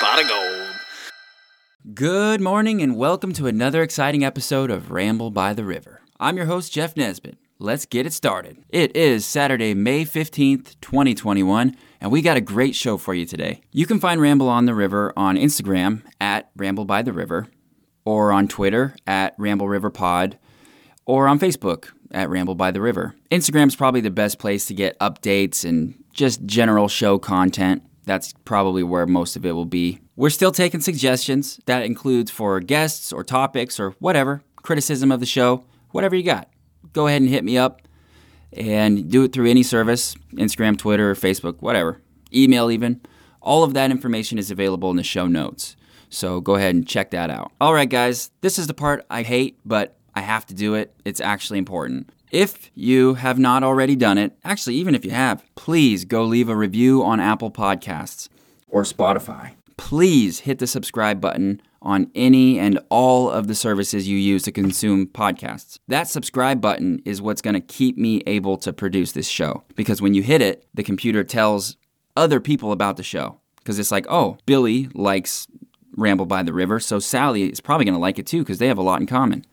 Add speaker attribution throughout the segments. Speaker 1: Pot of gold.
Speaker 2: Good morning and welcome to another exciting episode of Ramble by the River. I'm your host, Jeff Nesbitt. Let's get it started. It is Saturday, May 15th, 2021, and we got a great show for you today. You can find Ramble on the River on Instagram at Ramble by the River, or on Twitter at Ramble River Pod, or on Facebook at Ramble by the River. Instagram's probably the best place to get updates and just general show content. That's probably where most of it will be. We're still taking suggestions. That includes for guests or topics or whatever, criticism of the show, whatever you got. Go ahead and hit me up and do it through any service Instagram, Twitter, Facebook, whatever, email even. All of that information is available in the show notes. So go ahead and check that out. All right, guys, this is the part I hate, but I have to do it. It's actually important. If you have not already done it, actually, even if you have, please go leave a review on Apple Podcasts or Spotify. Please hit the subscribe button on any and all of the services you use to consume podcasts. That subscribe button is what's going to keep me able to produce this show because when you hit it, the computer tells other people about the show because it's like, oh, Billy likes Ramble by the River, so Sally is probably going to like it too because they have a lot in common.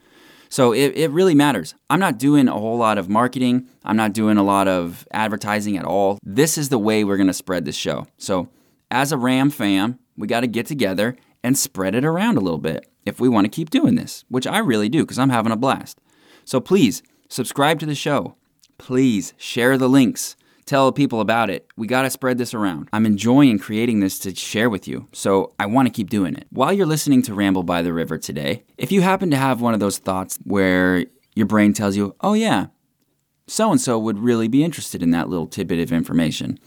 Speaker 2: So it, it really matters. I'm not doing a whole lot of marketing. I'm not doing a lot of advertising at all. This is the way we're going to spread this show. So, as a Ram fam, we got to get together and spread it around a little bit if we want to keep doing this, which I really do because I'm having a blast. So, please subscribe to the show. Please share the links. Tell people about it. We got to spread this around. I'm enjoying creating this to share with you, so I want to keep doing it. While you're listening to Ramble by the River today, if you happen to have one of those thoughts where your brain tells you, oh, yeah, so and so would really be interested in that little tidbit of information.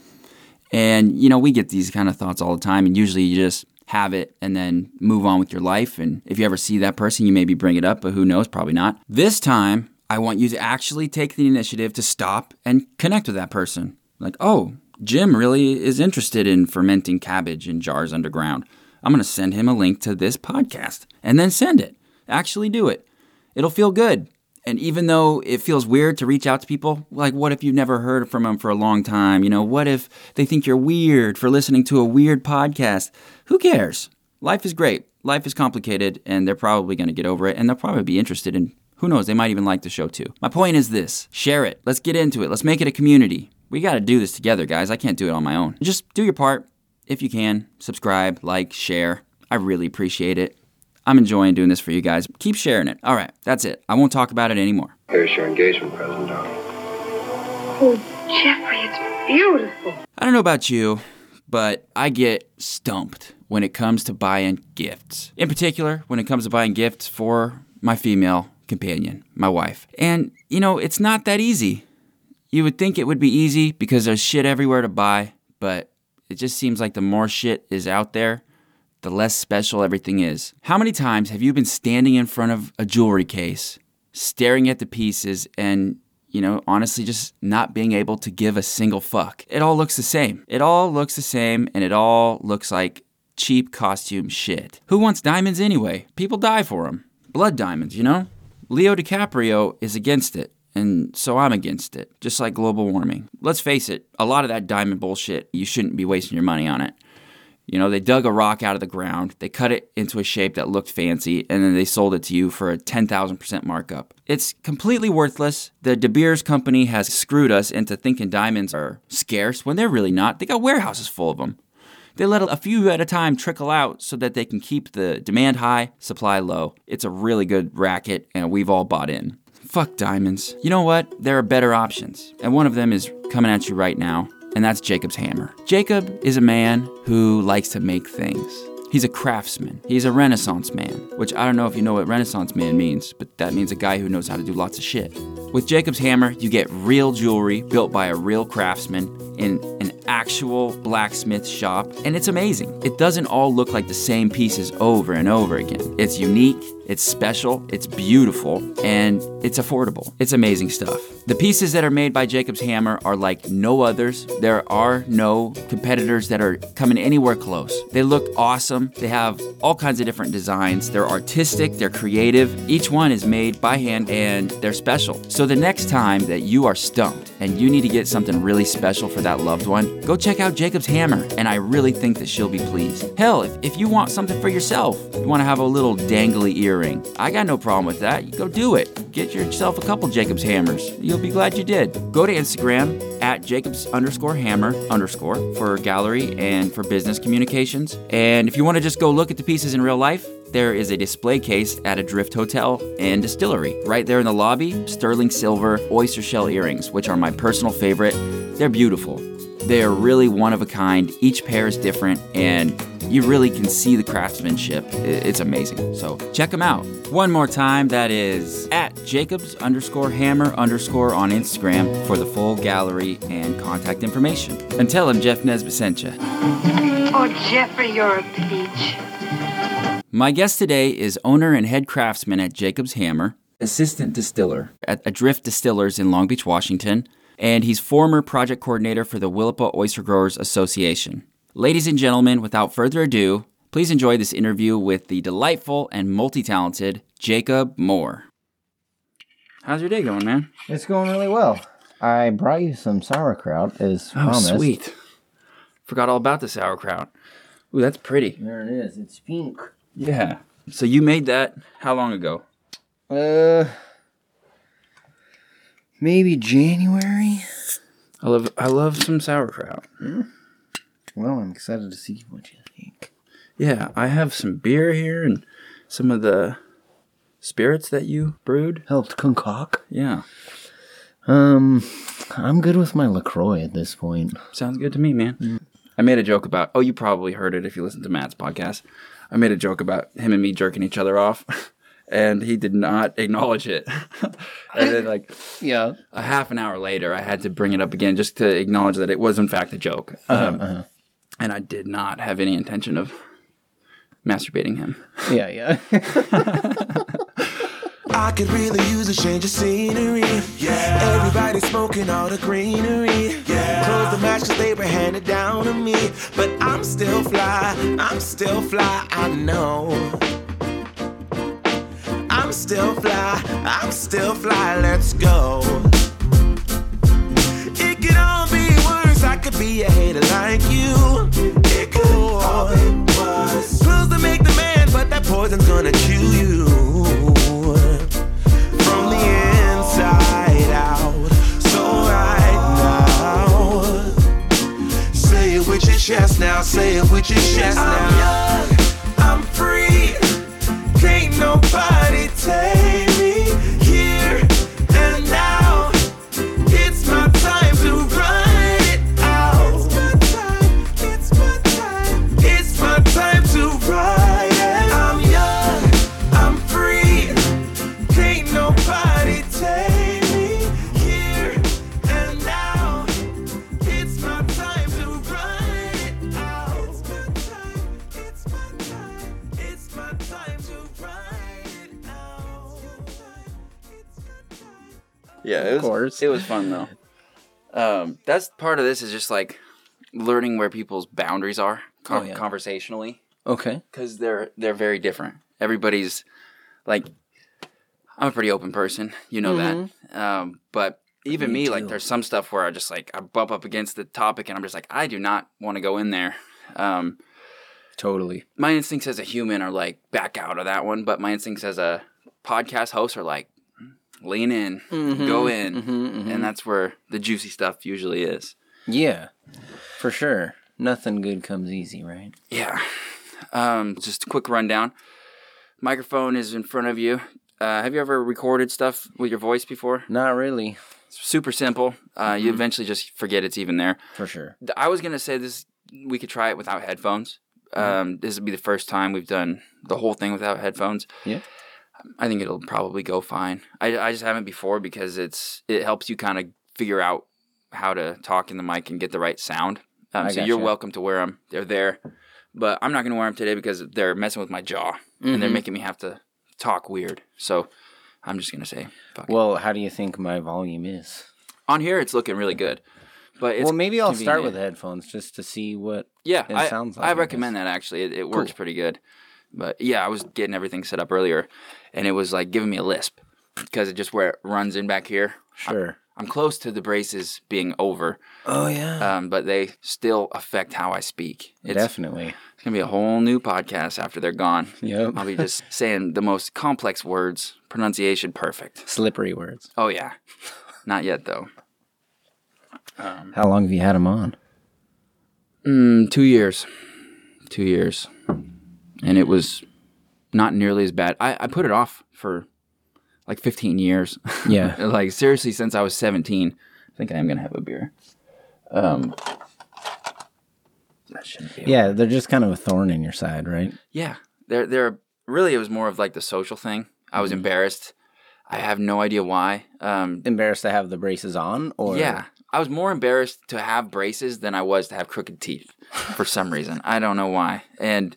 Speaker 2: And, you know, we get these kind of thoughts all the time, and usually you just have it and then move on with your life. And if you ever see that person, you maybe bring it up, but who knows, probably not. This time, I want you to actually take the initiative to stop and connect with that person. Like, oh, Jim really is interested in fermenting cabbage in jars underground. I'm going to send him a link to this podcast and then send it. Actually, do it. It'll feel good. And even though it feels weird to reach out to people, like what if you've never heard from them for a long time? You know, what if they think you're weird for listening to a weird podcast? Who cares? Life is great. Life is complicated, and they're probably going to get over it, and they'll probably be interested in who knows, they might even like the show too. My point is this share it. Let's get into it. Let's make it a community. We got to do this together, guys. I can't do it on my own. Just do your part if you can. Subscribe, like, share. I really appreciate it. I'm enjoying doing this for you guys. Keep sharing it. All right, that's it. I won't talk about it anymore.
Speaker 3: Here's your engagement present, darling.
Speaker 4: Oh, Jeffrey, it's beautiful.
Speaker 2: I don't know about you, but I get stumped when it comes to buying gifts. In particular, when it comes to buying gifts for my female companion, my wife. And, you know, it's not that easy. You would think it would be easy because there's shit everywhere to buy, but it just seems like the more shit is out there, the less special everything is. How many times have you been standing in front of a jewelry case, staring at the pieces, and, you know, honestly just not being able to give a single fuck? It all looks the same. It all looks the same, and it all looks like cheap costume shit. Who wants diamonds anyway? People die for them. Blood diamonds, you know? Leo DiCaprio is against it. And so I'm against it, just like global warming. Let's face it, a lot of that diamond bullshit, you shouldn't be wasting your money on it. You know, they dug a rock out of the ground, they cut it into a shape that looked fancy, and then they sold it to you for a 10,000% markup. It's completely worthless. The De Beers company has screwed us into thinking diamonds are scarce when they're really not. They got warehouses full of them. They let a few at a time trickle out so that they can keep the demand high, supply low. It's a really good racket, and we've all bought in. Fuck diamonds. You know what? There are better options, and one of them is coming at you right now, and that's Jacob's hammer. Jacob is a man who likes to make things. He's a craftsman. He's a renaissance man, which I don't know if you know what renaissance man means, but that means a guy who knows how to do lots of shit. With Jacob's hammer, you get real jewelry built by a real craftsman in an actual blacksmith shop, and it's amazing. It doesn't all look like the same pieces over and over again. It's unique, it's special, it's beautiful, and it's affordable. It's amazing stuff. The pieces that are made by Jacob's Hammer are like no others. There are no competitors that are coming anywhere close. They look awesome. They have all kinds of different designs. They're artistic, they're creative. Each one is made by hand and they're special. So the next time that you are stumped and you need to get something really special for that loved one, go check out Jacob's Hammer, and I really think that she'll be pleased. Hell, if, if you want something for yourself, you want to have a little dangly earring, I got no problem with that. Go do it. Get yourself a couple Jacob's Hammers. You'll be glad you did. Go to Instagram at Jacob's underscore hammer underscore for gallery and for business communications. And if you want to just go look at the pieces in real life, there is a display case at a drift hotel and distillery. Right there in the lobby, sterling silver oyster shell earrings, which are my personal favorite. They're beautiful. They are really one of a kind. Each pair is different, and you really can see the craftsmanship. I- It's amazing. So check them out. One more time, that is at Jacobs underscore hammer underscore on Instagram for the full gallery and contact information. And tell him Jeff Nesbitt sent you.
Speaker 4: Oh, Jeffrey, you're a peach.
Speaker 2: My guest today is owner and head craftsman at Jacob's Hammer, assistant distiller at Adrift Distillers in Long Beach, Washington, and he's former project coordinator for the Willapa Oyster Growers Association. Ladies and gentlemen, without further ado, please enjoy this interview with the delightful and multi talented Jacob Moore. How's your day going, man?
Speaker 1: It's going really well. I brought you some sauerkraut as
Speaker 2: Oh,
Speaker 1: promised.
Speaker 2: sweet. Forgot all about the sauerkraut. Ooh, that's pretty.
Speaker 1: There it is. It's pink.
Speaker 2: Yeah. So you made that how long ago?
Speaker 1: Uh, maybe January.
Speaker 2: I love I love some sauerkraut.
Speaker 1: Well, I'm excited to see what you think.
Speaker 2: Yeah, I have some beer here and some of the spirits that you brewed.
Speaker 1: Helped concoct.
Speaker 2: Yeah,
Speaker 1: Um, I'm good with my Lacroix at this point.
Speaker 2: sounds good to me, man. I made a joke about, oh, you probably heard it if you listened to Matt's podcast. I made a joke about him and me jerking each other off, and he did not acknowledge it. and then, like,
Speaker 1: Yeah.
Speaker 2: a half an hour later, I had to bring it up again just to acknowledge that it was, in fact, a joke. Um, And I did not have any intention of masturbating him.
Speaker 1: Yeah. Yeah.
Speaker 5: I could really use a change of scenery. Yeah. Everybody smoking all the greenery. Yeah. Close the match 'cause they were handed down to me. But I'm still fly. I'm still fly. I know. I'm still fly. I'm still fly. Let's go. It could all be worse. I could be a hater like you. It could all be worse. Pills that make the man, but that poison's gonna chew you from the inside out. So right now, say it with your chest now. Say it with your chest now. I'm young, I'm free. Can't nobody take me here and now. It's my time to run it out. It's my time. It's my time. It's my time to run it. I'm young, I'm free. Can't nobody take me here and now. It's my time to run it out. It's my time. It's my time. It's my time to run it out. It's my time.
Speaker 2: Yeah, it was,
Speaker 1: course.
Speaker 2: it was fun though. Um, that's part of this is just like learning where people's boundaries are con-
Speaker 1: Oh, yeah.
Speaker 2: conversationally
Speaker 1: okay.
Speaker 2: because they're they're very different. Everybody's like, I'm a pretty open person, you know
Speaker 1: Mm-hmm.
Speaker 2: that. Um, but even me, like, there's some stuff where I just like I bump up against the topic and I'm just like, I do not want to go in there. Um,
Speaker 1: Totally.
Speaker 2: my instincts as a human are like back out of that one, but my instincts as a podcast host are like lean in, go in, and that's where the juicy stuff usually is.
Speaker 1: Yeah. For sure. Nothing good comes easy, right?
Speaker 2: Yeah. Um, just a quick rundown. Microphone is in front of you. Uh, have you ever recorded stuff with your voice before?
Speaker 1: Not really.
Speaker 2: It's super simple. Uh, You eventually just forget it's even there.
Speaker 1: For sure.
Speaker 2: Th- I was gonna say this. We could try it without headphones.
Speaker 1: Mm-hmm.
Speaker 2: Um, this would be the first time we've done the whole thing without headphones.
Speaker 1: Yeah.
Speaker 2: I think it'll probably go fine. I, I just haven't before because it's it helps you kind of figure out how to talk in the mic and get the right sound. Um,
Speaker 1: I
Speaker 2: so you're
Speaker 1: gotcha.
Speaker 2: welcome to wear them. They're there, but I'm not gonna wear them today because they're messing with my jaw and
Speaker 1: Mm-hmm.
Speaker 2: they're making me have to talk weird. So I'm just gonna say, fuck it.
Speaker 1: Well, how do you think my volume is?
Speaker 2: on here it's looking really good. But it's
Speaker 1: well, maybe I'll start
Speaker 2: convenient.
Speaker 1: with headphones just to see what.
Speaker 2: Yeah,
Speaker 1: It
Speaker 2: I,
Speaker 1: sounds
Speaker 2: I
Speaker 1: like it,
Speaker 2: recommend that actually. It, it works pretty good. But yeah, I was getting everything set up earlier, and it was like giving me a lisp because it just where it runs in back here.
Speaker 1: Sure.
Speaker 2: I'm close to the braces being over,
Speaker 1: Oh yeah.
Speaker 2: um, but they still affect how I speak. It's,
Speaker 1: Definitely.
Speaker 2: it's gonna be a whole new podcast after they're gone. I'll
Speaker 1: Yep.
Speaker 2: be just saying the most complex words, pronunciation perfect.
Speaker 1: Slippery words.
Speaker 2: Oh yeah, not yet though.
Speaker 1: How long have you had them on?
Speaker 2: Mm, two years, two years, and it was not nearly as bad. I, I put it off for like 15 years.
Speaker 1: Yeah.
Speaker 2: like seriously, since I was 17. I think I am gonna have a beer. Um, that shouldn't be.
Speaker 1: Yeah, they're just kind of a thorn in your side, right?
Speaker 2: Yeah, there, there. Really, it was more of like the social thing. I was embarrassed. I have no idea why. Um,
Speaker 1: Embarrassed to have the braces on, or
Speaker 2: yeah, I was more embarrassed to have braces than I was to have crooked teeth for some reason. I don't know why. And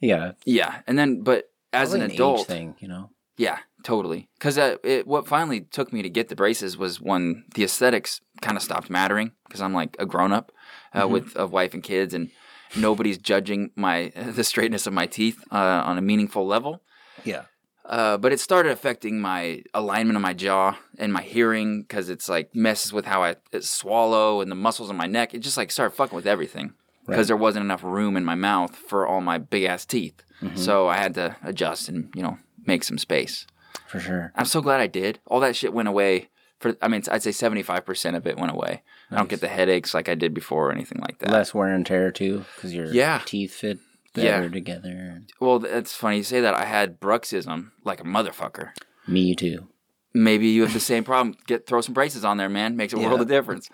Speaker 1: yeah,
Speaker 2: yeah, and then but as
Speaker 1: Probably
Speaker 2: an adult,
Speaker 1: age thing, you know.
Speaker 2: yeah, totally. Because uh, it what finally took me to get the braces was when the aesthetics kind of stopped mattering because I'm like a grown up uh,
Speaker 1: Mm-hmm.
Speaker 2: with a wife and kids and nobody's judging my the straightness of my teeth uh, on a meaningful level.
Speaker 1: Yeah.
Speaker 2: Uh, but it started affecting my alignment of my jaw and my hearing because it's like messes with how I uh, swallow and the muscles in my neck. It just like started fucking with everything because
Speaker 1: Right.
Speaker 2: there wasn't enough room in my mouth for all my big ass teeth.
Speaker 1: Mm-hmm.
Speaker 2: So I had to adjust and you know make some space.
Speaker 1: For sure.
Speaker 2: I'm so glad I did. All that shit went away. For I mean, I'd say 75 percent of it went away. I don't get the headaches like I did before or anything like that.
Speaker 1: Less wear and tear too, because your
Speaker 2: Yeah.
Speaker 1: teeth fit
Speaker 2: Yeah.
Speaker 1: better together.
Speaker 2: Well, that's funny you say that. I had bruxism like a motherfucker.
Speaker 1: Me too.
Speaker 2: maybe you have the same problem. Get throw some braces on there, man. Makes a world of difference.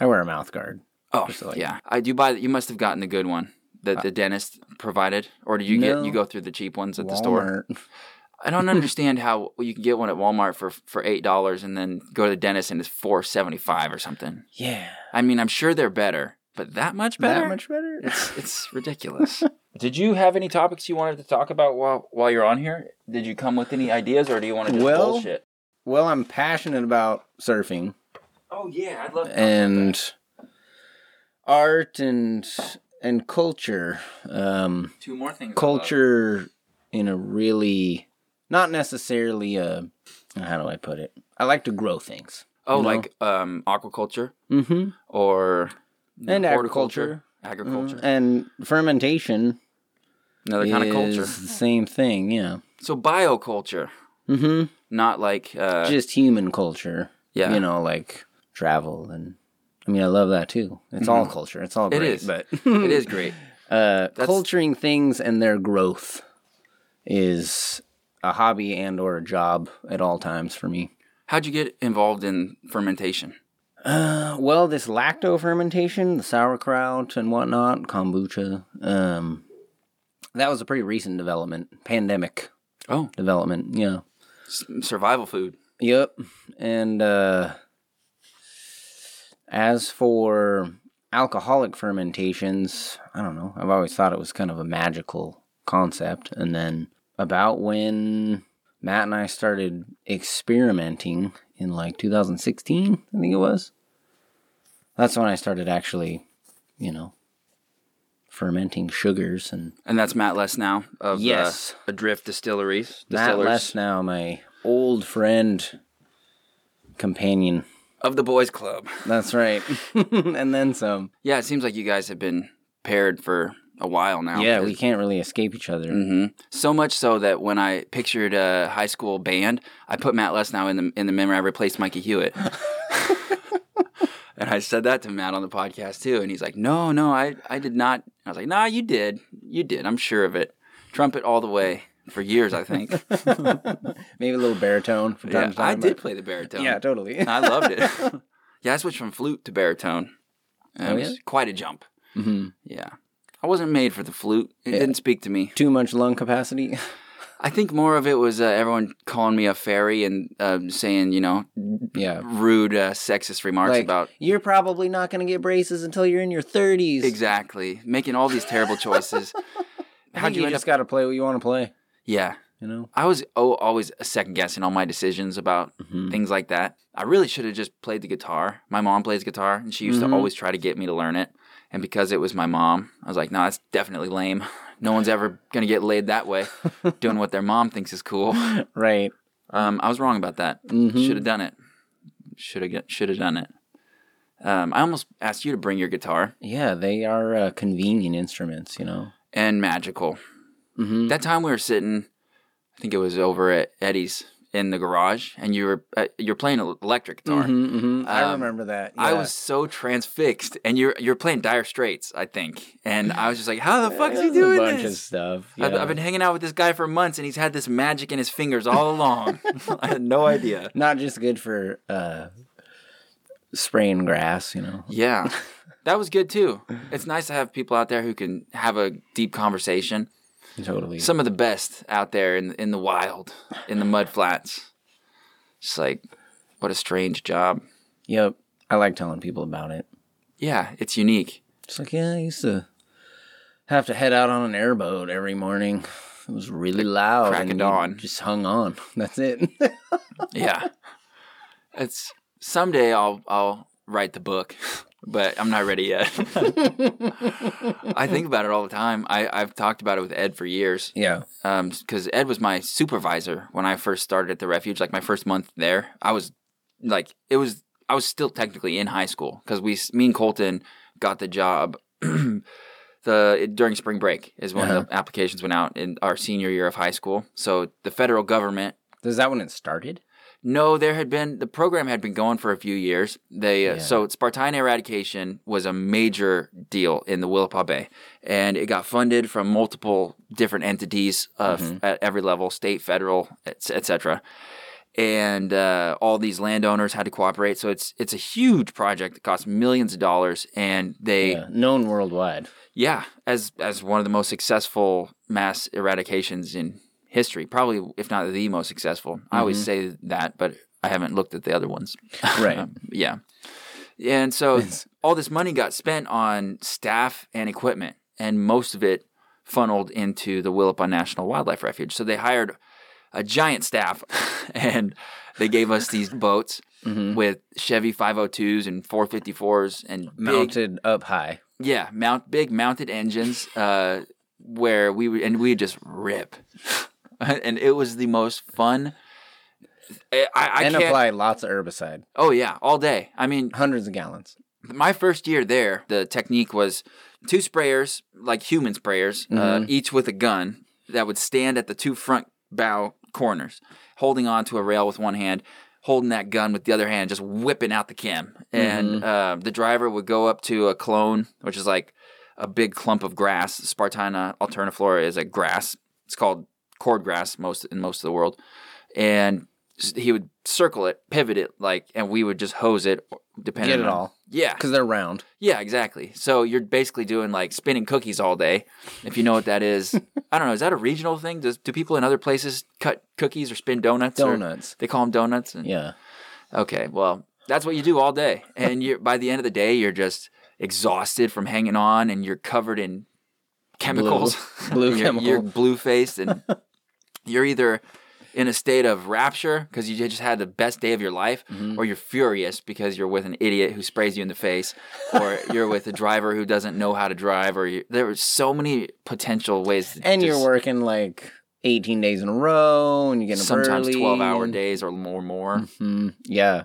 Speaker 1: I wear a mouth guard.
Speaker 2: Oh
Speaker 1: like-
Speaker 2: yeah, I do buy that. You must have gotten the good one that the dentist provided, or do you
Speaker 1: Uh, No.
Speaker 2: get you go through the cheap ones at the store?
Speaker 1: Walmart.
Speaker 2: I don't understand how you can get one at Walmart for for eight dollars and then go to the dentist and it's four seventy five or something.
Speaker 1: Yeah.
Speaker 2: I mean, I'm sure they're better, but that much better.
Speaker 1: That much better.
Speaker 2: It's, it's ridiculous. Did you have any topics you wanted to talk about while while you're on here? Did you come with any ideas, or do you want to just
Speaker 1: Well-
Speaker 2: bullshit?
Speaker 1: Well, I'm passionate about surfing
Speaker 2: Oh yeah, I'd love.
Speaker 1: and art and and culture. Um,
Speaker 2: two more things. I love.
Speaker 1: culture in a really not necessarily a how do I put it? I like to grow things.
Speaker 2: Oh,
Speaker 1: you know?
Speaker 2: like um, aquaculture
Speaker 1: Mm-hmm.
Speaker 2: or
Speaker 1: And
Speaker 2: horticulture, agriculture,
Speaker 1: Mm, And fermentation
Speaker 2: another kind of culture.
Speaker 1: is the same thing, yeah.
Speaker 2: So bioculture,
Speaker 1: Mm-hmm.
Speaker 2: not like uh,
Speaker 1: Just human culture.
Speaker 2: Yeah.
Speaker 1: You know, like travel and I mean I love that too. It's all culture. It's all
Speaker 2: Mm-hmm. It
Speaker 1: great.
Speaker 2: is.
Speaker 1: But
Speaker 2: it is great.
Speaker 1: uh
Speaker 2: That's-
Speaker 1: culturing things and their growth is a hobby and or a job at all times for me.
Speaker 2: How'd you get involved in fermentation?
Speaker 1: Uh, well, this lacto fermentation, the sauerkraut and whatnot, kombucha, um, that was a pretty recent development, pandemic
Speaker 2: Oh,
Speaker 1: development. Yeah.
Speaker 2: s- survival food.
Speaker 1: Yep. And uh, as for alcoholic fermentations, I don't know. I've always thought it was kind of a magical concept. And then about when Matt and I started experimenting in like 2016, I think it was, that's when I started actually, you know, fermenting sugars and
Speaker 2: And that's Matt Less now of uh,
Speaker 1: Yes.
Speaker 2: Adrift Distilleries.
Speaker 1: Matt
Speaker 2: Distillers.
Speaker 1: Less now, my old friend, companion.
Speaker 2: of the Boys Club.
Speaker 1: That's right. and then some.
Speaker 2: Yeah, it seems like you guys have been paired for a while now.
Speaker 1: Yeah, we can't really escape each other.
Speaker 2: hmm So much so that when I pictured a high school band, I put Matt Lesnow in the in the memory. I replaced Mikey Hewitt, and I said that to Matt on the podcast too. And he's like, "No, no, I I did not." I was like, "Nah, you did, you did. I'm sure of it. Trumpet all the way for years, I think.
Speaker 1: Maybe a little baritone from time
Speaker 2: yeah,
Speaker 1: to time.
Speaker 2: I
Speaker 1: but-
Speaker 2: did play the baritone.
Speaker 1: Yeah, totally.
Speaker 2: I loved it. yeah, I switched from flute to baritone. And
Speaker 1: Oh,
Speaker 2: it was
Speaker 1: yeah?
Speaker 2: quite a jump.
Speaker 1: hmm
Speaker 2: Yeah, I wasn't made for the flute. It
Speaker 1: Yeah.
Speaker 2: didn't speak to me.
Speaker 1: Too much lung capacity.
Speaker 2: I think more of it was uh, everyone calling me a fairy and um, saying, you know,
Speaker 1: yeah.
Speaker 2: rude, uh, sexist remarks
Speaker 1: Like,
Speaker 2: about
Speaker 1: you're probably not going to get braces until you're in your 30s.
Speaker 2: exactly making all these terrible choices.
Speaker 1: How
Speaker 2: How'd
Speaker 1: do you,
Speaker 2: you end
Speaker 1: just
Speaker 2: up?
Speaker 1: got to play what you want to play,
Speaker 2: Yeah,
Speaker 1: you know?
Speaker 2: I was oh, always second guessing all my decisions about
Speaker 1: Mm-hmm.
Speaker 2: things like that. I really should have just played the guitar. My mom plays guitar, and she used
Speaker 1: Mhm.
Speaker 2: to always try to get me to learn it. And because it was my mom, I was like, no, that's definitely lame. No one's ever gonna get laid that way, doing what their mom thinks is cool.
Speaker 1: Right.
Speaker 2: Um, I was wrong about that.
Speaker 1: Mhm.
Speaker 2: Should have done it. Should have should have done it. Um, I almost asked you to bring your guitar
Speaker 1: Yeah, they are uh, convenient instruments, you know.
Speaker 2: and magical.
Speaker 1: Mm-hmm.
Speaker 2: That time we were sitting, I think it was over at Eddie's in the garage, and you were uh, you're playing el- electric guitar.
Speaker 1: I
Speaker 2: Um,
Speaker 1: remember that.
Speaker 2: I
Speaker 1: Mm-hmm. yeah.
Speaker 2: was so transfixed, and you're you're playing Dire Straits, I think, and I was just like, "How the fuck is he
Speaker 1: There's a
Speaker 2: doing
Speaker 1: bunch of
Speaker 2: this?"
Speaker 1: stuff.
Speaker 2: I've,
Speaker 1: yeah.
Speaker 2: I've been hanging out with this guy for months, and he's had this magic in his fingers all along. I had no idea.
Speaker 1: not just good for uh, spraying grass, you know.
Speaker 2: Yeah, that was good too. It's nice to have people out there who can have a deep conversation.
Speaker 1: Totally.
Speaker 2: Some of the best out there in in the wild, in the mud flats. Just like, what a strange job.
Speaker 1: yep. I like telling people about it.
Speaker 2: Yeah, it's unique.
Speaker 1: It's like, yeah, I used to have to head out on an airboat every morning. It was really loud.
Speaker 2: crack
Speaker 1: and
Speaker 2: of
Speaker 1: you
Speaker 2: dawn.
Speaker 1: Just hung on. That's it.
Speaker 2: Yeah, it's someday I'll I'll write the book, but I'm not ready yet. I think about it all the time. I I've talked about it with Ed for years.
Speaker 1: yeah.
Speaker 2: because um, Ed was my supervisor when I first started at the refuge. Like my first month there, I was like, it was I was still technically in high school because we, me and Colton, got the job. the during spring break is when the applications went out in our senior year of high school. So the federal government
Speaker 1: Is that when it started?
Speaker 2: no, there had been the program had been going for a few years. They uh, so Spartan eradication was a major deal in the Willapa Bay, and it got funded from multiple different entities uh, f- at every level, state, federal, etc. And uh, all these landowners had to cooperate. So it's it's a huge project that costs millions of dollars, and they
Speaker 1: Yeah. Known worldwide.
Speaker 2: yeah, as as one of the most successful mass eradications in history, probably if not the most successful. I always say that, but I haven't looked at the other ones.
Speaker 1: Right.
Speaker 2: yeah, and so all this money got spent on staff and equipment, and most of it funneled into the Willapa National Wildlife Refuge. So they hired a giant staff, and they gave us these boats. With Chevy 502s and 454s and big-
Speaker 1: Mounted up high.
Speaker 2: yeah, mount big mounted engines, uh, where we would and we just rip, and it was the most fun. I, I, I
Speaker 1: and
Speaker 2: can't-
Speaker 1: apply lots of herbicide.
Speaker 2: Oh yeah, all day. I mean,
Speaker 1: Hundreds of gallons.
Speaker 2: my first year there, the technique was two sprayers, like human sprayers,
Speaker 1: Mm-hmm.
Speaker 2: uh, each with a gun that would stand at the two front bow corners, holding onto a rail with one hand, holding that gun with the other hand, just whipping out the chem. And
Speaker 1: Mm-hmm.
Speaker 2: uh, the driver would go up to a clone, which is like a big clump of grass. Spartina alterniflora is a grass. It's called cordgrass most in most of the world and s- he would circle it, pivot it, like, and we would just hose it, depending.
Speaker 1: Get it
Speaker 2: on-
Speaker 1: all.
Speaker 2: Yeah,
Speaker 1: Because they're round.
Speaker 2: yeah, exactly. So you're basically doing like spinning cookies all day, if you know what that is. I don't know. Is that a regional thing? Does do people in other places cut cookies or spin donuts? or-
Speaker 1: Donuts.
Speaker 2: they call them donuts. And,
Speaker 1: Yeah.
Speaker 2: Okay. Well, that's what you do all day, and you are by the end of the day, you're just exhausted from hanging on, and you're covered in chemicals.
Speaker 1: Blue
Speaker 2: you're, You're
Speaker 1: chemicals.
Speaker 2: blue faced, and you're either in a state of rapture because you just had the best day of your life,
Speaker 1: Mm-hmm.
Speaker 2: or you're furious because you're with an idiot who sprays you in the face, or you're with a driver who doesn't know how to drive, or you, there were so many potential ways. To
Speaker 1: And
Speaker 2: just,
Speaker 1: you're working like 18 days in a row and you're getting up
Speaker 2: sometimes
Speaker 1: early.
Speaker 2: twelve hour days or more, more.
Speaker 1: Mm, yeah.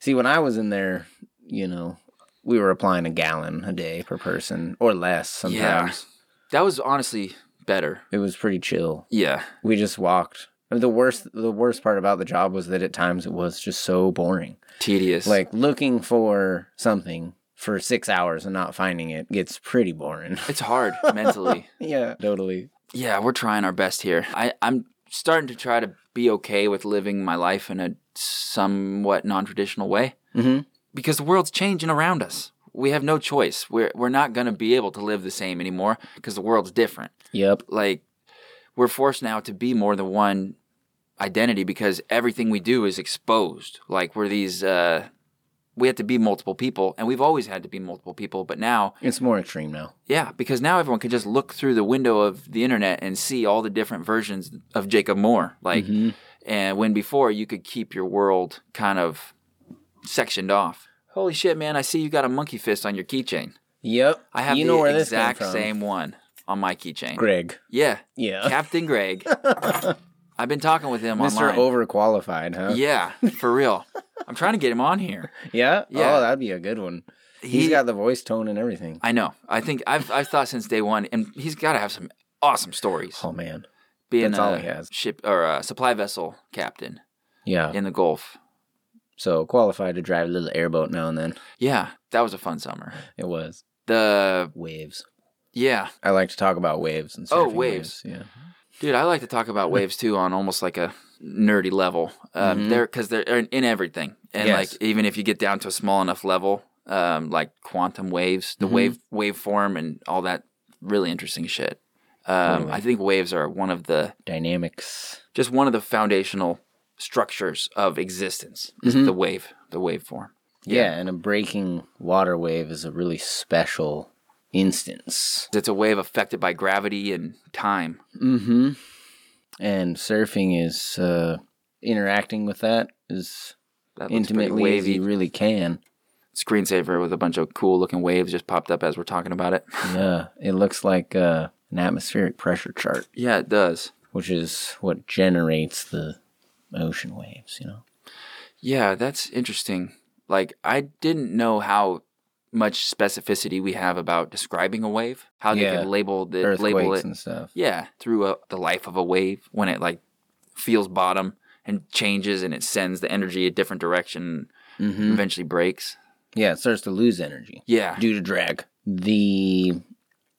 Speaker 1: See, when I was in there, you know, we were applying a gallon a day per person or less sometimes.
Speaker 2: That was honestly better.
Speaker 1: It was pretty chill.
Speaker 2: Yeah.
Speaker 1: We just walked. I mean, the worst the worst part about the job was that at times it was just so boring.
Speaker 2: tedious.
Speaker 1: Like looking for something for 6 hours and not finding it gets pretty boring.
Speaker 2: it's hard mentally.
Speaker 1: yeah, totally.
Speaker 2: Yeah, we're trying our best here. I, I'm starting to try to be okay with living my life in a somewhat non-traditional way
Speaker 1: Mhm.
Speaker 2: because the world's changing around us. We have no choice. We're we're not going to be able to live the same anymore because the world's different.
Speaker 1: Yep.
Speaker 2: Like we're forced now to be more than one identity because everything we do is exposed. Like we're these. Uh, we have to be multiple people, and we've always had to be multiple people, but now
Speaker 1: It's more extreme now.
Speaker 2: yeah, because now everyone can just look through the window of the internet and see all the different versions of Jacob Moore. Like,
Speaker 1: Mm-hmm.
Speaker 2: and when before you could keep your world kind of sectioned off. Holy shit, man! I see you got a monkey fist on your keychain.
Speaker 1: Yep.
Speaker 2: I have
Speaker 1: you
Speaker 2: the
Speaker 1: know where this came
Speaker 2: exact
Speaker 1: from.
Speaker 2: same one on my keychain.
Speaker 1: Greg.
Speaker 2: Yeah,
Speaker 1: Yeah.
Speaker 2: Captain Greg. I've been talking with him
Speaker 1: Mr.
Speaker 2: online.
Speaker 1: Overqualified, huh?
Speaker 2: Yeah, for real. I'm trying to get him on here.
Speaker 1: Yeah?
Speaker 2: Yeah.
Speaker 1: Oh, that'd be a good one.
Speaker 2: He-
Speaker 1: He's got the voice tone and everything.
Speaker 2: I know. I think I've I've thought since day one, and he's got to have some awesome stories.
Speaker 1: Oh man.
Speaker 2: Being
Speaker 1: that's
Speaker 2: a
Speaker 1: all he has. Oh.
Speaker 2: ship or a supply vessel captain
Speaker 1: Yeah.
Speaker 2: in the Gulf.
Speaker 1: So qualified to drive a little airboat now and then.
Speaker 2: Yeah, that was a fun summer.
Speaker 1: It was
Speaker 2: The
Speaker 1: waves.
Speaker 2: yeah,
Speaker 1: I like to talk about waves and
Speaker 2: Oh,
Speaker 1: surfing
Speaker 2: waves.
Speaker 1: Yeah.
Speaker 2: dude, I like to talk about waves too on almost like a nerdy level. Um,
Speaker 1: Mhm.
Speaker 2: They're because they're in in everything, and
Speaker 1: Yes.
Speaker 2: like even if you get down to a small enough level, um, like quantum waves, the
Speaker 1: Mhm.
Speaker 2: wave waveform, and all that really interesting shit. Um,
Speaker 1: Totally.
Speaker 2: I think waves are one of the
Speaker 1: Dynamics.
Speaker 2: just one of the foundational structures of existence is
Speaker 1: Mhm.
Speaker 2: the wave, the waveform.
Speaker 1: Yeah. and a breaking water wave is a really special instance.
Speaker 2: It's a wave affected by gravity and time.
Speaker 1: Mm-hmm. And surfing is uh interacting with that as
Speaker 2: That looks pretty
Speaker 1: intimately as
Speaker 2: wavy.
Speaker 1: you really can.
Speaker 2: Screensaver with a bunch of cool looking waves just popped up as we're talking about it.
Speaker 1: Yeah. It looks like uh an atmospheric pressure chart,
Speaker 2: yeah, it does.
Speaker 1: which is what generates the ocean waves, you know.
Speaker 2: Yeah, that's interesting. Like I didn't know how much specificity we have about describing a wave, how they
Speaker 1: Yeah.
Speaker 2: can label the
Speaker 1: Earthquakes
Speaker 2: label it.
Speaker 1: and stuff.
Speaker 2: Yeah, through a, the life of a wave when it like feels bottom and changes and it sends the energy a different direction
Speaker 1: Mm-hmm.
Speaker 2: eventually breaks.
Speaker 1: Yeah, it starts to lose energy
Speaker 2: Yeah.
Speaker 1: due to drag. The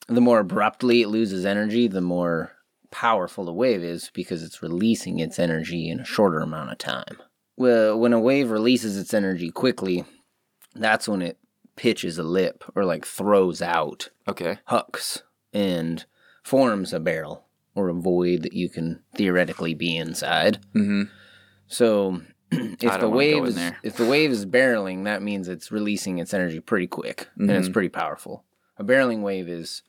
Speaker 1: the more abruptly it loses energy, the more powerful the wave is because it's releasing its energy in a shorter amount of time. Well, when a wave releases its energy quickly, that's when it pitches a lip or like throws out
Speaker 2: Okay.
Speaker 1: hucks and forms a barrel or a void that you can theoretically be inside.
Speaker 2: Mm-hmm.
Speaker 1: So
Speaker 2: I
Speaker 1: if the
Speaker 2: don't wanna go
Speaker 1: wave
Speaker 2: in
Speaker 1: is
Speaker 2: there.
Speaker 1: if the wave is barreling, that means it's releasing its energy pretty quick and it's
Speaker 2: Mhm.
Speaker 1: pretty powerful. A barreling wave is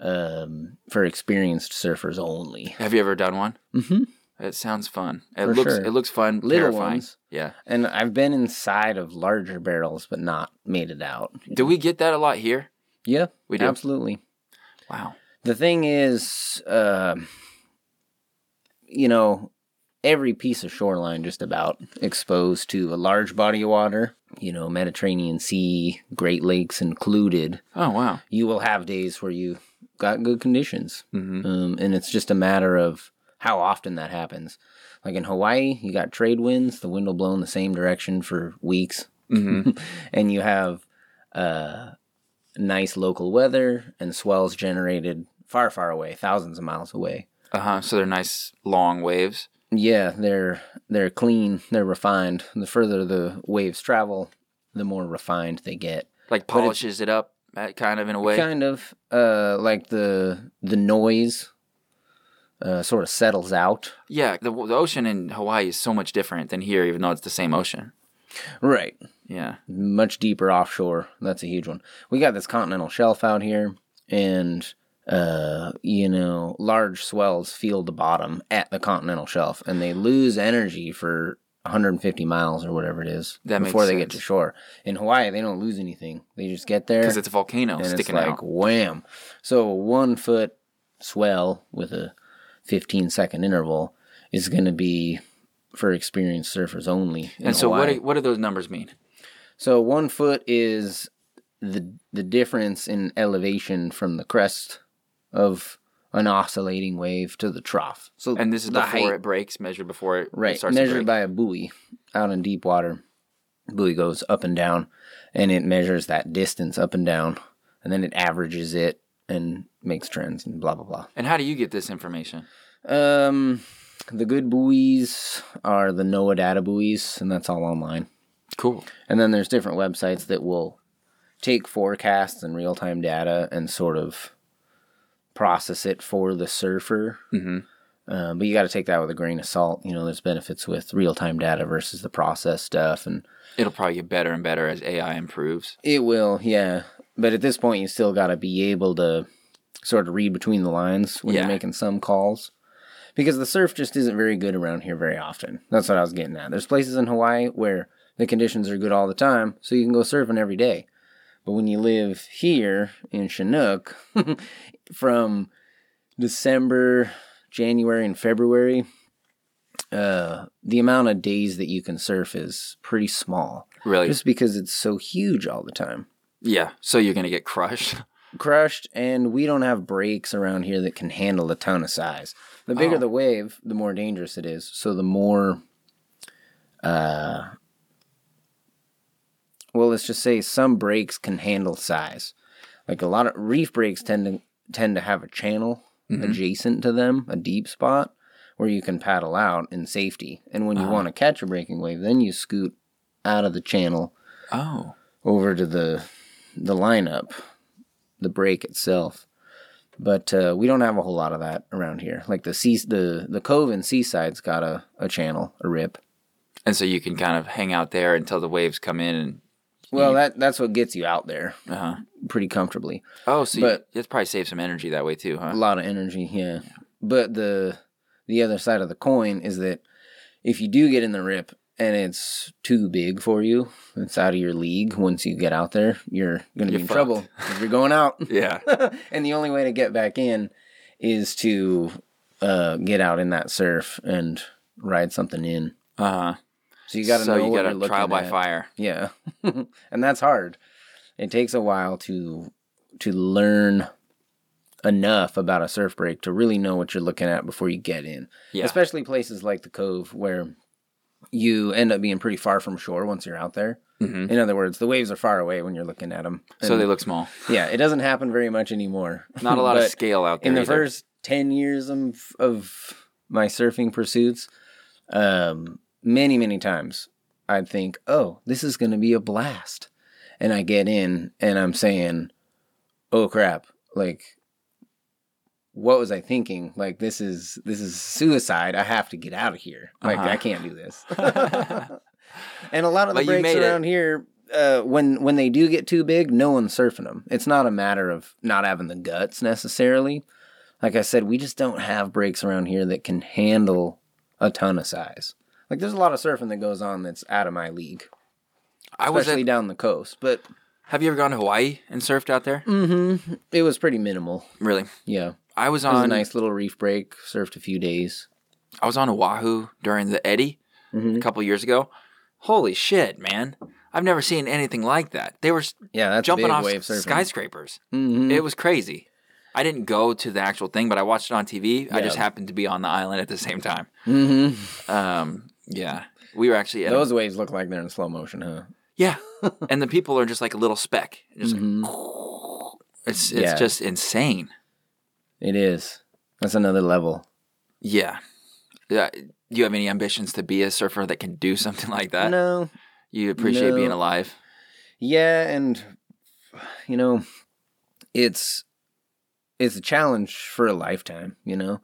Speaker 1: um, for experienced surfers only.
Speaker 2: Have you ever done one?
Speaker 1: Mm-hmm.
Speaker 2: It sounds fun. It
Speaker 1: For
Speaker 2: looks
Speaker 1: sure.
Speaker 2: it looks fun.
Speaker 1: Little
Speaker 2: terrifying.
Speaker 1: ones.
Speaker 2: Yeah.
Speaker 1: And I've been inside of larger barrels, but not made it out.
Speaker 2: Do we get that a lot here?
Speaker 1: Yeah,
Speaker 2: We do.
Speaker 1: absolutely.
Speaker 2: Wow.
Speaker 1: The thing is, uh, you know, every piece of shoreline just about exposed to a large body of water, you know, Mediterranean Sea, Great Lakes included.
Speaker 2: Oh wow.
Speaker 1: you will have days where you got good conditions.
Speaker 2: Mm-hmm.
Speaker 1: Um, and it's just a matter of how often that happens. Like in Hawaii, you got trade winds, the wind will blow in the same direction for weeks,
Speaker 2: Mm-hmm.
Speaker 1: and you have uh, nice local weather and swells generated far, far away, thousands of miles away.
Speaker 2: Uh huh. So they're nice long waves.
Speaker 1: Yeah, they're they're clean, they're refined. The further the waves travel, the more refined they get.
Speaker 2: Like
Speaker 1: But it-
Speaker 2: polishes it up, uh, kind of in a way.
Speaker 1: kind of uh like the the noise uh sort of settles out
Speaker 2: yeah. The, the ocean in Hawaii is so much different than here, even though it's the same ocean.
Speaker 1: right
Speaker 2: Yeah.
Speaker 1: much deeper offshore that's a huge one we got this continental shelf out here and uh you know large swells feel the bottom at the continental shelf and they lose energy for 150 miles or whatever it is
Speaker 2: That makes
Speaker 1: before they get
Speaker 2: sense.
Speaker 1: to shore in hawaii they don't lose anything they just get there
Speaker 2: Because it's a volcano
Speaker 1: and it's
Speaker 2: sticking
Speaker 1: like
Speaker 2: out.
Speaker 1: wham. So a one foot swell with a 15 second interval is going to be for experienced surfers only. in
Speaker 2: And so what?
Speaker 1: Hawaii.
Speaker 2: Do, what do those numbers mean?
Speaker 1: so one foot is the the difference in elevation from the crest of an oscillating wave to the trough. So
Speaker 2: And this is
Speaker 1: the
Speaker 2: before
Speaker 1: height,
Speaker 2: it breaks, measured before it,
Speaker 1: right
Speaker 2: starts to
Speaker 1: measured
Speaker 2: break.
Speaker 1: by a buoy out in deep water. Buoy goes up and down, and it measures that distance up and down, and then it averages it and makes trends and blah blah blah.
Speaker 2: and how do you get this information?
Speaker 1: Um, the good buoys are the NOAA data buoys, and that's all online.
Speaker 2: Cool.
Speaker 1: And then there's different websites that will take forecasts and real time data and sort of process it for the surfer.
Speaker 2: Mm-hmm.
Speaker 1: Uh, but you got to take that with a grain of salt. You know, there's benefits with real time data versus the process stuff, and
Speaker 2: It'll probably get better and better as AI improves.
Speaker 1: it will, yeah. But at this point, you still got to be able to sort of read between the lines when
Speaker 2: Yeah.
Speaker 1: you're making some calls. Because the surf just isn't very good around here very often. That's what I was getting at. There's places in Hawaii where the conditions are good all the time, so you can go surfing every day. But when you live here in Chinook, from December, January, and February, uh, the amount of days that you can surf is pretty small,
Speaker 2: Really?
Speaker 1: just because it's so huge all the time.
Speaker 2: yeah. So you're gonna get crushed.
Speaker 1: Crushed, and we don't have breaks around here that can handle a ton of size. The bigger
Speaker 2: Oh.
Speaker 1: the wave, the more dangerous it is. So the more, uh, well, let's just say some breaks can handle size. Like a lot of reef breaks tend to tend to have a channel adjacent to them, a deep spot where you can paddle out in safety. And when you want to catch a breaking wave, then you scoot out of the channel
Speaker 2: Oh.
Speaker 1: over to the the lineup, the break itself. But uh, we don't have a whole lot of that around here. Like the sea, the the cove and seaside's got a, a channel, a rip.
Speaker 2: And so you can kind of hang out there until the waves come in. And,
Speaker 1: Well, that that's what gets you out there
Speaker 2: uh-huh.
Speaker 1: pretty comfortably.
Speaker 2: Oh, so
Speaker 1: But-
Speaker 2: you, it probably saves some energy that way too,
Speaker 1: A
Speaker 2: huh?
Speaker 1: lot of energy, yeah. But the the other side of the coin is that if you do get in the rip and it's too big for you, it's out of your league. Once you get out there, you're
Speaker 2: You're
Speaker 1: gonna be in
Speaker 2: fucked.
Speaker 1: trouble 'cause you're going out.
Speaker 2: Yeah.
Speaker 1: and the only way to get back in is to uh, get out in that surf and ride something in.
Speaker 2: Uh huh.
Speaker 1: So you got to
Speaker 2: so
Speaker 1: know
Speaker 2: you
Speaker 1: what
Speaker 2: gotta
Speaker 1: you're looking
Speaker 2: trial by
Speaker 1: at.
Speaker 2: fire.
Speaker 1: Yeah, and that's hard. It takes a while to to learn enough about a surf break to really know what you're looking at before you get in.
Speaker 2: Yeah.
Speaker 1: Especially places like the Cove where you end up being pretty far from shore once you're out there.
Speaker 2: Mhm.
Speaker 1: In other words, the waves are far away when you're looking at them.
Speaker 2: So they look small.
Speaker 1: yeah, it doesn't happen very much anymore.
Speaker 2: Not a lot of
Speaker 1: But-
Speaker 2: scale out there.
Speaker 1: in the
Speaker 2: either.
Speaker 1: first 10 years of, of my surfing pursuits um, many many times i'd think oh this is going to be a blast and i get in and i'm saying oh crap like what was i thinking like this is this is suicide i have to get out of here like
Speaker 2: Uh-huh.
Speaker 1: i can't do this and a lot of the
Speaker 2: But you
Speaker 1: breaks
Speaker 2: made it.
Speaker 1: around here uh, when when they do get too big, no one's surfing them. It's not a matter of not having the guts necessarily. Like I said, we just don't have breaks around here that can handle a ton of size. Like there's a lot of surfing that goes on that's out of my league,
Speaker 2: I was
Speaker 1: especially
Speaker 2: at,
Speaker 1: down the coast. But
Speaker 2: Have you ever gone to Hawaii and surfed out there?
Speaker 1: Mm. Mm-hmm. it was pretty minimal.
Speaker 2: Really?
Speaker 1: Yeah, it
Speaker 2: I was
Speaker 1: was
Speaker 2: on
Speaker 1: a nice little reef break. Surfed a few days.
Speaker 2: I was on Oahu during the Eddy
Speaker 1: Mm-hmm.
Speaker 2: a couple years ago. Holy shit, man. I've never seen anything like that. They were s-
Speaker 1: Yeah, that's
Speaker 2: jumping
Speaker 1: big
Speaker 2: off
Speaker 1: wave surfing.
Speaker 2: skyscrapers.
Speaker 1: Mhm.
Speaker 2: It was crazy. I didn't go to the actual thing, but I watched it on TV. I
Speaker 1: Yeah.
Speaker 2: just happened to be on the island at the same time.
Speaker 1: Mhm.
Speaker 2: Um, yeah. We were actually at a-
Speaker 1: Those waves look like they're in slow motion, huh?
Speaker 2: Yeah. and the people are just like a little speck. Just like, it's it's
Speaker 1: Mm-hmm. Yeah.
Speaker 2: just insane.
Speaker 1: It is. That's another level.
Speaker 2: Yeah. Yeah. Do you have any ambitions to be a surfer that can do something like that?
Speaker 1: no,
Speaker 2: You appreciate
Speaker 1: No.
Speaker 2: being alive.
Speaker 1: Yeah, and you know, it's it's a challenge for a lifetime, you know.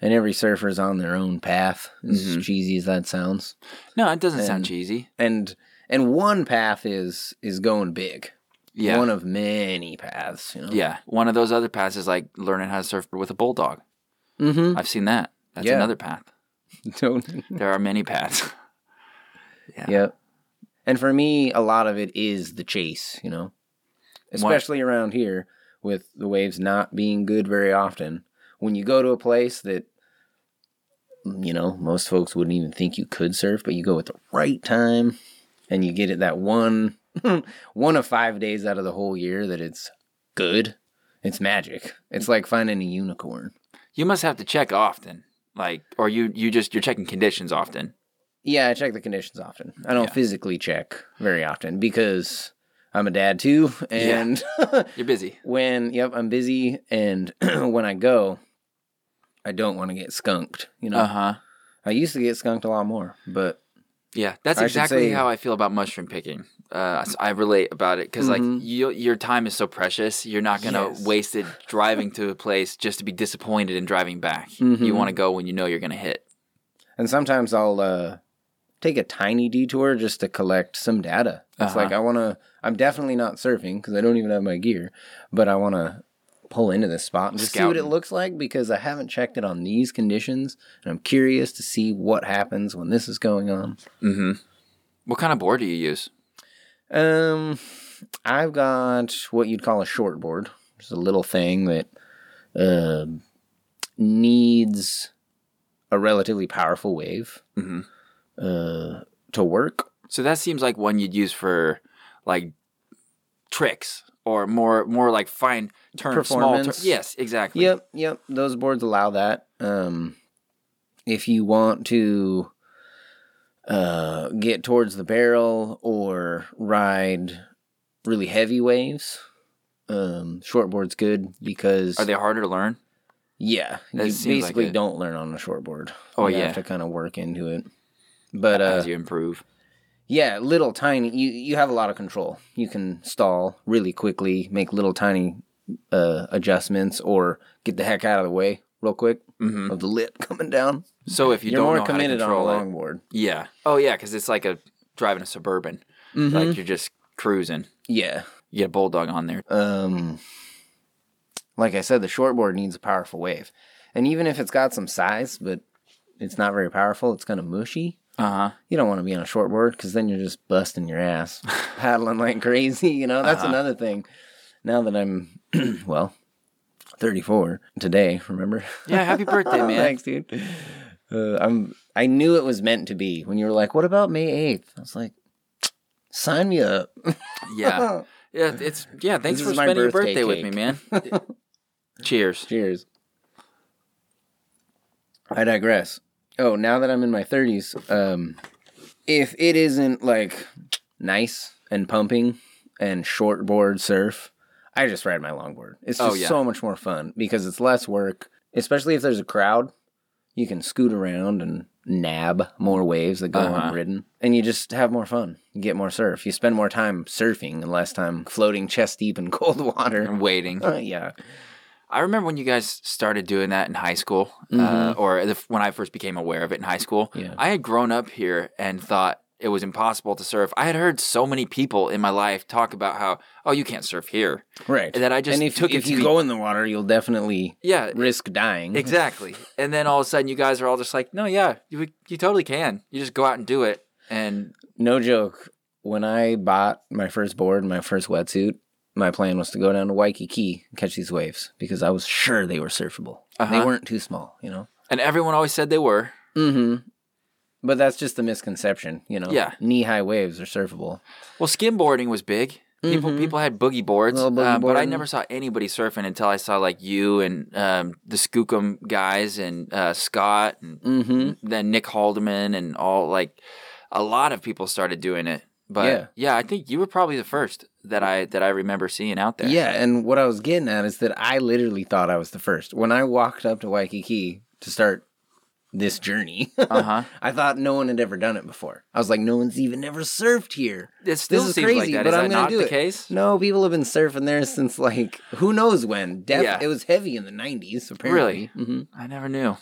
Speaker 1: And every surfer's on their own path, as
Speaker 2: Mhm.
Speaker 1: cheesy as that sounds.
Speaker 2: No, it doesn't sound
Speaker 1: And-
Speaker 2: cheesy.
Speaker 1: And and one path is is going big.
Speaker 2: Yeah.
Speaker 1: One of many paths, you know.
Speaker 2: yeah. One of those other paths is like learning how to surf with a bulldog.
Speaker 1: Mm-hmm.
Speaker 2: I've seen that. That's
Speaker 1: Yeah.
Speaker 2: another path.
Speaker 1: Don't
Speaker 2: There are many paths. Yeah.
Speaker 1: Yep. And for me, a lot of it is the chase, you know, especially around here with the waves not being good very often. When you go to a place that, you know, most folks wouldn't even think you could surf, but you go at the right time and you get it that one, one of five days out of the whole year that it's good. It's magic. It's like finding a unicorn.
Speaker 2: You must have to check often. Like or you you just you're checking conditions often.
Speaker 1: Yeah, I check the conditions often. I don't
Speaker 2: Yeah.
Speaker 1: physically check very often because I'm a dad too, and
Speaker 2: You're busy.
Speaker 1: when yep, I'm busy, and when I go, I don't want to get skunked. You know,
Speaker 2: Uh-huh.
Speaker 1: I used to get skunked a lot more, but
Speaker 2: Yeah, that's
Speaker 1: I should
Speaker 2: exactly
Speaker 1: say-
Speaker 2: how I feel about mushroom picking. Uh, I relate about it because
Speaker 1: Mhm.
Speaker 2: like you, your time is so precious. You're not gonna
Speaker 1: Yes.
Speaker 2: waste it driving to a place just to be disappointed and driving back.
Speaker 1: Mhm.
Speaker 2: You want to go when you know you're gonna hit.
Speaker 1: and sometimes I'll uh, take a tiny detour just to collect some data. It's
Speaker 2: Uh-huh.
Speaker 1: like I want to. I'm definitely not surfing because I don't even have my gear, but I want to pull into this spot and just see what it
Speaker 2: Scouting.
Speaker 1: looks like because I haven't checked it on these conditions, and I'm curious to see what happens when this is going on.
Speaker 2: Mm-hmm. What kind of board do you use?
Speaker 1: Um, I've got what you'd call a short board. It's a little thing that uh, um, needs a relatively powerful wave
Speaker 2: hmm
Speaker 1: uh, to work.
Speaker 2: So that seems like one you'd use for like tricks or more more like fine turn small turn.
Speaker 1: Performance.
Speaker 2: Yes, exactly.
Speaker 1: Yep, yep. Those boards allow that. Um, if you want to uh, get towards the barrel or ride really heavy waves, um, shortboard's good because
Speaker 2: Are they harder to learn?
Speaker 1: yeah,
Speaker 2: That
Speaker 1: you
Speaker 2: seems like
Speaker 1: basically
Speaker 2: it.
Speaker 1: don't learn on a shortboard.
Speaker 2: Oh,
Speaker 1: you
Speaker 2: yeah.
Speaker 1: have to kind of work into it. But uh,
Speaker 2: as you improve.
Speaker 1: Yeah, little tiny. You you have a lot of control. You can stall really quickly, make little tiny uh, adjustments, or get the heck out of the way real quick
Speaker 2: hmm
Speaker 1: of the lid coming down.
Speaker 2: So if you
Speaker 1: are
Speaker 2: don't
Speaker 1: more
Speaker 2: know
Speaker 1: committed
Speaker 2: how to control
Speaker 1: on a
Speaker 2: it,
Speaker 1: longboard.
Speaker 2: yeah. Oh yeah, because it's like a driving a suburban. Like
Speaker 1: Mhm.
Speaker 2: you're just cruising.
Speaker 1: yeah.
Speaker 2: You get a bulldog on there.
Speaker 1: Um. Like I said, the shortboard needs a powerful wave, and even if it's got some size, but it's not very powerful, it's kind of mushy.
Speaker 2: Uh huh.
Speaker 1: you don't want to be on a short board because then you're just busting your ass, paddling like crazy. You know, that's another thing. Now that I'm, well, 34 today, remember?
Speaker 2: Yeah. Happy birthday, man.
Speaker 1: Thanks, dude. Uh, I'm. I knew it was meant to be when you were like, "What about May 8th? I was like, "Sign me up."
Speaker 2: Yeah. Yeah. It's yeah. Thanks
Speaker 1: This
Speaker 2: for
Speaker 1: is my
Speaker 2: spending your birthday
Speaker 1: birthday
Speaker 2: with me, man. Cheers.
Speaker 1: Cheers. I digress. Oh, now that I'm in my 30s, um, if it isn't like nice and pumping and shortboard surf, I just ride my longboard. It's
Speaker 2: Oh,
Speaker 1: just
Speaker 2: yeah.
Speaker 1: so much more fun because it's less work, especially if there's a crowd. You can scoot around and nab more waves that go
Speaker 2: Uh-huh.
Speaker 1: unridden, and you just have more fun. You get more surf. You spend more time surfing and less time floating chest deep in cold water. Uh,
Speaker 2: I'm waiting.
Speaker 1: yeah.
Speaker 2: I remember when you guys started doing that in high school, uh,
Speaker 1: Mhm.
Speaker 2: or the, when I first became aware of it in high school.
Speaker 1: Yeah.
Speaker 2: I had grown up here and thought it was impossible to surf. I had heard so many people in my life talk about how, oh, you can't surf here.
Speaker 1: Right.
Speaker 2: And then I just
Speaker 1: and if,
Speaker 2: took it
Speaker 1: if
Speaker 2: to
Speaker 1: you
Speaker 2: be- Uh,
Speaker 1: go in the water, you'll definitely
Speaker 2: Yeah,
Speaker 1: risk dying.
Speaker 2: exactly. and then all of a sudden, you guys are all just like, no, yeah, you, you totally can. You just go out and do it. And
Speaker 1: No joke. When I bought my first board and my first wetsuit, my plan was to go down to Waikiki and catch these waves because I was sure they were surfable. They
Speaker 2: Uh-huh.
Speaker 1: weren't too small, you know.
Speaker 2: and everyone always said they were.
Speaker 1: Mm-hmm. But that's just the misconception, you know.
Speaker 2: Yeah.
Speaker 1: Knee-high waves are surfable.
Speaker 2: Well, skimboarding was big. People
Speaker 1: Mhm.
Speaker 2: people had boogie boards,
Speaker 1: Little boogie
Speaker 2: uh, but I
Speaker 1: boarding.
Speaker 2: never saw anybody surfing until I saw like you and um, the Skookum guys and uh, Scott and
Speaker 1: Mm-hmm.
Speaker 2: then Nick Haldeman and all like a lot of people started doing it. But yeah.
Speaker 1: Yeah.
Speaker 2: I think you were probably the first that I that I remember seeing out there.
Speaker 1: Yeah, and what I was getting at is that I literally thought I was the first. When I walked up to Waikiki to start this journey,
Speaker 2: Uh huh.
Speaker 1: I thought no one had ever done it before. I was like, no one's even ever surfed here.
Speaker 2: It still
Speaker 1: is
Speaker 2: seems like
Speaker 1: crazy,
Speaker 2: that.
Speaker 1: but
Speaker 2: Is
Speaker 1: I'm
Speaker 2: that
Speaker 1: gonna
Speaker 2: not
Speaker 1: do
Speaker 2: the
Speaker 1: it.
Speaker 2: case?
Speaker 1: No, people have been surfing there since like who knows when. Def-
Speaker 2: Yeah.
Speaker 1: It was heavy in the 90s, apparently. Really? hmm
Speaker 2: I never knew.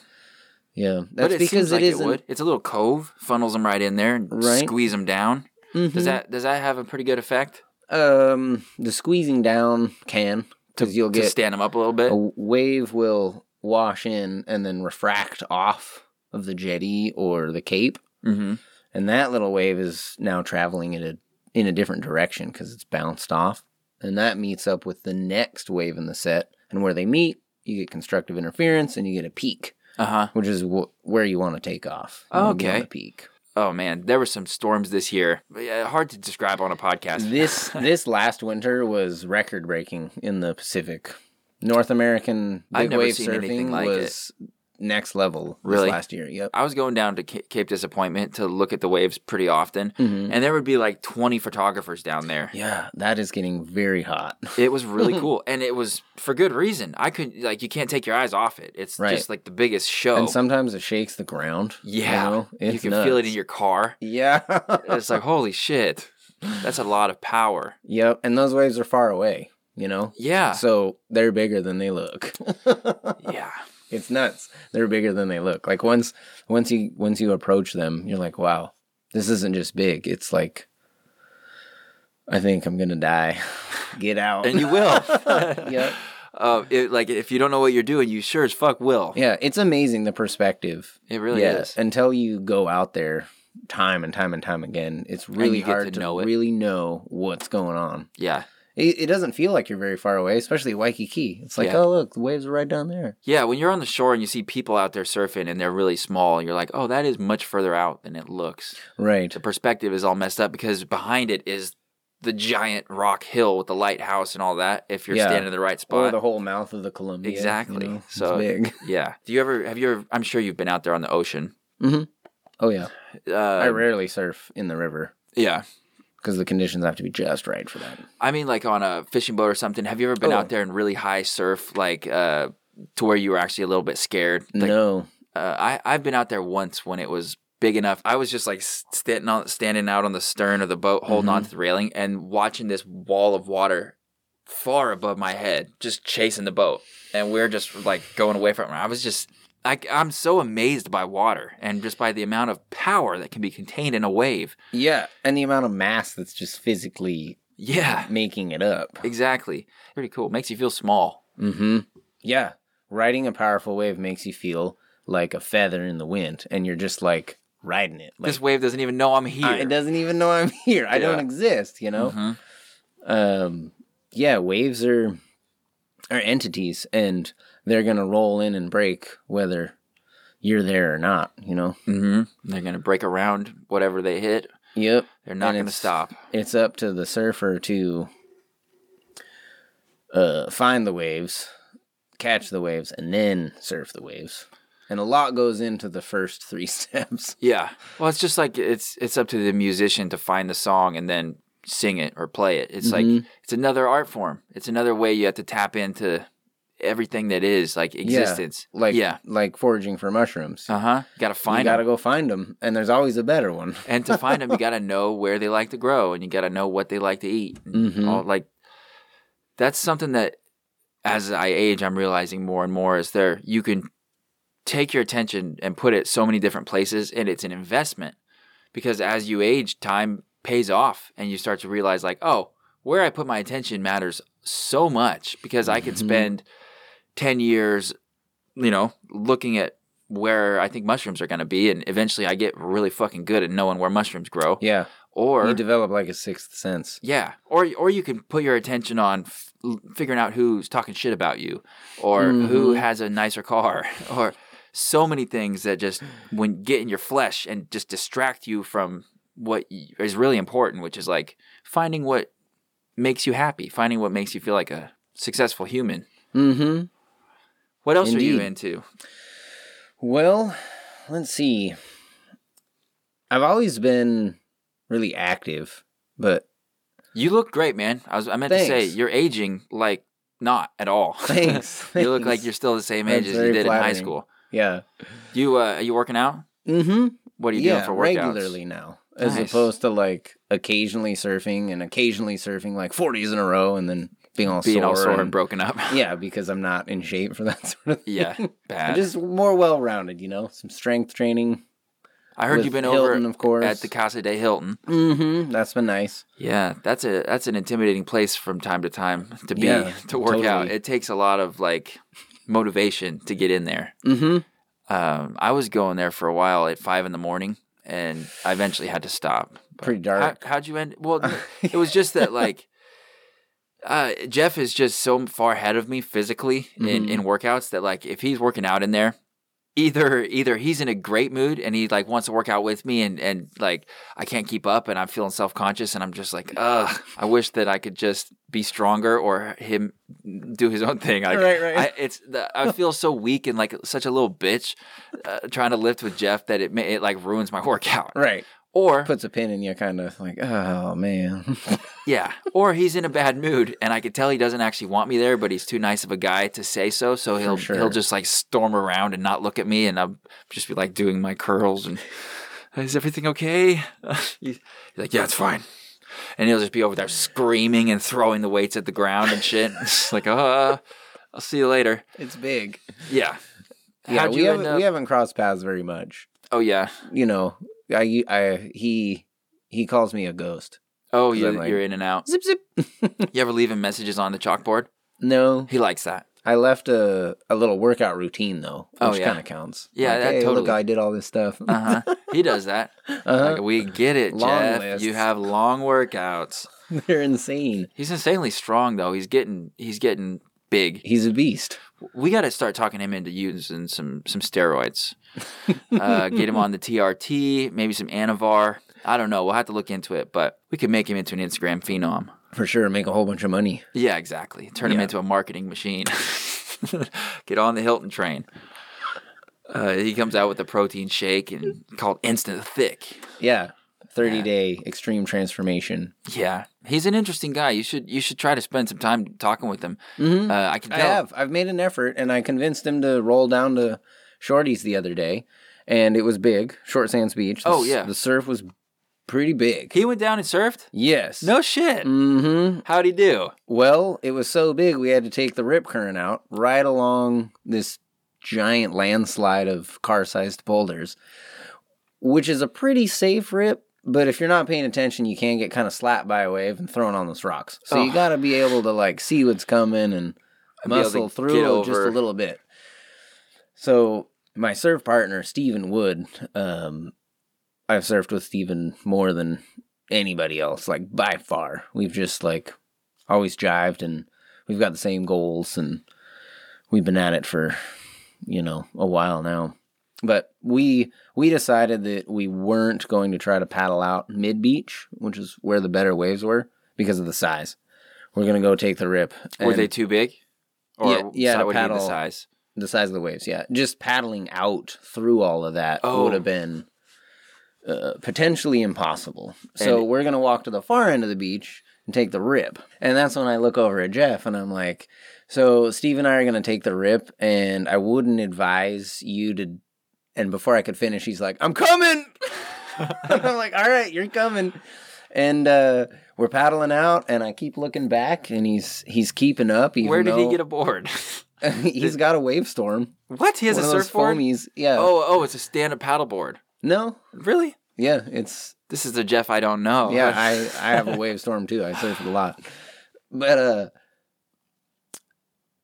Speaker 1: Yeah.
Speaker 2: But
Speaker 1: That's
Speaker 2: it
Speaker 1: because
Speaker 2: seems like
Speaker 1: it
Speaker 2: it
Speaker 1: isn't.
Speaker 2: would. It's a little cove, funnels them right in there and
Speaker 1: Right.
Speaker 2: squeeze them down. Does that does that have a pretty good effect
Speaker 1: Mm-hmm. Um, the squeezing down can because you'll
Speaker 2: to
Speaker 1: get
Speaker 2: stand them up a little bit?
Speaker 1: a wave will wash in and then refract off of the jetty or the cape,
Speaker 2: Mm-hmm.
Speaker 1: and that little wave is now traveling in a in a different direction because it's bounced off, and that meets up with the next wave in the set, and where they meet, you get constructive interference and you get a peak.
Speaker 2: Uh huh.
Speaker 1: which is wh- where you want to take off. You wanna be
Speaker 2: Okay.
Speaker 1: on the peak.
Speaker 2: Oh man, there were some storms this year. Yeah, hard to describe on a podcast.
Speaker 1: This this last winter was record breaking in the Pacific. North American
Speaker 2: I've
Speaker 1: big
Speaker 2: never
Speaker 1: wave
Speaker 2: seen anything
Speaker 1: surfing
Speaker 2: like
Speaker 1: was next level. this
Speaker 2: Really?
Speaker 1: last year. Yep.
Speaker 2: I was going down to Ca- Cape Disappointment to look at the waves pretty often, and there would be like 20 photographers down there.
Speaker 1: Mm-hmm. Yeah, that is getting very hot.
Speaker 2: It was really cool, and it was for good reason. I could like you can't take your eyes off it. It's
Speaker 1: Right.
Speaker 2: just like the biggest show.
Speaker 1: And sometimes it shakes the ground. you
Speaker 2: Oh. yeah,
Speaker 1: know?
Speaker 2: you
Speaker 1: It's
Speaker 2: can feel it
Speaker 1: nuts.
Speaker 2: in your car.
Speaker 1: Yeah.
Speaker 2: It's like holy shit, that's a lot of power.
Speaker 1: yep. And those waves are far away. You know.
Speaker 2: Yeah,
Speaker 1: So uh, they're bigger than they look.
Speaker 2: yeah,
Speaker 1: It's nuts. They're bigger than they look. Like once once you once you approach them, you're like, wow, this isn't just big. It's like I think I'm gonna die. Get out.
Speaker 2: and you will.
Speaker 1: yeah.
Speaker 2: uh, it, like if you don't know what you're doing, you sure as fuck will.
Speaker 1: Yeah. It's amazing the perspective.
Speaker 2: It really
Speaker 1: yeah,
Speaker 2: is.
Speaker 1: Until you go out there time and time and time again, it's really
Speaker 2: you get
Speaker 1: hard
Speaker 2: to
Speaker 1: to,
Speaker 2: know it.
Speaker 1: really know what's going on.
Speaker 2: Yeah.
Speaker 1: It, it doesn't feel like you're very far away, especially Waikiki. It's like,
Speaker 2: Yeah.
Speaker 1: oh look, the waves are right down there.
Speaker 2: Yeah, when you're on the shore and you see people out there surfing and they're really small, you're like, oh, that is much further out than it looks.
Speaker 1: Right.
Speaker 2: The perspective is all messed up because behind it is the giant rock hill with the lighthouse and all that. If you're
Speaker 1: Yeah.
Speaker 2: standing in the right
Speaker 1: Or
Speaker 2: spot,
Speaker 1: the whole mouth of the Columbia. you
Speaker 2: exactly.
Speaker 1: know? It's
Speaker 2: so
Speaker 1: big.
Speaker 2: yeah, do you ever have you ever? I'm sure you've been out there on the ocean.
Speaker 1: Oh yeah.
Speaker 2: Uh,
Speaker 1: I rarely surf in the river
Speaker 2: yeah,
Speaker 1: because the conditions have to be just right for that.
Speaker 2: I mean like on a fishing boat or something. Have you ever been
Speaker 1: Oh.
Speaker 2: out there in really high surf, like uh, to where you were actually a little bit scared? Like,
Speaker 1: no.
Speaker 2: uh, I I've been out there once when it was big enough. I was just like s- standing on, standing out on the stern of the boat, holding
Speaker 1: Mm-hmm.
Speaker 2: on to the railing, and watching this wall of water far above my head, just chasing the boat, and we are just like going away from it. I was just like I'm so amazed by water and just by the amount of power that can be contained in a wave.
Speaker 1: Yeah, and the amount of mass that's just physically
Speaker 2: Yeah,
Speaker 1: making it up.
Speaker 2: exactly. Pretty cool. Makes you feel small.
Speaker 1: Mm-hmm. Yeah. Riding a powerful wave makes you feel like a feather in the wind, and you're just like riding it. Like,
Speaker 2: this wave doesn't even know I'm here.
Speaker 1: I- it doesn't even know I'm here. I don't
Speaker 2: Yeah.
Speaker 1: exist, you know?
Speaker 2: Mhm.
Speaker 1: Um, yeah, waves are are entities and they're gonna roll in and break whether you're there or not, you know?
Speaker 2: Mhm. They're gonna break around whatever they hit.
Speaker 1: Yep.
Speaker 2: They're not
Speaker 1: And
Speaker 2: gonna
Speaker 1: it's-
Speaker 2: stop.
Speaker 1: It's up to the surfer to uh, find the waves, catch the waves, and then surf the waves. And a lot goes into the first three steps.
Speaker 2: Yeah. Well, it's just like it's it's up to the musician to find the song and then sing it or play it. It's
Speaker 1: Mm-hmm.
Speaker 2: like it's another art form. It's another way you have to tap into everything that is like existence.
Speaker 1: Yeah, like
Speaker 2: yeah.
Speaker 1: like foraging for mushrooms.
Speaker 2: Uh huh. Got to
Speaker 1: you
Speaker 2: find
Speaker 1: gotta
Speaker 2: them,
Speaker 1: go find them, and there's always a better one.
Speaker 2: and to find them, you got to know where they like to grow, and you got to know what they like to eat. and
Speaker 1: Mhm.
Speaker 2: all- like that's something that, as I age, I'm realizing more and more is there you can take your attention and put it so many different places, and it's an investment because as you age, time pays off, and you start to realize like, oh, where I put my attention matters so much because I
Speaker 1: Mm-hmm.
Speaker 2: could spend ten years, you know, looking at where I think mushrooms are going to be, and eventually I get really fucking good at knowing where mushrooms grow.
Speaker 1: Yeah,
Speaker 2: Or
Speaker 1: you develop like a sixth sense.
Speaker 2: yeah, or or you can put your attention on f- l- figuring out who's talking shit about you, or
Speaker 1: Mm-hmm.
Speaker 2: who has a nicer car, or so many things that just when get in your flesh and just distract you from what y- is really important, which is like finding what makes you happy, finding what makes you feel like a successful human.
Speaker 1: Mm-hmm.
Speaker 2: What else are you
Speaker 1: Indeed.
Speaker 2: into?
Speaker 1: Well, let's see. I've always been really active, but
Speaker 2: You look great, man. I was I meant to say
Speaker 1: Thanks.
Speaker 2: you're aging like not at all.
Speaker 1: Thanks,
Speaker 2: you look like
Speaker 1: thanks.
Speaker 2: you're still the same
Speaker 1: That's
Speaker 2: age as you
Speaker 1: very
Speaker 2: did in high
Speaker 1: flattering.
Speaker 2: school.
Speaker 1: yeah.
Speaker 2: You uh, are you working out?
Speaker 1: Mm-hmm.
Speaker 2: What are you doing for workouts?
Speaker 1: regularly now, as
Speaker 2: Nice.
Speaker 1: opposed to like occasionally surfing and occasionally surfing like 40s in a row and then being all
Speaker 2: Being
Speaker 1: sore,
Speaker 2: all sore and
Speaker 1: and-
Speaker 2: broken up.
Speaker 1: Yeah, because I'm not in shape for that sort of thing.
Speaker 2: yeah, bad.
Speaker 1: I'm just more well rounded, you know. Some strength training.
Speaker 2: I heard
Speaker 1: with
Speaker 2: you've been
Speaker 1: Hilton,
Speaker 2: over
Speaker 1: of course.
Speaker 2: at the Casa de Hilton.
Speaker 1: Mm-hmm. That's been nice.
Speaker 2: Yeah, that's a that's an intimidating place from time to time to be
Speaker 1: Yeah,
Speaker 2: to work out.
Speaker 1: totally.
Speaker 2: It takes a lot of like motivation to get in there.
Speaker 1: Mm-hmm.
Speaker 2: Um, I was going there for a while at five in the morning, and I eventually had to stop.
Speaker 1: Pretty
Speaker 2: How,
Speaker 1: dark.
Speaker 2: how'd you end? Well, it was just that like uh, Jeff is just so far ahead of me physically
Speaker 1: Mm-hmm.
Speaker 2: in, in workouts that like if he's working out in there, either either he's in a great mood and he like wants to work out with me and and like I can't keep up and I'm feeling self conscious and I'm just
Speaker 1: Mm.
Speaker 2: like ugh I wish that I could just be stronger or him do his own thing. Like,
Speaker 1: Right, right.
Speaker 2: I, it's the, I feel so weak and like such a little bitch uh, trying to lift with Jeff that it ma- it like ruins my workout.
Speaker 1: right.
Speaker 2: Or
Speaker 1: Puts a pin in you, kind of like, oh man.
Speaker 2: Yeah. Or he's in a bad mood and I could tell he doesn't actually want me there, but he's too nice of a guy to say so. So he'll
Speaker 1: sure.
Speaker 2: he'll just like storm around and not look at me and I'll just be like doing my curls and is everything okay? he's like, Yeah, it's fine. And he'll just be over there screaming and throwing the weights at the ground and shit. It's like, uh, I'll see you later.
Speaker 1: it's big.
Speaker 2: Yeah.
Speaker 1: Yeah,
Speaker 2: How'd
Speaker 1: we
Speaker 2: you end
Speaker 1: haven't
Speaker 2: up-
Speaker 1: we haven't crossed paths very much.
Speaker 2: Oh yeah.
Speaker 1: You know, I I he he calls me a ghost.
Speaker 2: Oh,
Speaker 1: Is
Speaker 2: you're,
Speaker 1: that like-
Speaker 2: you're in and out.
Speaker 1: Zip zip.
Speaker 2: You ever leave him messages on the chalkboard?
Speaker 1: no,
Speaker 2: He likes that.
Speaker 1: I left a, a little workout routine though, which
Speaker 2: Oh, yeah.
Speaker 1: kind of counts.
Speaker 2: Yeah,
Speaker 1: Like,
Speaker 2: that
Speaker 1: hey,
Speaker 2: totally-
Speaker 1: Look, I did all this stuff.
Speaker 2: Uh huh. He does that. Like, we get it,
Speaker 1: Uh-huh. Long
Speaker 2: Jeff.
Speaker 1: lists.
Speaker 2: You have long workouts.
Speaker 1: They're insane.
Speaker 2: He's insanely strong though. He's getting he's getting big.
Speaker 1: He's a beast.
Speaker 2: We got to start talking him into using some some steroids. uh, get him on the TRT, maybe some Anavar. I don't know. We'll have to look into it, but we could make him into an Instagram phenom.
Speaker 1: For sure, make a whole bunch of money.
Speaker 2: Yeah, exactly. Turn him
Speaker 1: Yeah.
Speaker 2: into a marketing machine. Get on the Hilton train. Uh, he comes out with a protein shake and called Instant Thick.
Speaker 1: Yeah. 30 day extreme transformation.
Speaker 2: Yeah, he's an interesting guy. You should you should try to spend some time talking with him. Uh, I can
Speaker 1: Mm-hmm. I
Speaker 2: tell.
Speaker 1: have. I've made an effort and I convinced him to roll down to Shorty's the other day and it was big, Short Sands Beach. The
Speaker 2: Oh,
Speaker 1: s-
Speaker 2: yeah.
Speaker 1: The surf was pretty big.
Speaker 2: He went down and surfed.
Speaker 1: yes.
Speaker 2: No shit.
Speaker 1: Mm-hmm.
Speaker 2: How'd he do?
Speaker 1: Well, it was so big we had to take the rip current out right along this giant landslide of car-sized boulders, which is a pretty safe rip. But if you're not paying attention, you can get kind of slapped by a wave and thrown on those rocks. So you
Speaker 2: Oh.
Speaker 1: got to be able to like see what's coming and
Speaker 2: be able to
Speaker 1: muscle
Speaker 2: get
Speaker 1: through just
Speaker 2: over.
Speaker 1: a little bit. So my surf partner Stephen Wood, um, I've surfed with Stephen more than anybody else, like by far. We've just like always jived, and we've got the same goals, and we've been at it for you know a while now. But we we decided that we weren't going to try to paddle out mid beach, which is where the better waves were because of the size. We're gonna go take the rip.
Speaker 2: Were
Speaker 1: and-
Speaker 2: they too big?
Speaker 1: Yeah, yeah,
Speaker 2: si-
Speaker 1: to
Speaker 2: would he be the
Speaker 1: paddle.
Speaker 2: size?
Speaker 1: the size of the waves yeah just paddling out through all of that
Speaker 2: Oh.
Speaker 1: would have been uh, potentially impossible so
Speaker 2: And-
Speaker 1: we're gonna walk to the far end of the beach and take the rip and that's when i look over at jeff and i'm like so steve and i are gonna take the rip and i wouldn't advise you to and before i could finish he's like i'm coming and i'm like all right you're coming and uh we're paddling out and i keep looking back and he's he's keeping up even
Speaker 2: Where did he
Speaker 1: though-
Speaker 2: get a board?
Speaker 1: he's got a wave storm
Speaker 2: what? He has
Speaker 1: one
Speaker 2: a
Speaker 1: of those
Speaker 2: surfboard.
Speaker 1: foamies. Yeah.
Speaker 2: Oh, oh, it's a stand-up paddleboard.
Speaker 1: no.
Speaker 2: Really?
Speaker 1: Yeah, it's
Speaker 2: This is the Jeff I don't know.
Speaker 1: yeah. I I have a wave storm too. I surf a lot, but uh,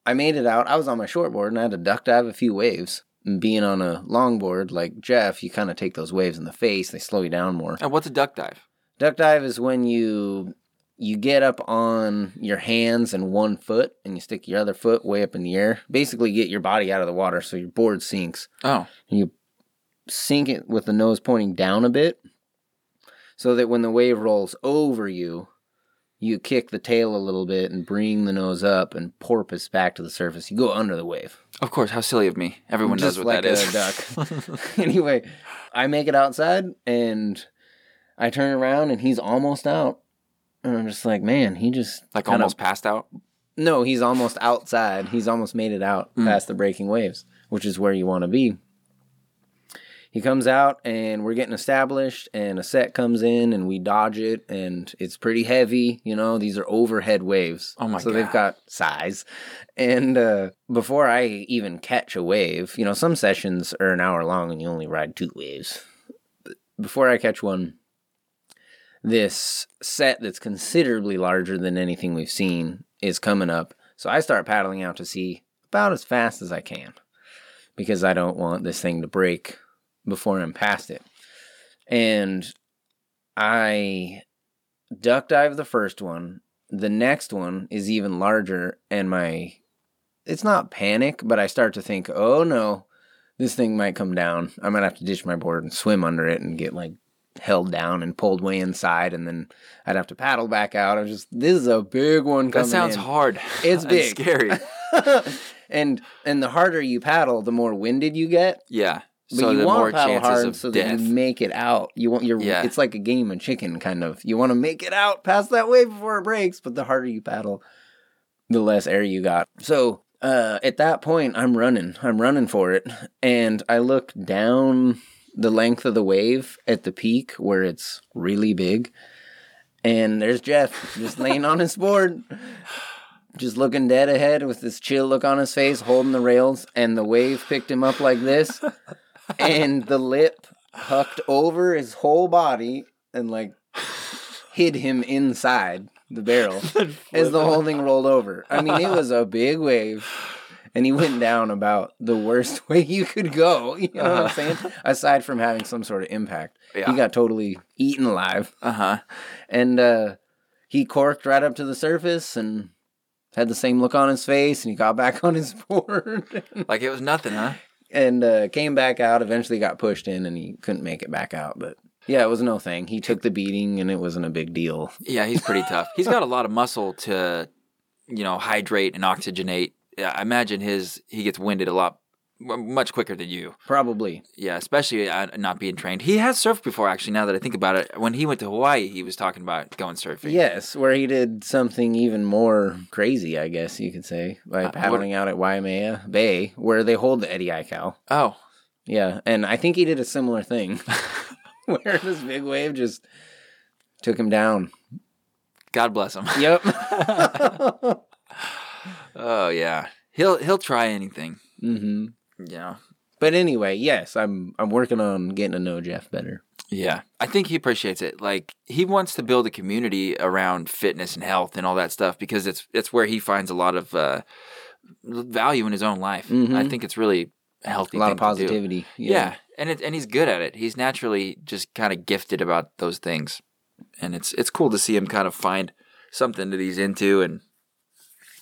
Speaker 1: I made it out. I was on my shortboard and I had to duck dive a few waves. And being on a longboard like Jeff, you kind of take those waves in the face. They slow you down more.
Speaker 2: and what's a duck dive?
Speaker 1: Duck dive is when you you get up on your hands and one foot and you stick your other foot way up in the air. Basically, get your body out of the water so your board sinks.
Speaker 2: Oh,
Speaker 1: you sink it with the nose pointing down a bit so that when the wave rolls over you you kick the tail a little bit and bring the nose up and porpoise back to the surface you go under the wave
Speaker 2: of course. How silly of me. Everyone
Speaker 1: just
Speaker 2: knows what
Speaker 1: like
Speaker 2: that is.
Speaker 1: a duck anyway i make it outside and i turn around and he's almost out and i'm just like man he just
Speaker 2: like
Speaker 1: kinda-
Speaker 2: almost passed out.
Speaker 1: no he's almost outside he's almost made it out
Speaker 2: Hmm.
Speaker 1: past the breaking waves which is where you want to be he comes out and we're getting established and a set comes in and we dodge it and it's pretty heavy you know these are overhead waves
Speaker 2: Oh my
Speaker 1: so they've
Speaker 2: God.
Speaker 1: got size and uh, before i even catch a wave you know some sessions are an hour long and you only ride two waves But before i catch one this set that's considerably larger than anything we've seen is coming up so i start paddling out to sea about as fast as i can because i don't want this thing to break before I'm past it. And I duck dive the first one. The next one is even larger, and my it's not panic, but I start to think, oh no, this thing might come down. I might have to ditch my board and swim under it and get like held down and pulled way inside, and then I'd have to paddle back out. I was just, this is a big one coming.
Speaker 2: That sounds
Speaker 1: in.
Speaker 2: hard.
Speaker 1: It's
Speaker 2: And
Speaker 1: big.
Speaker 2: scary.
Speaker 1: and and the harder you paddle, the more winded you get.
Speaker 2: Yeah.
Speaker 1: But
Speaker 2: so
Speaker 1: you
Speaker 2: the
Speaker 1: want
Speaker 2: more
Speaker 1: to paddle
Speaker 2: chances
Speaker 1: hard
Speaker 2: of
Speaker 1: so
Speaker 2: death.
Speaker 1: that you make it out. You want your
Speaker 2: Yeah.
Speaker 1: it's like a game of chicken kind of. You want to make it out past that wave before it breaks, but the harder you paddle, the less air you got. So uh, at that point, I'm running. I'm running for it, and I look down the length of the wave at the peak where it's really big, and there's Jeff just laying on his board just looking dead ahead with this chill look on his face, holding the rails, and the wave picked him up like this, and the lip hucked over his whole body and like hid him inside the barrel as the whole thing rolled over. I mean, it was a big wave. and he went down about the worst way you could go. You know what I'm saying? Aside from having some sort of impact,
Speaker 2: Yeah.
Speaker 1: he got totally eaten alive,
Speaker 2: Uh huh.
Speaker 1: and uh, he corked right up to the surface and had the same look on his face. And he got back on his board
Speaker 2: Like it was nothing, huh?
Speaker 1: and uh, came back out. Eventually, got pushed in, and he couldn't make it back out. But yeah, it was no thing. He took the beating, and it wasn't a big deal.
Speaker 2: Yeah, he's pretty tough. He's got a lot of muscle to, you know, hydrate and oxygenate. Yeah, I imagine his he gets winded a lot, m- much quicker than you.
Speaker 1: Probably.
Speaker 2: Yeah, especially uh, not being trained. He has surfed before, actually. Now that I think about it, when he went to Hawaii, he was talking about going surfing.
Speaker 1: Yes, where he did something even more crazy, I guess you could say, by
Speaker 2: Uh, what-
Speaker 1: paddling out at Waimea Bay, where they hold the Eddie Cow.
Speaker 2: Oh,
Speaker 1: Yeah, and I think he did a similar thing, where this big wave just took him down.
Speaker 2: God bless him.
Speaker 1: Yep.
Speaker 2: Oh yeah, he'll he'll try anything.
Speaker 1: hmm
Speaker 2: Yeah.
Speaker 1: But anyway, yes, I'm I'm working on getting to know Jeff better.
Speaker 2: Yeah. I think he appreciates it. Like he wants to build a community around fitness and health and all that stuff because it's it's where he finds a lot of uh, value in his own life.
Speaker 1: Mhm.
Speaker 2: I think it's really a healthy.
Speaker 1: A lot
Speaker 2: thing
Speaker 1: of
Speaker 2: to do.
Speaker 1: positivity.
Speaker 2: Yeah. And it, and he's good at it. He's naturally just kind of gifted about those things. And it's it's cool to see him kind of find something that he's into and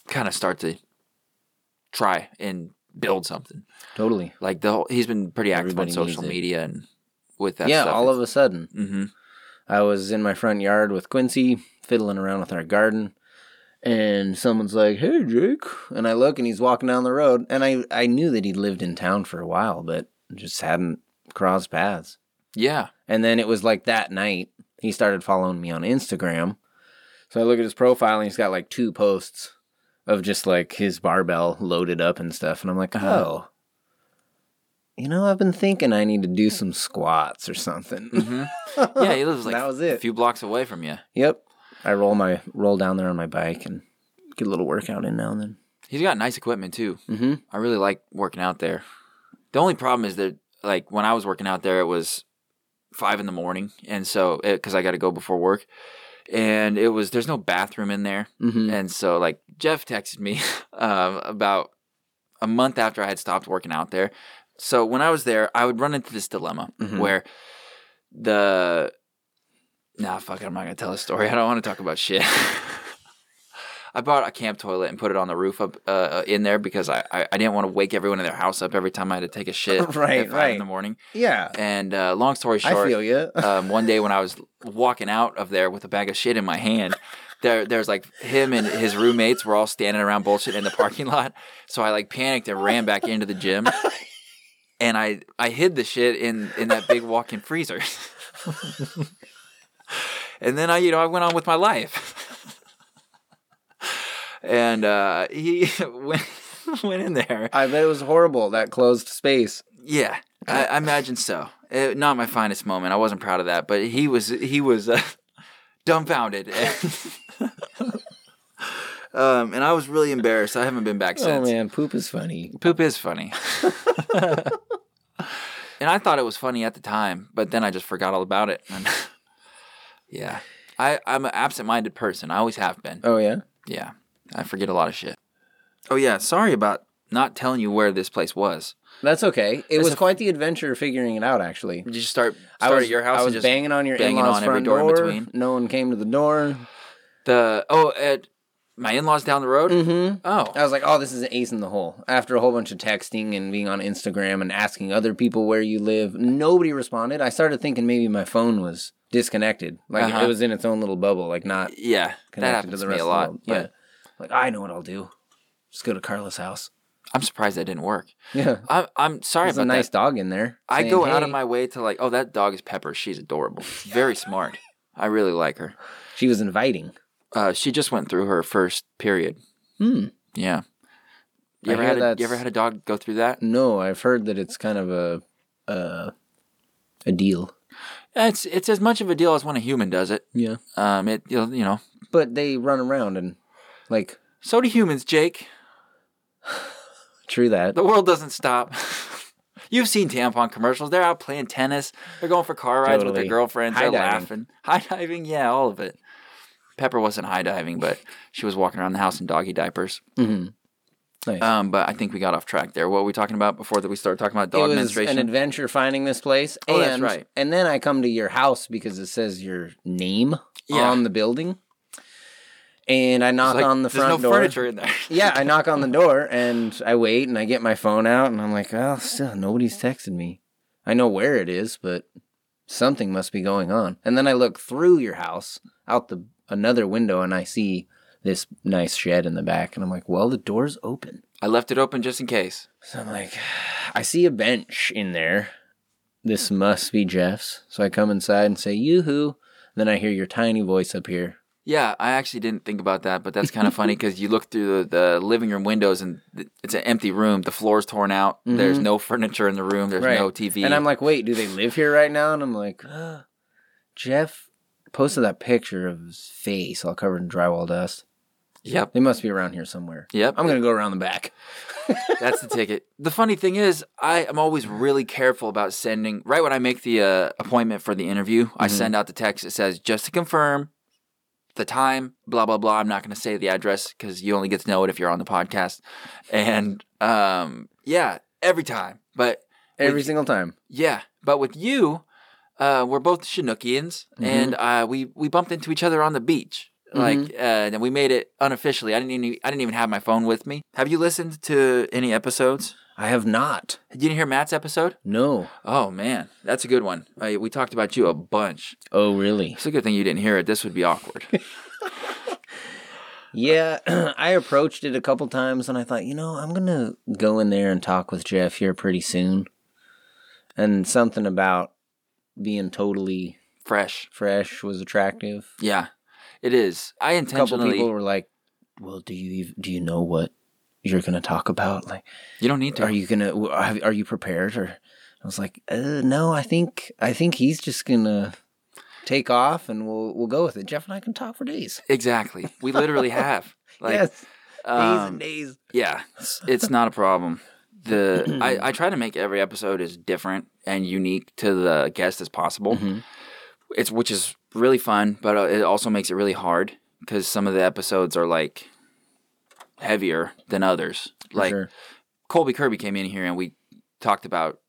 Speaker 2: kind of start to try and build something.
Speaker 1: totally.
Speaker 2: Like the whole, he's been pretty active
Speaker 1: Everybody
Speaker 2: on
Speaker 1: needs
Speaker 2: social
Speaker 1: it.
Speaker 2: media and with that
Speaker 1: yeah,
Speaker 2: stuff.
Speaker 1: all of a sudden,
Speaker 2: mm-hmm.
Speaker 1: I was in my front yard with Quincy, fiddling around with our garden, and someone's like, "Hey, Jake," and I look, and he's walking down the road, and I I knew that he'd lived in town for a while, but just hadn't crossed paths.
Speaker 2: Yeah.
Speaker 1: And then it was like that night he started following me on Instagram, so I look at his profile, and he's got like two posts of just like his barbell loaded up and stuff, and I'm like, oh. You know, I've been thinking I need to do some squats or something.
Speaker 2: Yeah, he lives like
Speaker 1: That was it.
Speaker 2: a few blocks away from you.
Speaker 1: Yep. I roll my roll down there on my bike and get a little workout in now and then.
Speaker 2: He's got nice equipment too.
Speaker 1: Mm-hmm.
Speaker 2: I really like working out there. The only problem is that like when I was working out there, it was five in the morning, and so because I got to go before work, and it was there's no bathroom in there,
Speaker 1: Mhm.
Speaker 2: and so like Jeff texted me um, about a month after I had stopped working out there. So when I was there, I would run into this dilemma
Speaker 1: Mm-hmm.
Speaker 2: where the nah fuck it, I'm not gonna tell a story. I don't want to talk about shit. I bought a camp toilet and put it on the roof up uh, uh, in there because I, I, I didn't want to wake everyone in their house up every time I had to take a shit
Speaker 1: Right,
Speaker 2: at five in
Speaker 1: right.
Speaker 2: the morning.
Speaker 1: Yeah.
Speaker 2: And uh, long story
Speaker 1: I
Speaker 2: short,
Speaker 1: feel you.
Speaker 2: um, one day when I was walking out of there with a bag of shit in my hand, there there's like him and his roommates were all standing around bullshit in the parking lot. So I like panicked and ran back into the gym, and I I hid the shit in in that big walk-in freezer. and then I you know I went on with my life, and uh, he went went in there.
Speaker 1: I bet it was horrible that closed space.
Speaker 2: Yeah, I, I imagine so. Eh, not my finest moment. I wasn't proud of that, but he was he was uh, dumbfounded, um, and I was really embarrassed. I haven't been back
Speaker 1: Oh
Speaker 2: since.
Speaker 1: man, poop is funny.
Speaker 2: Poop is funny, and I thought it was funny at the time, but then I just forgot all about it. And yeah, I, I'm an absent-minded person. I always have been.
Speaker 1: Oh yeah.
Speaker 2: Yeah, I forget a lot of shit. Oh yeah, sorry about not telling you where this place was.
Speaker 1: That's okay. It was
Speaker 2: a-
Speaker 1: quite the adventure figuring it out actually.
Speaker 2: Did you just start, start
Speaker 1: I was
Speaker 2: at your house?
Speaker 1: I
Speaker 2: and
Speaker 1: was
Speaker 2: just
Speaker 1: banging on your
Speaker 2: banging
Speaker 1: in-laws
Speaker 2: on every
Speaker 1: front
Speaker 2: door
Speaker 1: door.
Speaker 2: in between?
Speaker 1: No one came to the door.
Speaker 2: The oh, at my in-laws down the road.
Speaker 1: Mm-hmm.
Speaker 2: Oh,
Speaker 1: I was like, "Oh, this is an ace in the hole." After a whole bunch of texting and being on Instagram and asking other people where you live, nobody responded. I started thinking maybe my phone was disconnected, like
Speaker 2: Uh-huh.
Speaker 1: it was in its own little bubble, like not
Speaker 2: yeah, that
Speaker 1: connected
Speaker 2: happens
Speaker 1: to
Speaker 2: to,
Speaker 1: the
Speaker 2: me
Speaker 1: rest
Speaker 2: a
Speaker 1: of
Speaker 2: lot.
Speaker 1: the world.
Speaker 2: yeah,
Speaker 1: Yeah. Like I know what I'll do. Just go to Carla's house.
Speaker 2: I'm surprised that didn't work.
Speaker 1: Yeah.
Speaker 2: I'm I'm sorry
Speaker 1: There's
Speaker 2: about
Speaker 1: a nice
Speaker 2: that.
Speaker 1: dog in there.
Speaker 2: I
Speaker 1: saying,
Speaker 2: go out of
Speaker 1: "Hey."
Speaker 2: my way to like, oh, that dog is Pepper. She's adorable. Very smart. I really like her.
Speaker 1: She was inviting.
Speaker 2: Uh, she just went through her first period.
Speaker 1: Hmm.
Speaker 2: Yeah. You
Speaker 1: I
Speaker 2: ever
Speaker 1: hear
Speaker 2: had a,
Speaker 1: that's-
Speaker 2: you ever had a dog go through that?
Speaker 1: No, I've heard that it's kind of a uh, a deal.
Speaker 2: It's it's as much of a deal as when a human does it.
Speaker 1: Yeah.
Speaker 2: Um, it you know.
Speaker 1: But they run around and like
Speaker 2: So do humans, Jake.
Speaker 1: true that.
Speaker 2: The world doesn't stop. You've seen tampon commercials. They're out playing tennis. They're going for car rides with
Speaker 1: Totally.
Speaker 2: their girlfriends. They're
Speaker 1: High diving.
Speaker 2: laughing. High diving, yeah, all of it. Pepper wasn't high diving, but she was walking around the house in doggy diapers.
Speaker 1: Mhm. Nice.
Speaker 2: Um, but I think we got off track there. What were we talking about before that we started talking about
Speaker 1: it
Speaker 2: dog
Speaker 1: was
Speaker 2: menstruation?
Speaker 1: an adventure finding this place.
Speaker 2: Oh,
Speaker 1: and,
Speaker 2: that's right.
Speaker 1: And then I come to your house because it says your name
Speaker 2: Yeah.
Speaker 1: on the building. And I knock
Speaker 2: It's like,
Speaker 1: on the
Speaker 2: there's
Speaker 1: front
Speaker 2: no
Speaker 1: door.
Speaker 2: furniture in there.
Speaker 1: yeah, I knock on the door and I wait and I get my phone out and I'm like, oh, still nobody's texted me. I know where it is, but something must be going on. And then I look through your house out the another window and I see this nice shed in the back and I'm like, well, the door's open.
Speaker 2: I left it open just in case.
Speaker 1: So I'm like, I see a bench in there. This must be Jeff's. So I come inside and say, yoo-hoo. Then I hear your tiny voice up here.
Speaker 2: Yeah, I actually didn't think about that, but that's kind of funny because you look through the, the living room windows and th- it's an empty room. The floor's torn out. There's no furniture in the room. There's no TV.
Speaker 1: Mm-hmm. And I'm like, wait, do they live here right now? And I'm like, "Uh, Jeff posted that picture of his face all covered in drywall dust.
Speaker 2: yep.
Speaker 1: They must be around here somewhere.
Speaker 2: Yep.
Speaker 1: I'm going to go around the back.
Speaker 2: That's the ticket. The funny thing is, I am always really careful about sending. Right when I make the uh, appointment for the interview, I send out the text that says just to confirm the time, blah blah blah. I'm not going to say the address because you only get to know it if you're on the podcast. And um, yeah, every time. But
Speaker 1: Every single time.
Speaker 2: yeah, but with you, uh, we're both Chinookians,
Speaker 1: Mm-hmm.
Speaker 2: and uh, we we bumped into each other on the beach. Like,
Speaker 1: Mm-hmm.
Speaker 2: uh, and we made it unofficially. I didn't even I didn't even have my phone with me. Have you listened to any episodes?
Speaker 1: I have not.
Speaker 2: You didn't hear Matt's episode?
Speaker 1: No.
Speaker 2: Oh man, that's a good one. Uh, we talked about you a bunch.
Speaker 1: Oh, really?
Speaker 2: It's a good thing you didn't hear it. This would be awkward.
Speaker 1: Yeah, I approached it a couple times and I thought, you know, I'm going to go in there and talk with Jeff here pretty soon. And something about being totally
Speaker 2: Fresh.
Speaker 1: fresh was attractive.
Speaker 2: Yeah, it is. I
Speaker 1: A couple
Speaker 2: intentionally.
Speaker 1: people were like, "Well, do you ev- do you know what you're going to talk about? Like,
Speaker 2: you don't need to.
Speaker 1: are you going to are you prepared?" Or I was like, uh, "No, I think I think he's just going to take off and we'll we'll go with it. Jeff and I can talk for days.
Speaker 2: exactly. We literally have. Like,
Speaker 1: yes, days
Speaker 2: um,
Speaker 1: and days.
Speaker 2: Yeah, it's, it's not a problem. The I, I try to make every episode as different and unique to the guest as possible.
Speaker 1: Mm-hmm.
Speaker 2: It's which is really fun, but uh, it also makes it really hard because some of the episodes are like heavier than others. Like
Speaker 1: sure.
Speaker 2: Colby Kirby came in here and we talked about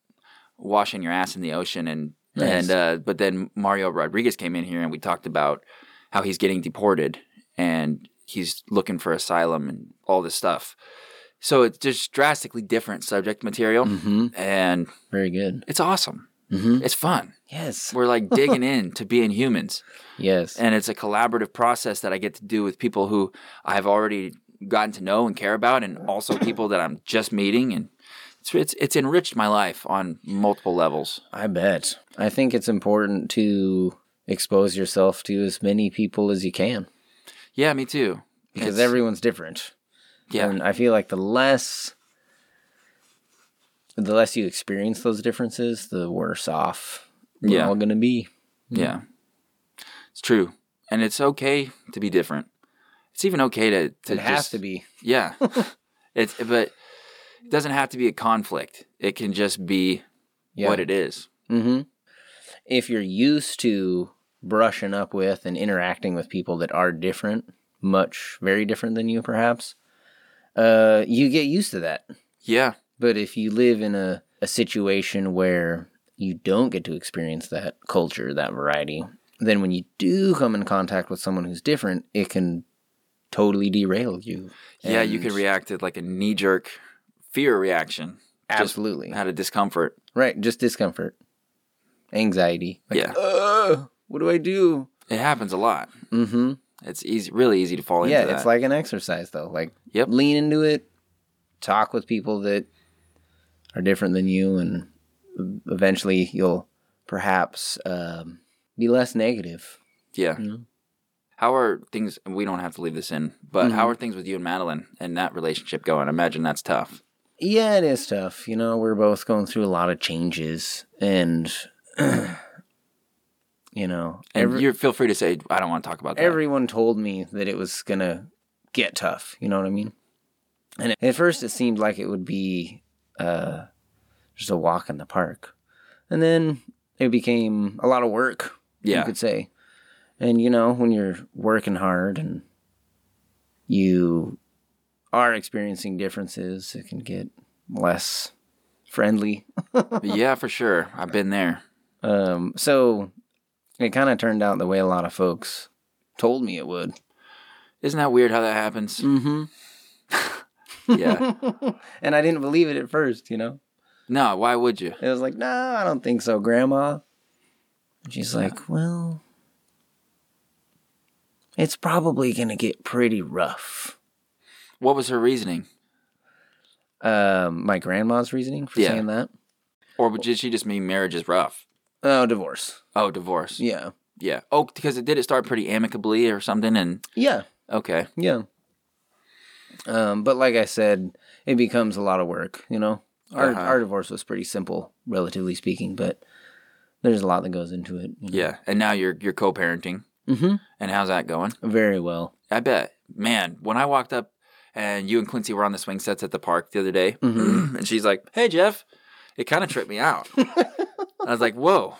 Speaker 2: washing your ass in the ocean and
Speaker 1: Nice.
Speaker 2: and uh, but then Mario Rodriguez came in here and we talked about how he's getting deported and he's looking for asylum and all this stuff. So it's just drastically different subject material
Speaker 1: Mhm.
Speaker 2: and
Speaker 1: Very good.
Speaker 2: it's awesome.
Speaker 1: Mhm.
Speaker 2: It's fun.
Speaker 1: Yes,
Speaker 2: We're like digging in to being humans
Speaker 1: yes,
Speaker 2: and it's a collaborative process that I get to do with people who I've already gotten to know and care about, and also people that I'm just meeting, and it's it's, it's enriched my life on multiple levels.
Speaker 1: I bet. I think it's important to expose yourself to as many people as you can
Speaker 2: Yeah, me too.
Speaker 1: because
Speaker 2: It's-
Speaker 1: everyone's different.
Speaker 2: yeah,
Speaker 1: And I feel like the less the less you experience those differences, the worse off we're
Speaker 2: Yeah.
Speaker 1: all gonna be.
Speaker 2: yeah, it's true, and it's okay to be different. It's even okay to to
Speaker 1: It has
Speaker 2: just-
Speaker 1: to be.
Speaker 2: Yeah, it's but it doesn't have to be a conflict. It can just be
Speaker 1: Yeah.
Speaker 2: what it is.
Speaker 1: Mm-hmm. If you're used to brushing up with and interacting with people that are different, much very different than you perhaps, uh, you get used to that.
Speaker 2: Yeah,
Speaker 1: But if you live in a, a situation where you don't get to experience that culture, that variety, then when you do come in contact with someone who's different, it can totally derail you.
Speaker 2: yeah, you can
Speaker 1: And-
Speaker 2: react to like a knee jerk fear reaction. Just
Speaker 1: Absolutely.
Speaker 2: out of discomfort.
Speaker 1: right. Just discomfort, anxiety. Like,
Speaker 2: yeah,
Speaker 1: "Ugh, what do I do?
Speaker 2: it happens a lot.
Speaker 1: Mm hmm.
Speaker 2: It's easy, really easy to fall into
Speaker 1: Yeah,
Speaker 2: that.
Speaker 1: it's like an exercise, though. Like,
Speaker 2: Yep.
Speaker 1: lean into it, talk with people that are different than you, and eventually you'll perhaps um, be less negative.
Speaker 2: yeah. How are things? We don't have to leave this in, but how are things with you and Madeline and that relationship going? I imagine that's tough.
Speaker 1: Yeah, it is tough. You know, we're both going through a lot of changes, and you know,
Speaker 2: And
Speaker 1: every,
Speaker 2: you feel free to say, "I don't want to talk about that."
Speaker 1: everyone told me that it was gonna get tough. You know what I mean? And at first, it seemed like it would be uh, just a walk in the park, and then it became a lot of work.
Speaker 2: Yeah.
Speaker 1: you could say. And you know, when you're working hard and you are experiencing differences, it can get less friendly.
Speaker 2: yeah, for sure. I've been there.
Speaker 1: Um, so it kind of turned out the way a lot of folks told me it would.
Speaker 2: Isn't that weird how that happens?
Speaker 1: Mm-hmm.
Speaker 2: yeah.
Speaker 1: and I didn't believe it at first, you know?
Speaker 2: No, why would you?
Speaker 1: It was like, no, I don't think so, Grandma. And she's like, well, it's probably going to get pretty rough.
Speaker 2: What was her reasoning?
Speaker 1: Um, my grandma's reasoning for
Speaker 2: Yeah.
Speaker 1: saying that.
Speaker 2: Or did she just mean marriage is rough?
Speaker 1: Oh, divorce.
Speaker 2: Oh, divorce.
Speaker 1: Yeah.
Speaker 2: Yeah. Oh, because it did it start pretty amicably or something and
Speaker 1: Yeah.
Speaker 2: okay.
Speaker 1: Yeah. Um, but like I said, it becomes a lot of work, you know. Our
Speaker 2: Uh-huh.
Speaker 1: our divorce was pretty simple, relatively speaking, but there's a lot that goes into it.
Speaker 2: Yeah. And now you're you're co-parenting.
Speaker 1: Mm-hmm.
Speaker 2: And how's that going?
Speaker 1: Very well.
Speaker 2: I bet. Man, when I walked up and you and Quincy were on the swing sets at the park the other day,
Speaker 1: Mm-hmm.
Speaker 2: and she's like, Hey, Jeff, it kind of tripped me out. I was like, Whoa.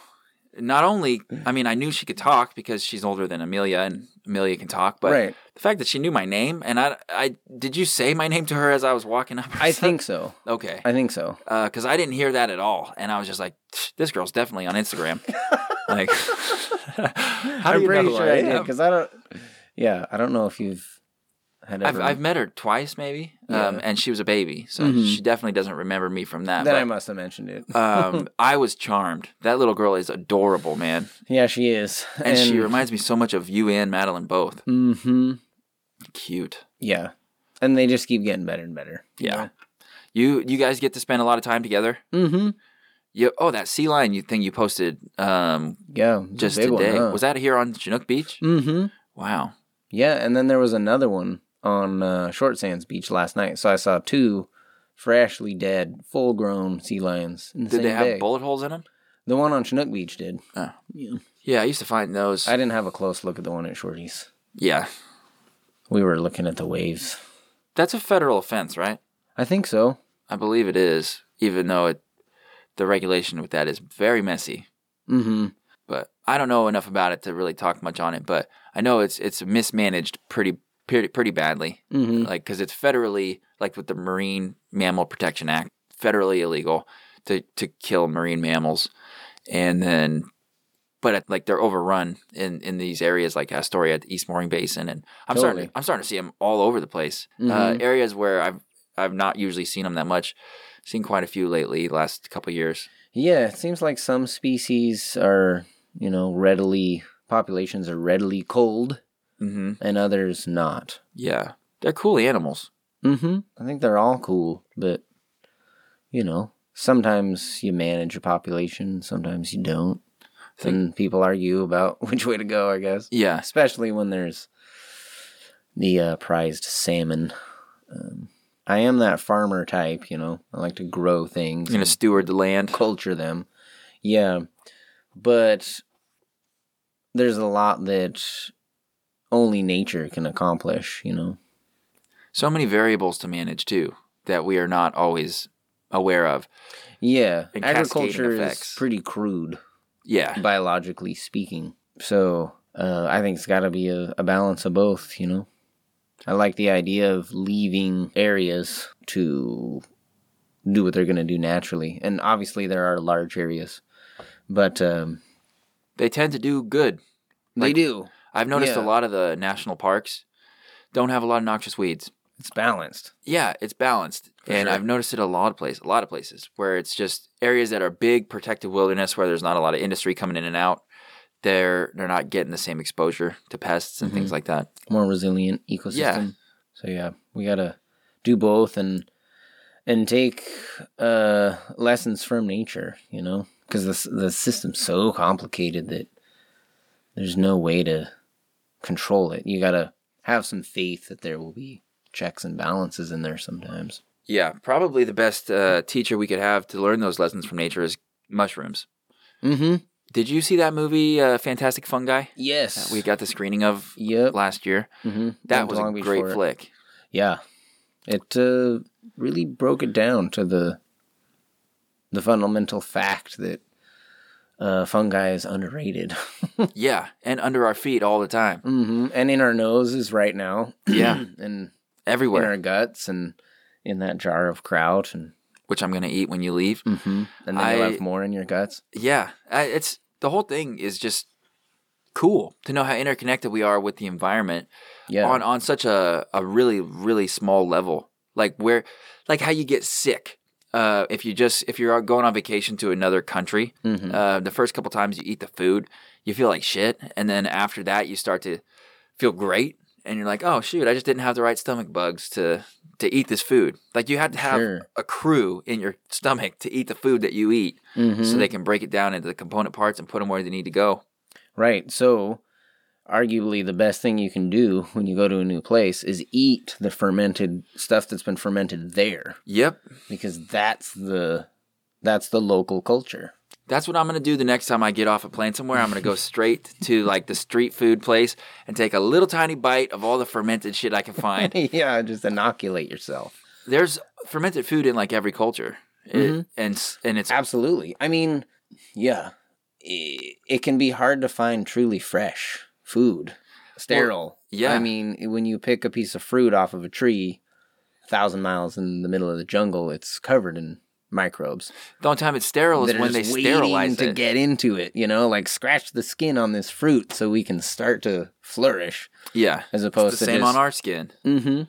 Speaker 2: Not only, I mean, I knew she could talk because she's older than Amelia and Amelia can talk, but
Speaker 1: Right.
Speaker 2: the fact that she knew my name and I, I, did you say my name to her as I was walking up? or
Speaker 1: I
Speaker 2: something?
Speaker 1: think so.
Speaker 2: Okay.
Speaker 1: I think so.
Speaker 2: Because I didn't hear that at all. And I was just like, this girl's definitely on Instagram. like, how do
Speaker 1: I'm
Speaker 2: you
Speaker 1: pretty
Speaker 2: know who
Speaker 1: sure
Speaker 2: I,
Speaker 1: I did
Speaker 2: am?
Speaker 1: because I don't. Yeah, I don't know if you've had
Speaker 2: I've,
Speaker 1: ever.
Speaker 2: I've met her twice, maybe, um,
Speaker 1: Yeah. Mm-hmm.
Speaker 2: and she was a baby, so she definitely doesn't remember me from that.
Speaker 1: then I
Speaker 2: but,
Speaker 1: must have mentioned it.
Speaker 2: um, I was charmed. That little girl is adorable, man,
Speaker 1: yeah, she is,
Speaker 2: and, she reminds me so much of you and Madeline both.
Speaker 1: hmm
Speaker 2: Cute,
Speaker 1: Yeah, and they just keep getting better and better.
Speaker 2: yeah. You you guys get to spend a lot of time together.
Speaker 1: Mm-hmm.
Speaker 2: You, oh, that sea lion you thing you posted um,
Speaker 1: Yeah. it's a
Speaker 2: just
Speaker 1: big one,
Speaker 2: today
Speaker 1: huh?
Speaker 2: was that here on Chinook Beach?
Speaker 1: Mm-hmm.
Speaker 2: Wow,
Speaker 1: Yeah, and then there was another one on uh, Short Sands Beach last night. So I saw two freshly dead, full-grown sea lions. In the
Speaker 2: did
Speaker 1: same
Speaker 2: they have
Speaker 1: day.
Speaker 2: bullet holes in them?
Speaker 1: The one on Chinook Beach did.
Speaker 2: Yeah, I used to find those.
Speaker 1: I didn't have a close look at the one at Shorty's.
Speaker 2: yeah,
Speaker 1: We were looking at the waves.
Speaker 2: that's a federal offense, right?
Speaker 1: I think so.
Speaker 2: I believe it is, even though it, the regulation with that is very messy.
Speaker 1: Mm-hmm.
Speaker 2: But I don't know enough about it to really talk much on it. But I know it's it's mismanaged pretty pretty, pretty badly,
Speaker 1: Mm-hmm.
Speaker 2: like because it's federally like with the Marine Mammal Protection Act, federally illegal to to kill marine mammals, and then. But it, like they're overrun in, in these areas like Astoria at the East Mooring Basin, and I'm starting
Speaker 1: Totally.
Speaker 2: I'm starting to see them all over the place. Uh,
Speaker 1: Mhm.
Speaker 2: areas where I've I've not usually seen them that much. Seen quite a few lately, last couple years.
Speaker 1: Yeah, it seems like some species are, you know, readily populations are readily cold,
Speaker 2: hmm
Speaker 1: and others not.
Speaker 2: Yeah, they're cool animals.
Speaker 1: Mm-hmm. I think they're all cool, but you know, sometimes you manage a population, sometimes you don't.
Speaker 2: Think-
Speaker 1: and people argue about which way to go, I guess.
Speaker 2: Yeah,
Speaker 1: Especially when there's the uh, prized salmon. Um, I am that farmer type, you know. I like to grow things,
Speaker 2: you gonna steward the land.
Speaker 1: culture them. Yeah, but there's a lot that only nature can accomplish, you know.
Speaker 2: So many variables to manage too that we are not always aware of.
Speaker 1: Yeah,
Speaker 2: and cascading
Speaker 1: agriculture is
Speaker 2: effects.
Speaker 1: pretty crude,
Speaker 2: Yeah,
Speaker 1: biologically speaking. So uh, I think it's got to be a, a balance of both. You know, I like the idea of leaving areas to do what they're going to do naturally, and obviously there are large areas, but um,
Speaker 2: they tend to do good.
Speaker 1: they
Speaker 2: Like-
Speaker 1: do.
Speaker 2: I've noticed a
Speaker 1: Yeah.
Speaker 2: lot of the national parks don't have a lot of noxious weeds.
Speaker 1: It's balanced.
Speaker 2: Yeah, it's balanced. and
Speaker 1: sure.
Speaker 2: I've noticed it a lot of places, a lot of places where it's just areas that are big protected wilderness where there's not a lot of industry coming in and out. They're they're not getting the same exposure to pests and
Speaker 1: Mm-hmm.
Speaker 2: things like that.
Speaker 1: more resilient ecosystem.
Speaker 2: Yeah.
Speaker 1: So yeah, we gotta do both and and take uh, lessons from nature, you know, because the s- the system's so complicated that there's no way to control it. You gotta have some faith that there will be checks and balances in there sometimes.
Speaker 2: Yeah, probably the best uh, teacher we could have to learn those lessons from nature is mushrooms.
Speaker 1: Mm-hmm.
Speaker 2: Did you see that movie uh, Fantastic Fungi?
Speaker 1: Yes.
Speaker 2: that we got the screening of
Speaker 1: Yep.
Speaker 2: last year.
Speaker 1: mm-hmm.
Speaker 2: That was a great flick.
Speaker 1: Yeah, it uh, really broke it down to the the fundamental fact that uh, fungi is underrated,
Speaker 2: yeah, and under our feet all the time.
Speaker 1: mm-hmm. and in our noses right now.
Speaker 2: Yeah.
Speaker 1: and in
Speaker 2: everywhere,
Speaker 1: our guts and in that jar of kraut and
Speaker 2: which I'm gonna eat when you leave.
Speaker 1: and then you
Speaker 2: Mm-hmm. I-
Speaker 1: left more in your guts.
Speaker 2: Yeah, I, it's the whole thing is just cool to know how interconnected we are with the environment
Speaker 1: Yeah.
Speaker 2: on on such a a really really small level. Like where, like how you get sick. Uh, if you just if you're going on vacation to another country,
Speaker 1: Mhm.
Speaker 2: uh, the first couple times you eat the food, you feel like shit, and then after that you start to feel great, and you're like, oh shoot, I just didn't have the right stomach bugs to to eat this food. Like you had to have
Speaker 1: Sure.
Speaker 2: a crew in your stomach to eat the food that you eat,
Speaker 1: Mm-hmm.
Speaker 2: so they can break it down into the component parts and put them where they need to go.
Speaker 1: Right. So, arguably, the best thing you can do when you go to a new place is eat the fermented stuff that's been fermented there,
Speaker 2: Yep,
Speaker 1: because that's the that's the local culture.
Speaker 2: That's what I'm gonna do the next time I get off a plane somewhere. I'm gonna go straight to like the street food place and take a little tiny bite of all the fermented shit I can find.
Speaker 1: yeah, just inoculate yourself.
Speaker 2: There's fermented food in like every culture, It-
Speaker 1: Mm-hmm.
Speaker 2: and s- and it's
Speaker 1: Absolutely. I mean, yeah, it, it can be hard to find truly fresh food, sterile.
Speaker 2: yeah.
Speaker 1: I mean, when you pick a piece of fruit off of a tree, a thousand miles in the middle of the jungle, it's covered in microbes.
Speaker 2: the only time it's sterile is
Speaker 1: that are
Speaker 2: when they
Speaker 1: just waiting
Speaker 2: sterilize
Speaker 1: to
Speaker 2: it.
Speaker 1: get into it. You know, like scratch the skin on this fruit so we can start to flourish.
Speaker 2: yeah,
Speaker 1: as
Speaker 2: It's
Speaker 1: opposed
Speaker 2: the
Speaker 1: to
Speaker 2: same on
Speaker 1: Oh, just-
Speaker 2: our skin.
Speaker 1: Mm-hmm.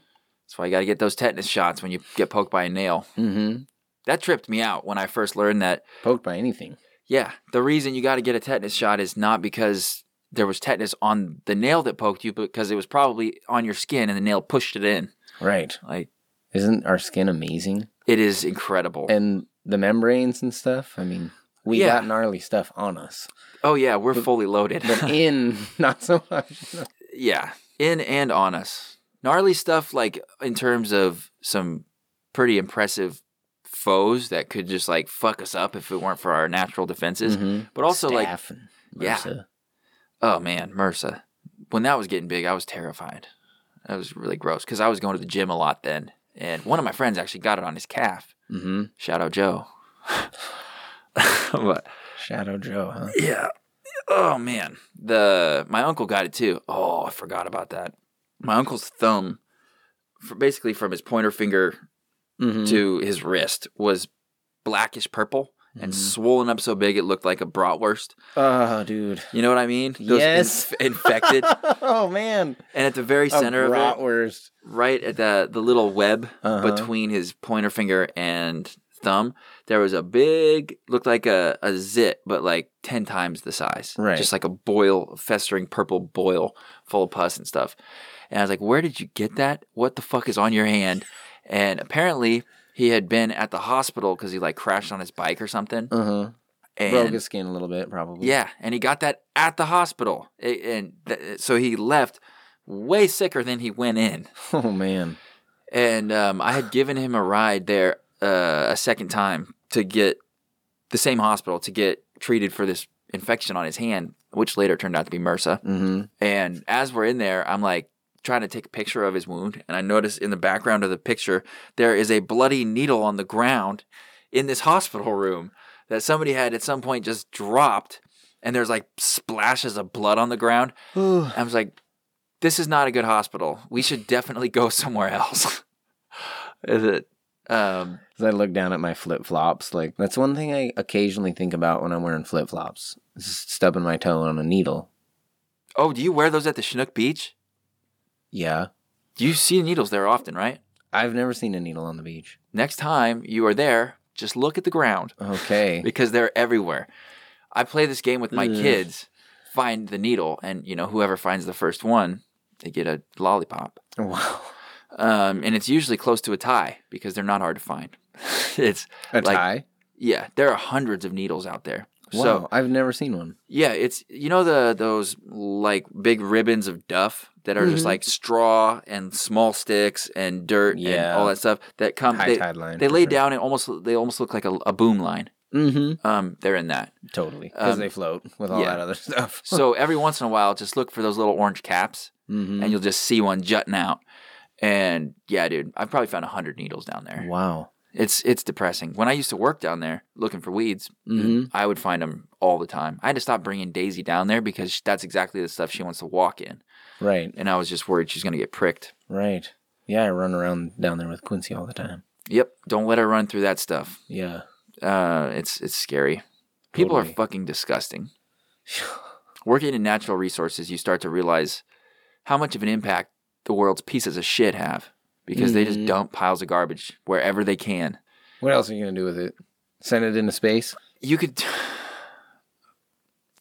Speaker 2: That's why you got to get those tetanus shots when you get poked by a nail.
Speaker 1: Mm-hmm.
Speaker 2: That tripped me out when I first learned that
Speaker 1: Poked by anything.
Speaker 2: Yeah, the reason you got to get a tetanus shot is not because there was tetanus on the nail that poked you, but because it was probably on your skin and the nail pushed it in.
Speaker 1: Right.
Speaker 2: Like
Speaker 1: Isn't our skin amazing?
Speaker 2: it is incredible.
Speaker 1: And the membranes and stuff. I mean, we
Speaker 2: Yeah.
Speaker 1: got gnarly stuff on us,
Speaker 2: oh yeah, we're fully loaded.
Speaker 1: but in not so much.
Speaker 2: yeah, in and on us, gnarly stuff. Like in terms of some pretty impressive foes that could just like fuck us up if it weren't for our natural defenses.
Speaker 1: Mhm.
Speaker 2: Mm-hmm. But also like,
Speaker 1: Staph and
Speaker 2: yeah.
Speaker 1: MRSA.
Speaker 2: oh man, MRSA. When that was getting big, I was terrified. That was really gross because I was going to the gym a lot then. And one of my friends actually got it on his calf. Mm-hmm. Shout out Joe. but
Speaker 1: Shadow Joe, huh?
Speaker 2: yeah. Oh man. The my uncle got it too. Oh, I forgot about that. My uncle's thumb, for basically from his pointer finger
Speaker 1: Mm-hmm.
Speaker 2: to his wrist, was blackish purple and
Speaker 1: Mm-hmm.
Speaker 2: swollen up so big it looked like a bratwurst.
Speaker 1: Oh, dude.
Speaker 2: You know what I mean?
Speaker 1: Yes.
Speaker 2: inf- infected.
Speaker 1: Oh man.
Speaker 2: And at the very center
Speaker 1: a
Speaker 2: of it,
Speaker 1: bratwurst.
Speaker 2: right at the the little web
Speaker 1: Uh-huh.
Speaker 2: between his pointer finger and thumb, there was a big, looked like a, a zit, but like ten times the size.
Speaker 1: Right.
Speaker 2: Just like a boil, festering purple boil full of pus and stuff. And I was like, "Where did you get that? What the fuck is on your hand?" And apparently, he had been at the hospital because he like crashed on his bike or something.
Speaker 1: Uh-huh.
Speaker 2: And
Speaker 1: Broke his skin a little bit, probably.
Speaker 2: yeah, and he got that at the hospital, A- and th- so he left way sicker than he went in.
Speaker 1: Oh man.
Speaker 2: And um, I had given him a ride there uh, a second time to get the same hospital to get treated for this infection on his hand, which later turned out to be MRSA.
Speaker 1: Mm-hmm.
Speaker 2: And as we're in there, I'm like trying to take a picture of his wound, and I notice in the background of the picture there is a bloody needle on the ground in this hospital room that somebody had at some point just dropped, and there's like splashes of blood on the ground. I was like, this is not a good hospital. We should definitely go somewhere else. is it? Um,
Speaker 1: As I look down at my flip flops, like that's one thing I occasionally think about when I'm wearing flip flops. Stubbing my toe on a needle.
Speaker 2: oh, do you wear those at the Chinook Beach?
Speaker 1: Yeah.
Speaker 2: You see needles there often, right?
Speaker 1: I've never seen a needle on the beach.
Speaker 2: Next time you are there, just look at the ground.
Speaker 1: Okay.
Speaker 2: because they're everywhere. I play this game with my kids, find the needle, and you know whoever finds the first one, they get a lollipop.
Speaker 1: wow.
Speaker 2: Um, and it's usually close to a tie because they're not hard to find. it's
Speaker 1: A
Speaker 2: like
Speaker 1: tie?
Speaker 2: yeah, there are hundreds of needles out there.
Speaker 1: Wow.
Speaker 2: So
Speaker 1: I've never seen one.
Speaker 2: yeah, it's you know the those like big ribbons of duff that are
Speaker 1: Mm-hmm.
Speaker 2: just like straw and small sticks and dirt and
Speaker 1: Yeah.
Speaker 2: all that stuff that come.
Speaker 1: High
Speaker 2: Um, they,
Speaker 1: tide line,
Speaker 2: They
Speaker 1: for
Speaker 2: lay
Speaker 1: sure.
Speaker 2: down and almost they almost look like a, a boom line.
Speaker 1: Mm-hmm.
Speaker 2: Um, they're in that.
Speaker 1: Totally. Because
Speaker 2: Um,
Speaker 1: they float with all
Speaker 2: yeah.
Speaker 1: that other stuff.
Speaker 2: So every once in a while, just look for those little orange caps,
Speaker 1: Mm-hmm.
Speaker 2: and you'll just see one jutting out. And yeah, dude, I've probably found hundred needles down there.
Speaker 1: wow.
Speaker 2: It's it's depressing. When I used to work down there looking for weeds,
Speaker 1: Mm-hmm.
Speaker 2: I would find them all the time. I had to stop bringing Daisy down there because that's exactly the stuff she wants to walk in,
Speaker 1: Right.
Speaker 2: and I was just worried she's gonna get pricked.
Speaker 1: Right. Yeah, I run around down there with Quincy all the time.
Speaker 2: Yep. Don't let her run through that stuff.
Speaker 1: Yeah.
Speaker 2: Uh, it's it's scary. People
Speaker 1: Totally.
Speaker 2: are fucking disgusting. Working in natural resources, you start to realize how much of an impact the world's pieces of shit have because they just
Speaker 1: Mhm.
Speaker 2: dump piles of garbage wherever they can.
Speaker 1: What else are you gonna do with it? Send it into space?
Speaker 2: You could.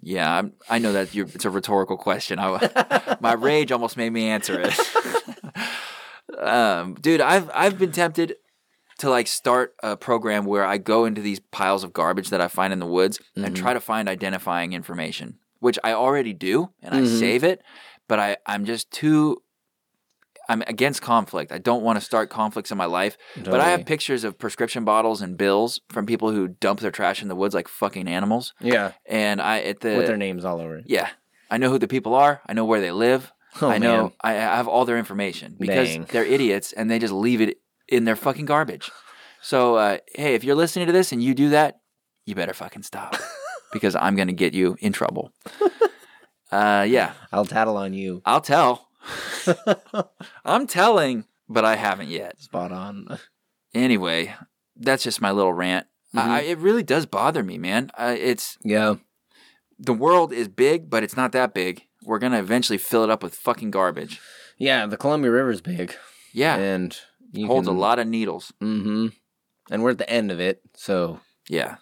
Speaker 2: Yeah, I'm, I know that you're, it's a rhetorical question. I, my rage almost made me answer it. um, dude, I've I've been tempted to like start a program where I go into these piles of garbage that I find in the woods and
Speaker 1: Mhm.
Speaker 2: try to find identifying information, which I already do and I
Speaker 1: Mhm.
Speaker 2: save it, but I I'm just too I'm against conflict. I don't want to start conflicts in my life. But I have
Speaker 1: Totally.
Speaker 2: pictures of prescription bottles and bills from people who dump their trash in the woods like fucking animals.
Speaker 1: yeah,
Speaker 2: And I at the
Speaker 1: with their names all over it.
Speaker 2: yeah, I know who the people are. I know where they live.
Speaker 1: Oh,
Speaker 2: I know
Speaker 1: man.
Speaker 2: I I have all their information because
Speaker 1: Dang.
Speaker 2: they're idiots and they just leave it in their fucking garbage. So uh, hey, if you're listening to this and you do that, you better fucking stop because I'm gonna get you in trouble. Uh, yeah,
Speaker 1: I'll tattle on you.
Speaker 2: I'll tell. I'm telling, but I haven't yet.
Speaker 1: Spot on.
Speaker 2: anyway, that's just my little rant.
Speaker 1: Mm-hmm.
Speaker 2: I, I- it really does bother me, man. Uh, it's
Speaker 1: Yeah.
Speaker 2: the world is big, but it's not that big. We're gonna eventually fill it up with fucking garbage.
Speaker 1: Yeah, the Columbia River's big.
Speaker 2: Yeah,
Speaker 1: And you
Speaker 2: holds
Speaker 1: can-
Speaker 2: a lot of needles.
Speaker 1: Mm-hmm. And we're at the end of it, so
Speaker 2: Yeah,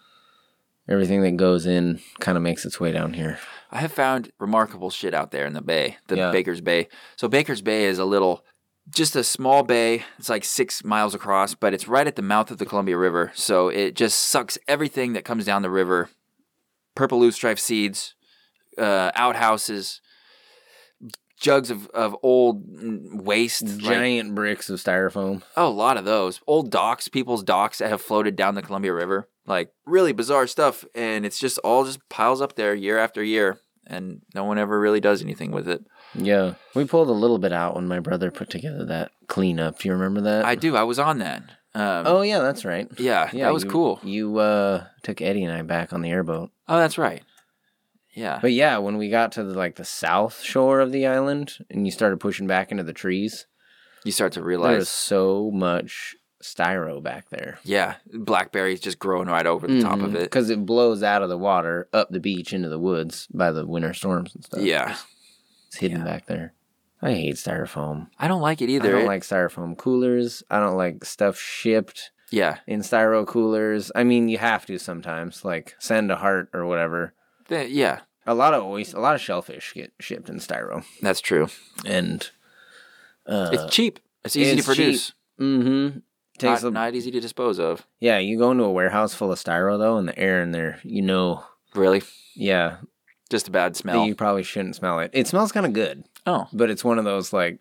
Speaker 1: everything that goes in kind of makes its way down here.
Speaker 2: I have found remarkable shit out there in the bay, the
Speaker 1: Yeah.
Speaker 2: Baker's Bay. So Baker's Bay is a little, just a small bay. It's like six miles across, but it's right at the mouth of the Columbia River. So it just sucks everything that comes down the river. Purple loosestrife seeds, uh, outhouses, jugs of, of old mm, waste. like-
Speaker 1: Giant bricks of styrofoam.
Speaker 2: oh, a lot of those. Old docks, people's docks that have floated down the Columbia River. Like really bizarre stuff. And it's just all just piles up there year after year. And no one ever really does anything with it.
Speaker 1: Yeah. We pulled a little bit out when my brother put together that cleanup. Do you remember that?
Speaker 2: I do. I was on that. Um,
Speaker 1: Oh yeah, that's right.
Speaker 2: yeah,
Speaker 1: Yeah,
Speaker 2: that was
Speaker 1: you-
Speaker 2: cool.
Speaker 1: You uh, took Eddie and I back on the airboat.
Speaker 2: Oh, that's right. Yeah.
Speaker 1: But yeah, when we got to the, like the south shore of the island and you started pushing back into the trees,
Speaker 2: you start to
Speaker 1: there was
Speaker 2: realize,
Speaker 1: so much styro back there.
Speaker 2: yeah, blackberries just growing right over the top of it.
Speaker 1: because it blows out of the water up the beach into the woods by the winter storms and stuff.
Speaker 2: Yeah.
Speaker 1: it's hidden
Speaker 2: yeah.
Speaker 1: back there. I hate styrofoam.
Speaker 2: I don't like it either.
Speaker 1: I don't
Speaker 2: It-
Speaker 1: like styrofoam coolers. I don't like stuff shipped
Speaker 2: yeah.
Speaker 1: in styro coolers. I mean, you have to sometimes, like send a heart or whatever.
Speaker 2: Th- yeah.
Speaker 1: A lot of oyster, a lot of shellfish get shipped in styro,
Speaker 2: That's true.
Speaker 1: and uh,
Speaker 2: it's cheap. It's easy
Speaker 1: it's
Speaker 2: to produce.
Speaker 1: mm-hmm. Takes
Speaker 2: Not,
Speaker 1: a,
Speaker 2: not easy to dispose of.
Speaker 1: yeah. You go into a warehouse full of styro though, and the air in there, you know,
Speaker 2: Really?
Speaker 1: yeah,
Speaker 2: Just a bad
Speaker 1: that
Speaker 2: smell.
Speaker 1: you probably shouldn't smell it. It smells kind of good,
Speaker 2: oh,
Speaker 1: but it's one of those like,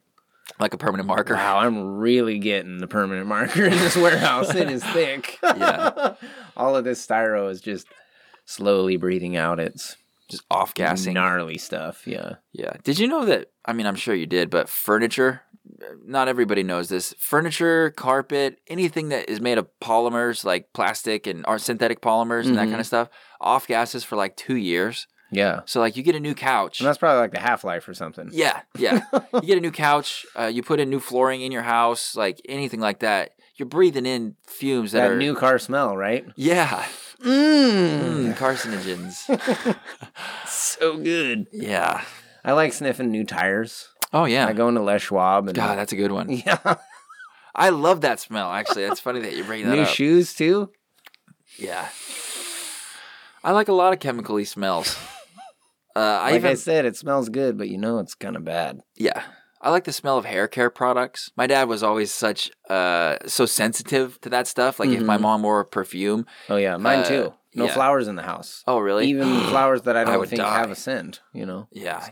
Speaker 2: like a permanent marker.
Speaker 1: wow, I'm really getting the permanent marker in this warehouse. It is thick.
Speaker 2: Yeah.
Speaker 1: all of this styro is just slowly breathing out its
Speaker 2: Just off gassing.
Speaker 1: gnarly stuff. Yeah,
Speaker 2: Yeah. Did you know that? I mean, I'm sure you did, but furniture, not everybody knows this. Furniture, carpet, anything that is made of polymers like plastic and or synthetic polymers and that
Speaker 1: Mhm.
Speaker 2: kind of stuff, off gases for like two years.
Speaker 1: yeah.
Speaker 2: So, like, you get a new couch.
Speaker 1: And that's probably like the half life or something.
Speaker 2: Yeah, yeah. you get a new couch, uh, you put in new flooring in your house, like anything like that. You're breathing in fumes that,
Speaker 1: That
Speaker 2: are
Speaker 1: new car smell, right?
Speaker 2: Yeah, Mm,
Speaker 1: Mmm,
Speaker 2: carcinogens.
Speaker 1: so good.
Speaker 2: yeah.
Speaker 1: I like sniffing new tires.
Speaker 2: Oh yeah.
Speaker 1: I go into Les Schwab and
Speaker 2: God, that's a good one.
Speaker 1: yeah,
Speaker 2: I love that smell. Actually, that's funny that you bring that
Speaker 1: new
Speaker 2: up.
Speaker 1: shoes too.
Speaker 2: Yeah. I like a lot of chemically smells. Uh, I
Speaker 1: Like
Speaker 2: even,
Speaker 1: I said, it smells good, but you know it's kind of bad.
Speaker 2: yeah. I like the smell of hair care products. My dad was always such uh so sensitive to that stuff. Like if my
Speaker 1: Mhm.
Speaker 2: mom wore a perfume,
Speaker 1: Oh yeah, mine
Speaker 2: Uh,
Speaker 1: too. No
Speaker 2: yeah.
Speaker 1: flowers in the house.
Speaker 2: oh really?
Speaker 1: Even flowers that I
Speaker 2: I
Speaker 1: don't
Speaker 2: would
Speaker 1: think
Speaker 2: die.
Speaker 1: have a scent. You know.
Speaker 2: yeah.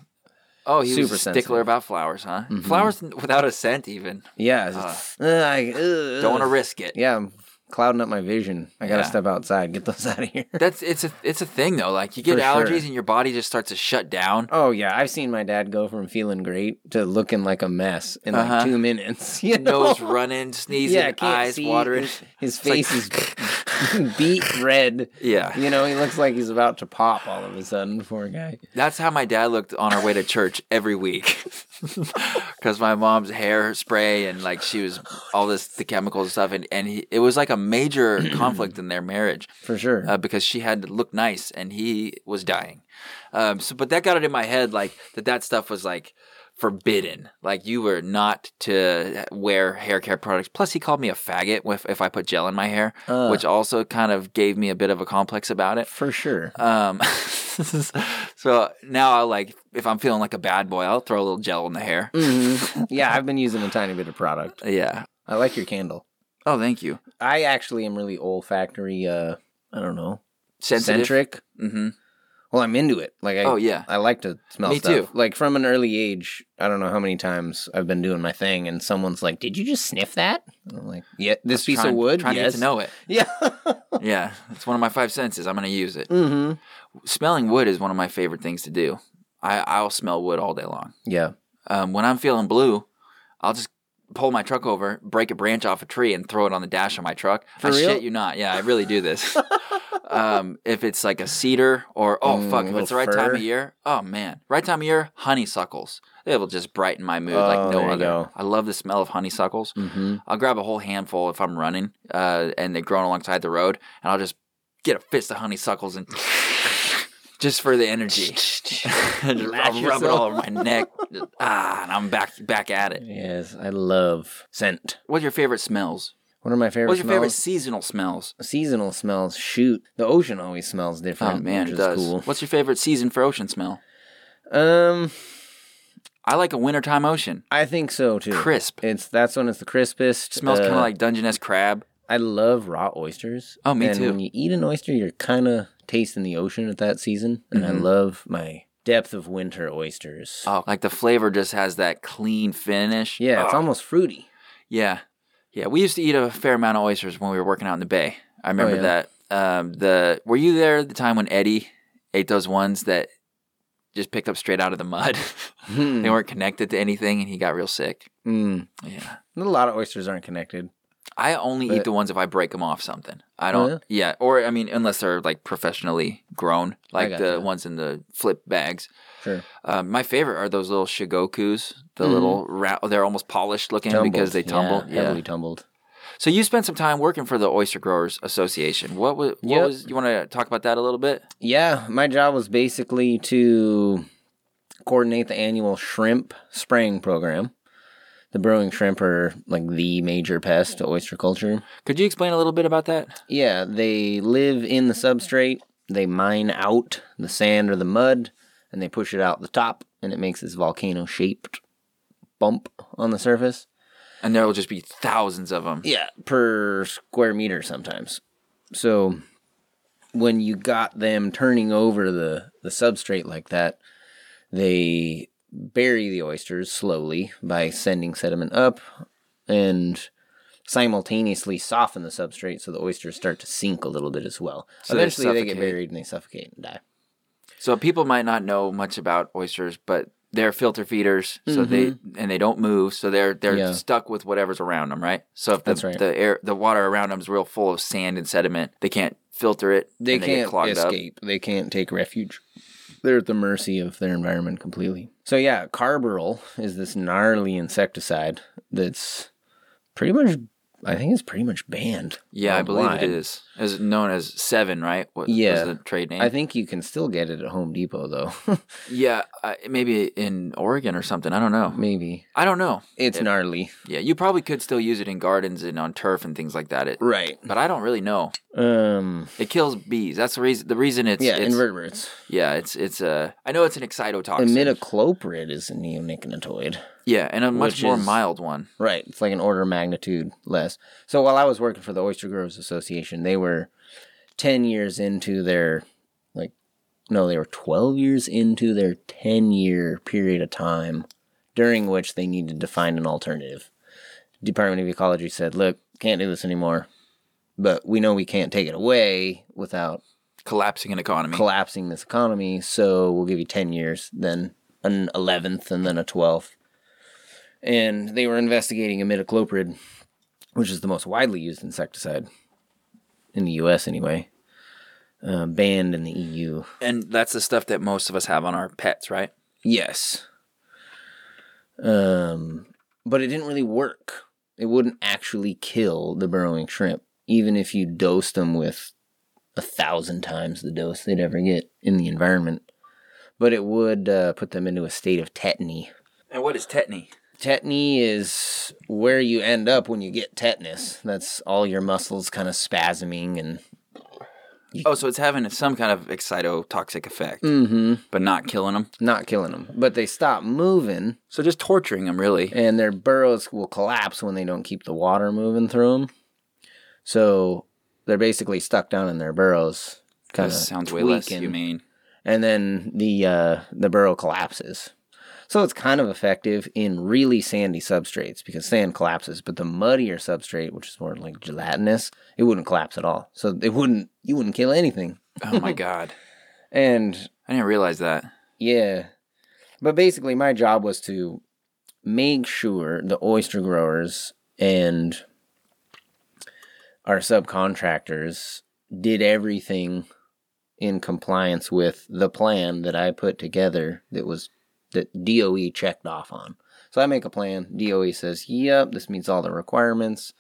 Speaker 2: Oh, he was
Speaker 1: Super
Speaker 2: a stickler
Speaker 1: sensitive. Mm-hmm.
Speaker 2: about flowers, huh? Flowers n- without a scent, even.
Speaker 1: Yeah. it's just, ugh, I,
Speaker 2: Uh,
Speaker 1: uh,
Speaker 2: Don't want to risk it.
Speaker 1: Yeah, I'm clouding up my vision. I gotta
Speaker 2: Yeah.
Speaker 1: step outside. Get those out of here.
Speaker 2: That's it's a it's a thing though. Like you get
Speaker 1: For sure.
Speaker 2: allergies and your body just starts to shut down.
Speaker 1: Oh yeah, I've seen my dad go from feeling great to looking like a mess in like
Speaker 2: Uh-huh.
Speaker 1: two minutes. You know?
Speaker 2: Nose running, sneezing,
Speaker 1: yeah, I can't
Speaker 2: eyes
Speaker 1: see.
Speaker 2: watering.
Speaker 1: His, his
Speaker 2: like-
Speaker 1: face is beat red.
Speaker 2: Yeah.
Speaker 1: You know, he looks like he's about to pop all of a sudden, poor guy.
Speaker 2: That's how my dad looked on our way to church every week. Because my mom's hair spray and like she was all this, the chemicals and stuff. And, and he, it was like a major conflict in their marriage
Speaker 1: For sure.
Speaker 2: uh, because she had to look nice and he was dying. Um, so, but that got it in my head like that that stuff was like forbidden. Like you were not to wear hair care products. Plus, he called me a faggot if, if I put gel in my hair,
Speaker 1: Uh.
Speaker 2: which also kind of gave me a bit of a complex about it.
Speaker 1: For sure.
Speaker 2: Um, so now I like if I'm feeling like a bad boy, I'll throw a little gel in the hair.
Speaker 1: Mhm. Yeah, I've been using a tiny bit of product.
Speaker 2: Yeah.
Speaker 1: I like your candle.
Speaker 2: Oh, thank you.
Speaker 1: I actually am really olfactory, uh, I don't know,
Speaker 2: Sensitive.
Speaker 1: centric.
Speaker 2: Mm-hmm.
Speaker 1: Well, I'm into it. Like, I,
Speaker 2: Oh yeah.
Speaker 1: I like to smell
Speaker 2: Me
Speaker 1: stuff.
Speaker 2: too.
Speaker 1: Like from an early age, I don't know how many times I've been doing my thing, and someone's like, "Did you just sniff that?" And I'm like, "Yeah, this piece
Speaker 2: Trying-
Speaker 1: of wood."
Speaker 2: Trying
Speaker 1: yes.
Speaker 2: to get to know it.
Speaker 1: Yeah.
Speaker 2: Yeah, it's one of my five senses. I'm gonna use it.
Speaker 1: mm-hmm.
Speaker 2: Smelling wood is one of my favorite things to do. I I'll smell wood all day long.
Speaker 1: Yeah.
Speaker 2: Um, when I'm feeling blue, I'll just pull my truck over, break a branch off a tree, and throw it on the dash of my truck.
Speaker 1: For
Speaker 2: I
Speaker 1: real?
Speaker 2: shit you not. Yeah, I really do this. um, if it's like a cedar or oh
Speaker 1: Mm,
Speaker 2: fuck, if
Speaker 1: little
Speaker 2: it's the right
Speaker 1: fir.
Speaker 2: time of year, oh man, right time of year, honeysuckles. It'll just brighten my mood
Speaker 1: Oh,
Speaker 2: like no
Speaker 1: there you
Speaker 2: other.
Speaker 1: go.
Speaker 2: I love the smell of honeysuckles.
Speaker 1: Mm-hmm.
Speaker 2: I'll grab a whole handful if I'm running, uh, and they're growing alongside the road, and I'll just get a fist of honeysuckles and just for the energy. And just-
Speaker 1: Lash
Speaker 2: I'll rub it all over my neck. Just, ah, and I'm back back at it.
Speaker 1: Yes, I love scent.
Speaker 2: What's your favorite smells?
Speaker 1: One of my favorite.
Speaker 2: What's your favorite
Speaker 1: smells-
Speaker 2: seasonal smells?
Speaker 1: seasonal smells? Shoot, the ocean always smells
Speaker 2: Oh
Speaker 1: different.
Speaker 2: man, it
Speaker 1: which is
Speaker 2: does.
Speaker 1: Cool.
Speaker 2: What's your favorite season for ocean smell?
Speaker 1: Um,
Speaker 2: I like a wintertime ocean.
Speaker 1: I think so too.
Speaker 2: Crisp.
Speaker 1: It's that's when it's the crispest.
Speaker 2: smells
Speaker 1: Uh,
Speaker 2: kind of like Dungeness crab.
Speaker 1: I love raw oysters.
Speaker 2: Oh, me
Speaker 1: and
Speaker 2: too.
Speaker 1: When you eat an oyster, you're kind of tasting the ocean at that season, and I
Speaker 2: Mhm.
Speaker 1: love my depth of winter oysters.
Speaker 2: Oh, like the flavor just has that clean finish.
Speaker 1: yeah, it's
Speaker 2: Oh,
Speaker 1: almost fruity.
Speaker 2: Yeah. Yeah. We used to eat a fair amount of oysters when we were working out in the bay. I remember
Speaker 1: yeah.
Speaker 2: that. Um, the were you there at the time when Eddie ate those ones that just picked up straight out of the mud? they
Speaker 1: Mm.
Speaker 2: weren't connected to anything and he got real sick.
Speaker 1: Mm.
Speaker 2: Yeah.
Speaker 1: A lot of oysters aren't connected.
Speaker 2: I only eat
Speaker 1: But-
Speaker 2: the ones if I break them off something. I
Speaker 1: Oh,
Speaker 2: don't yeah. or I mean unless they're like professionally grown, like the
Speaker 1: gotcha.
Speaker 2: ones in the flip bags.
Speaker 1: Sure.
Speaker 2: Um, my favorite are those little shigokus, the
Speaker 1: Mhm.
Speaker 2: little ra- they're almost polished looking because they tumble.
Speaker 1: Yeah, heavily tumbled.
Speaker 2: So you spent some time working for the Oyster Growers Association. What was what
Speaker 1: Yep.
Speaker 2: was you want to talk about that a little bit?
Speaker 1: Yeah, my job was basically to coordinate the annual shrimp spraying program. The brewing shrimp are like the major pest to oyster culture.
Speaker 2: Could you explain a little bit about that?
Speaker 1: Yeah, they live in the substrate. They mine out the sand or the mud, and they push it out the top, and it makes this volcano-shaped bump on the surface.
Speaker 2: And there will just be thousands of them.
Speaker 1: Yeah, per square meter sometimes. So when you got them turning over the the substrate like that, they bury the oysters slowly by sending sediment up and simultaneously soften the substrate so the oysters start to sink a little bit as well.
Speaker 2: So they
Speaker 1: Eventually they get
Speaker 2: suffocate.
Speaker 1: buried and they suffocate and die.
Speaker 2: So people might not know much about oysters, but they're filter feeders, so they and they don't move, so they're they're
Speaker 1: Mm-hmm. Yeah.
Speaker 2: stuck with whatever's around them, right? So if the,
Speaker 1: That's right.
Speaker 2: the air the water around them is real full of sand and sediment, they can't filter it.
Speaker 1: They
Speaker 2: and get
Speaker 1: can't
Speaker 2: clogged up.
Speaker 1: escape. They can't take refuge. They're at the mercy of their environment completely. So yeah, carbaryl is this gnarly insecticide that's pretty much. I think it's pretty much banned.
Speaker 2: Yeah, I believe it
Speaker 1: worldwide.
Speaker 2: is. It's known as seven, right? What was
Speaker 1: Yeah.
Speaker 2: the trade name?
Speaker 1: I think you can still get it at Home Depot though.
Speaker 2: yeah, I, maybe in Oregon or something. I don't know.
Speaker 1: Maybe
Speaker 2: I don't know.
Speaker 1: it's gnarly,
Speaker 2: Yeah, you probably could still use it in gardens and on turf and things like that. It,
Speaker 1: right?
Speaker 2: but I don't really know.
Speaker 1: Um,
Speaker 2: It kills bees. That's the reason. The reason it's
Speaker 1: yeah,
Speaker 2: it's,
Speaker 1: invertebrates.
Speaker 2: yeah, it's it's a. I know it's an excitotoxin.
Speaker 1: Imidacloprid is a neonicotinoid.
Speaker 2: yeah, and a much
Speaker 1: which
Speaker 2: more
Speaker 1: is-
Speaker 2: mild one.
Speaker 1: Right. It's like an order of magnitude less. So while I was working for the Oyster Growers Association, they were 10 years into their, like, no, they were 12 years into their 10 year period of time during which they needed to find an alternative. Department of Ecology said, look, can't do this anymore, but we know we can't take it away without
Speaker 2: Collapsing an economy.
Speaker 1: collapsing this economy. So we'll give you 10 years, then an 11th, and then a 12th. And they were investigating imidacloprid, which is the most widely used insecticide. in the U.S. anyway. Uh, banned in the EU.
Speaker 2: And that's the stuff that most of us have on our pets, right?
Speaker 1: Yes. Um, but it didn't really work. It wouldn't actually kill the burrowing shrimp, even if you dosed them with a thousand times the dose they'd ever get in the environment. But it would uh, put them into a state of tetany.
Speaker 2: And what is tetany?
Speaker 1: Tetany is where you end up when you get tetanus. That's all your muscles kind of spasming and
Speaker 2: Oh, so it's having some kind of excitotoxic effect,
Speaker 1: Mm-hmm.
Speaker 2: but not killing them.
Speaker 1: not killing them. But they stop moving,
Speaker 2: So just torturing them, really.
Speaker 1: and their burrows will collapse when they don't keep the water moving through them. So they're basically stuck down in their burrows,
Speaker 2: That
Speaker 1: kind of
Speaker 2: sounds
Speaker 1: tweaking,
Speaker 2: way less humane.
Speaker 1: and then the uh, the burrow collapses. So it's kind of effective in really sandy substrates because sand collapses, but the muddier substrate, which is more like gelatinous, it wouldn't collapse at all. So it wouldn't you wouldn't kill anything.
Speaker 2: Oh my god,
Speaker 1: And
Speaker 2: I didn't realize that.
Speaker 1: yeah. But basically, my job was to make sure the oyster growers and our subcontractors did everything in compliance with the plan that I put together that was that DOE checked off on. So I make a plan, DOE says, "Yep, this meets all the requirements."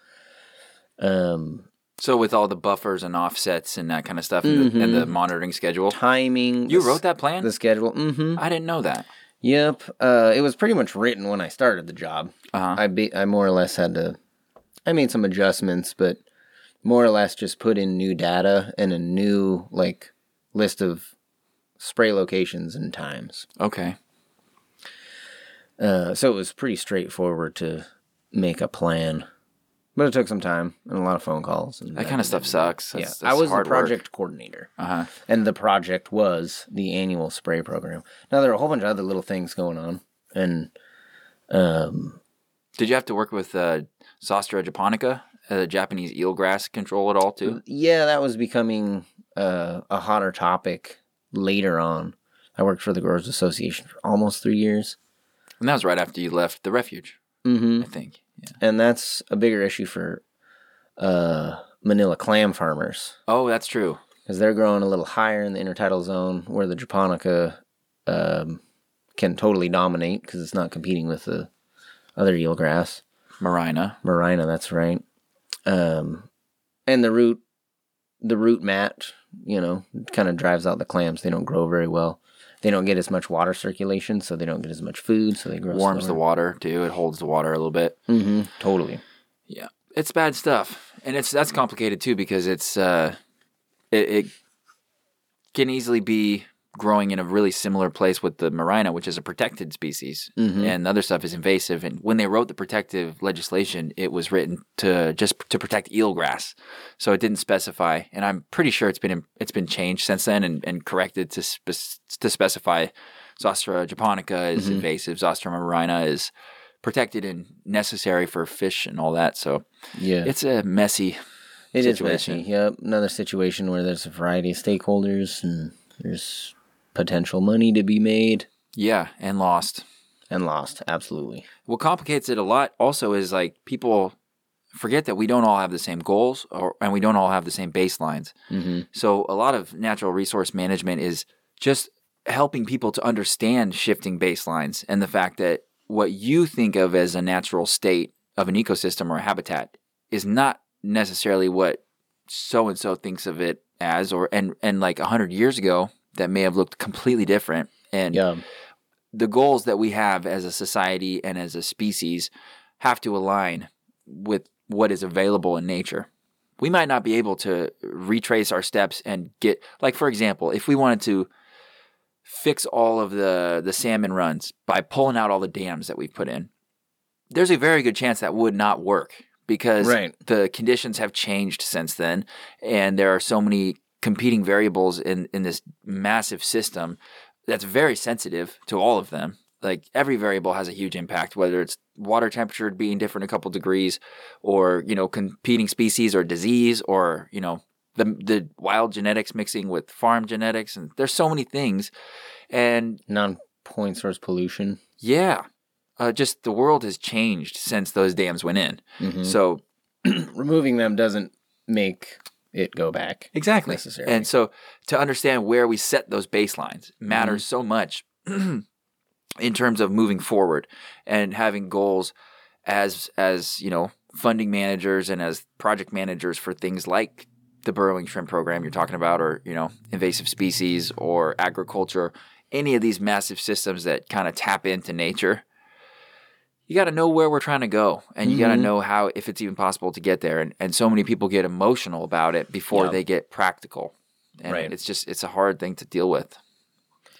Speaker 1: Um
Speaker 2: So with all the buffers and offsets and that kind of stuff, and, the, and
Speaker 1: Mm-hmm.
Speaker 2: the monitoring schedule,
Speaker 1: timing.
Speaker 2: you
Speaker 1: the
Speaker 2: wrote
Speaker 1: s-
Speaker 2: that plan.
Speaker 1: the schedule. Mhm.
Speaker 2: I didn't know that.
Speaker 1: Yep. Uh, it was pretty much written when I started the job.
Speaker 2: Uh-huh.
Speaker 1: I be, I more or less had to. I made some adjustments, but more or less just put in new data and a new like list of spray locations and times.
Speaker 2: Okay,
Speaker 1: Uh, so it was pretty straightforward to make a plan, but it took some time and a lot of phone calls and
Speaker 2: that kind of stuff sucks.
Speaker 1: Yeah,
Speaker 2: That's,
Speaker 1: I
Speaker 2: that's
Speaker 1: was the
Speaker 2: hard work.
Speaker 1: project coordinator.
Speaker 2: Uh-huh.
Speaker 1: and the project was the annual spray program. Now there are a whole bunch of other little things going on, and um,
Speaker 2: Did you have to work with uh, Zostera japonica, uh, Japanese eelgrass control at all too?
Speaker 1: yeah, that was becoming uh, a hotter topic later on. I worked for the Growers Association for almost three years,
Speaker 2: And that was right after you left the refuge,
Speaker 1: mm-hmm.
Speaker 2: I think. Yeah.
Speaker 1: and that's a bigger issue for uh, Manila clam farmers
Speaker 2: Oh, that's true.
Speaker 1: because they're growing a little higher in the intertidal zone where the japonica um, can totally dominate because it's not competing with the other eelgrass.
Speaker 2: Marina.
Speaker 1: Marina, that's right. Um, and the root, the root mat, you know, kind of drives out the clams. They don't grow very well. They don't get as much water circulation, so they don't get as much food, so they grow.
Speaker 2: warms the water too. It holds the water a little bit.
Speaker 1: Mm-hmm. Totally.
Speaker 2: Yeah, it's bad stuff, and it's that's complicated too because it's uh, it, it can easily be growing in a really similar place with the marina, which is a protected species, and the other stuff is invasive. And when they wrote the protective legislation, it was written to just to protect eelgrass, so it didn't specify. And I'm pretty sure it's been it's been changed since then and, and corrected to spe- to specify. Zostera japonica is invasive. Zostera marina is protected and necessary for fish and all that. So
Speaker 1: Yeah,
Speaker 2: it's a messy.
Speaker 1: it is
Speaker 2: situation.
Speaker 1: messy. Yep, another situation where there's a variety of stakeholders and there's potential money to be made
Speaker 2: Yeah, and lost.
Speaker 1: and lost. Absolutely.
Speaker 2: What complicates it a lot also is like people forget that we don't all have the same goals or and we don't all have the same baselines.
Speaker 1: Mm-hmm.
Speaker 2: So a lot of natural resource management is just helping people to understand shifting baselines and the fact that what you think of as a natural state of an ecosystem or a habitat is not necessarily what so and so thinks of it as or and and like 100 years ago that may have looked completely different and
Speaker 1: Yeah.
Speaker 2: the goals that we have as a society and as a species have to align with what is available in nature. We might not be able to retrace our steps and get like for example, if we wanted to fix all of the the salmon runs by pulling out all the dams that we've put in, there's a very good chance that would not work because
Speaker 1: Right.
Speaker 2: the conditions have changed since then and there are so many competing variables in in this massive system that's very sensitive to all of them. Like every variable has a huge impact, whether it's water temperature being different a couple degrees, or you know competing species or disease, or you know the the wild genetics mixing with farm genetics, and there's so many things. And
Speaker 1: Non-point source pollution.
Speaker 2: yeah, uh, just the world has
Speaker 1: Mm-hmm.
Speaker 2: changed since those dams went in. So
Speaker 1: removing them doesn't make it go back.
Speaker 2: Exactly.
Speaker 1: necessarily.
Speaker 2: And so to understand where we set those baselines matters so much in terms of moving forward and having goals as as, you know, funding managers and as project managers for things like the burrowing shrimp program you're talking about or, you know, invasive species or agriculture, any of these massive systems that kind of tap into nature. You got to know where we're trying to go and you got to
Speaker 1: Mhm.
Speaker 2: know how if it's even possible to get there and, and so many people get emotional about it before
Speaker 1: Yeah.
Speaker 2: they get practical and
Speaker 1: Right.
Speaker 2: it's just it's a hard thing to deal with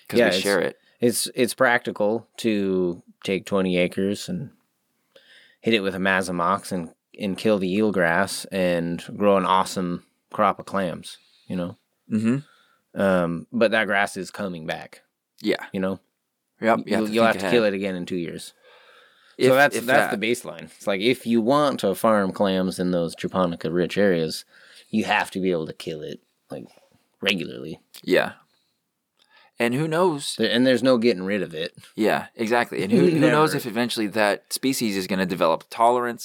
Speaker 2: because
Speaker 1: Yeah,
Speaker 2: we
Speaker 1: it's-
Speaker 2: share it
Speaker 1: It's it's practical to take 20 acres and hit it with a mazamox and and kill the eelgrass and grow an awesome crop of clams, you know.
Speaker 2: mm-hmm.
Speaker 1: Um, but that grass is coming back,
Speaker 2: yeah
Speaker 1: you know.
Speaker 2: yep, you
Speaker 1: You'll,
Speaker 2: have to,
Speaker 1: you'll have to kill it again in 2 years. so that's that's the baseline. It's like if you want to farm clams in those japonica rich areas, you have to be able to kill it like regularly.
Speaker 2: yeah and who knows
Speaker 1: There- And there's no getting rid of it.
Speaker 2: yeah exactly and who, who knows
Speaker 1: Never.
Speaker 2: if eventually that species is going to develop tolerance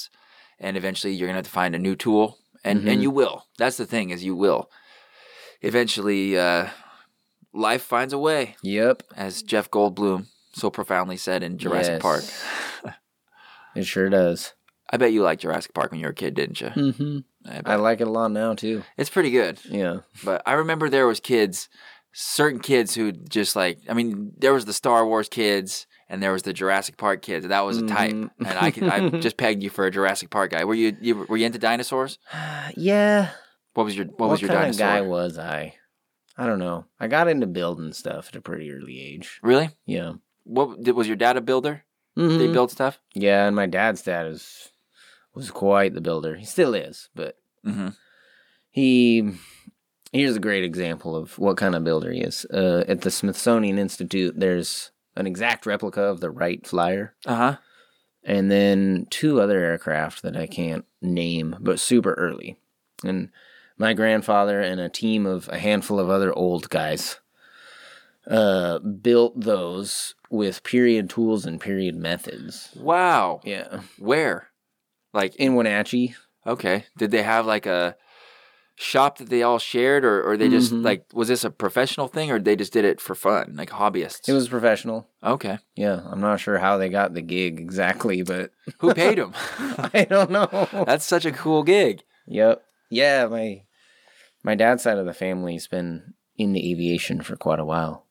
Speaker 2: and eventually you're going to have to find a new tool and and
Speaker 1: Mhm.
Speaker 2: you will that's the thing is you will eventually uh, life finds a way
Speaker 1: Yep.
Speaker 2: as jeff goldblum so profoundly said in jurassic
Speaker 1: Yes.
Speaker 2: park
Speaker 1: It sure does.
Speaker 2: I bet you liked Jurassic Park when you were a kid, didn't you?
Speaker 1: Mm-hmm.
Speaker 2: I bet.
Speaker 1: I like it a lot now too.
Speaker 2: it's pretty good,
Speaker 1: Yeah.
Speaker 2: but I remember there was kids, certain kids who just like, I mean, there was the Star Wars kids and there was the Jurassic Park kids. That was a type,
Speaker 1: Mhm.
Speaker 2: and I could, I just pegged you for a Jurassic Park guy. Were you, you were you into dinosaurs?
Speaker 1: yeah.
Speaker 2: What was your what, was your
Speaker 1: kind
Speaker 2: dinosaur?
Speaker 1: of guy was I? I don't know. I got into building stuff at a pretty early age.
Speaker 2: really?
Speaker 1: Yeah.
Speaker 2: What did, was your dad a builder? Did
Speaker 1: Mhm.
Speaker 2: he build stuff?
Speaker 1: yeah, and my dad's dad is was quite the builder. He still is, but
Speaker 2: Mm-hmm.
Speaker 1: he here's a great example of what kind of builder he is. Uh, at the Smithsonian Institute, there's an exact replica of the Wright Flyer.
Speaker 2: Uh huh.
Speaker 1: and then two other aircraft that I can't name, but super early. And my grandfather and a team of a handful of other old guys uh, built those with period tools and period methods.
Speaker 2: Wow.
Speaker 1: Yeah.
Speaker 2: Where? Like
Speaker 1: In Wenatchee,
Speaker 2: Okay. Did they have like a shop that they all shared, or, or they just
Speaker 1: Mhm.
Speaker 2: like was this a professional thing, or they just did it for fun, like hobbyists?
Speaker 1: it was professional.
Speaker 2: okay.
Speaker 1: Yeah, I'm not sure how they got the gig exactly, but
Speaker 2: Who paid them?
Speaker 1: I don't know.
Speaker 2: That's such a cool gig.
Speaker 1: Yep. Yeah, my my dad's side of the family's been in the aviation for quite a while.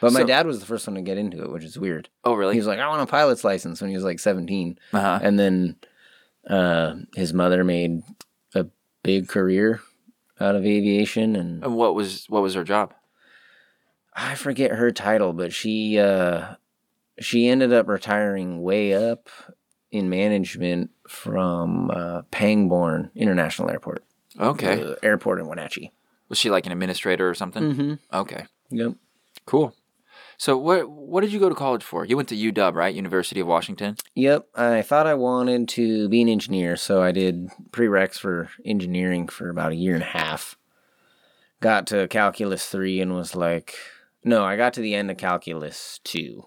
Speaker 1: But my
Speaker 2: So-
Speaker 1: dad was the first one to get into it, which is weird.
Speaker 2: Oh,
Speaker 1: he
Speaker 2: really?
Speaker 1: was like, I want a pilot's license when he was like 17.
Speaker 2: Uh huh.
Speaker 1: And then uh, his mother made a big career out of aviation. And
Speaker 2: And what was what was her job?
Speaker 1: I forget her title, but she uh, she ended up retiring way up in management from uh, Pangbourne International Airport,
Speaker 2: Okay.
Speaker 1: the airport in Wenatchee.
Speaker 2: Uh, Was she like an administrator or something?
Speaker 1: Mm-hmm.
Speaker 2: Okay.
Speaker 1: Yep.
Speaker 2: Cool. So what what did you go to college for? You went to UW, right? University of Washington.
Speaker 1: Yep, I thought I wanted to be an engineer, so I did prereqs for engineering for about a year and a half. Got to calculus 3 and was like, no, I got to the end of calculus 2.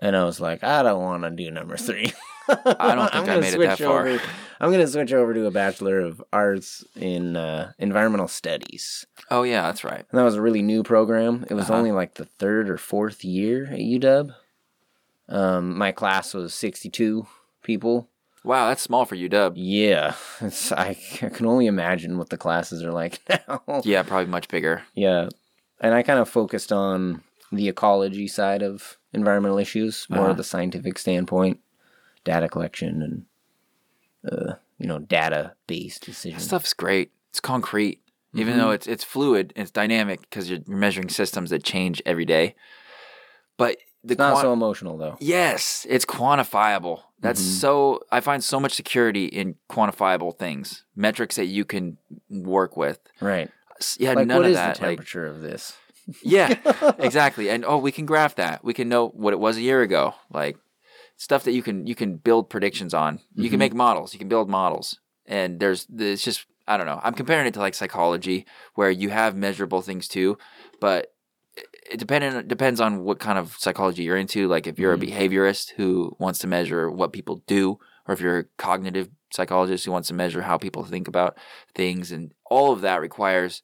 Speaker 1: And I was like, I don't want to do number 3.
Speaker 2: I don't think
Speaker 1: I'm
Speaker 2: I
Speaker 1: gonna
Speaker 2: made it that
Speaker 1: switch
Speaker 2: far.
Speaker 1: over- I'm going to switch over to a bachelor of arts in uh, environmental studies.
Speaker 2: Oh yeah, that's right.
Speaker 1: And that was a really new program. It was
Speaker 2: Uh-huh.
Speaker 1: only like the third or fourth year at UW. Um, my class was 62 people.
Speaker 2: Wow, that's small for UW.
Speaker 1: Yeah, it's, I, c- I can only imagine what the classes are like now.
Speaker 2: Yeah, probably much bigger.
Speaker 1: Yeah. And I kind of focused on the ecology side of environmental issues, more
Speaker 2: Uh-huh.
Speaker 1: of the scientific standpoint, data collection, and, uh, you know, data based
Speaker 2: That
Speaker 1: decisions.
Speaker 2: stuff's great. It's concrete, even though it's it's fluid, it's dynamic because you're, you're measuring systems that change every day. But the
Speaker 1: It's not
Speaker 2: quan-
Speaker 1: so emotional, though.
Speaker 2: yes, it's quantifiable. That's
Speaker 1: Mhm.
Speaker 2: so I find so much security in quantifiable things, metrics that you can work with.
Speaker 1: Right.
Speaker 2: S- Yeah,
Speaker 1: Like,
Speaker 2: none
Speaker 1: what
Speaker 2: of
Speaker 1: is
Speaker 2: that.
Speaker 1: the
Speaker 2: like,
Speaker 1: temperature of this?
Speaker 2: yeah, exactly. And oh, we can graph that. We can know what it was a year ago. Like stuff that you can you can build predictions on. You can
Speaker 1: Mhm.
Speaker 2: make models. You can build models. And there's it's just I don't know. I'm comparing it to like psychology where you have measurable things too, but it- it depending depends on what kind of psychology you're into. Like if you're
Speaker 1: Mhm.
Speaker 2: a behaviorist who wants to measure what people do, or if you're a cognitive psychologist who wants to measure how people think about things. And all of that requires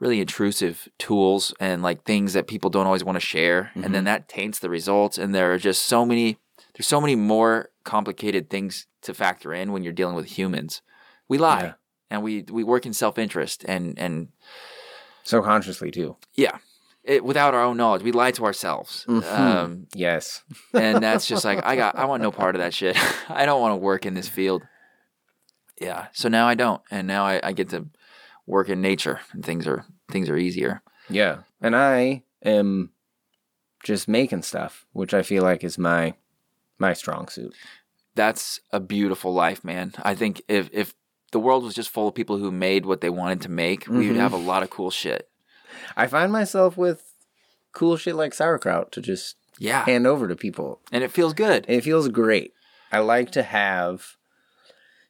Speaker 2: really intrusive tools and like things that people don't always want to share. And then that taints the results. And there are just so many, there's so many more complicated things to factor in when you're dealing with humans. We lie
Speaker 1: Yeah.
Speaker 2: and we, we work in self interest and, and
Speaker 1: Subconsciously too.
Speaker 2: yeah, it, without our own knowledge, we lie to ourselves. Um,
Speaker 1: Yes.
Speaker 2: and that's just like I got I want no part of that shit. I don't want to work in this field. Yeah. So now I don't, and now I, I get to work in nature, and things are things are easier.
Speaker 1: Yeah. And I am just making stuff, which I feel like is my my strong suit.
Speaker 2: That's a beautiful life, man. I think if if the world was just full of people who made what they wanted to make, we would have a lot of cool shit.
Speaker 1: I find myself with cool shit like sauerkraut to just
Speaker 2: Yeah. And,
Speaker 1: hand over to people.
Speaker 2: it feels good.
Speaker 1: It feels great. I like to have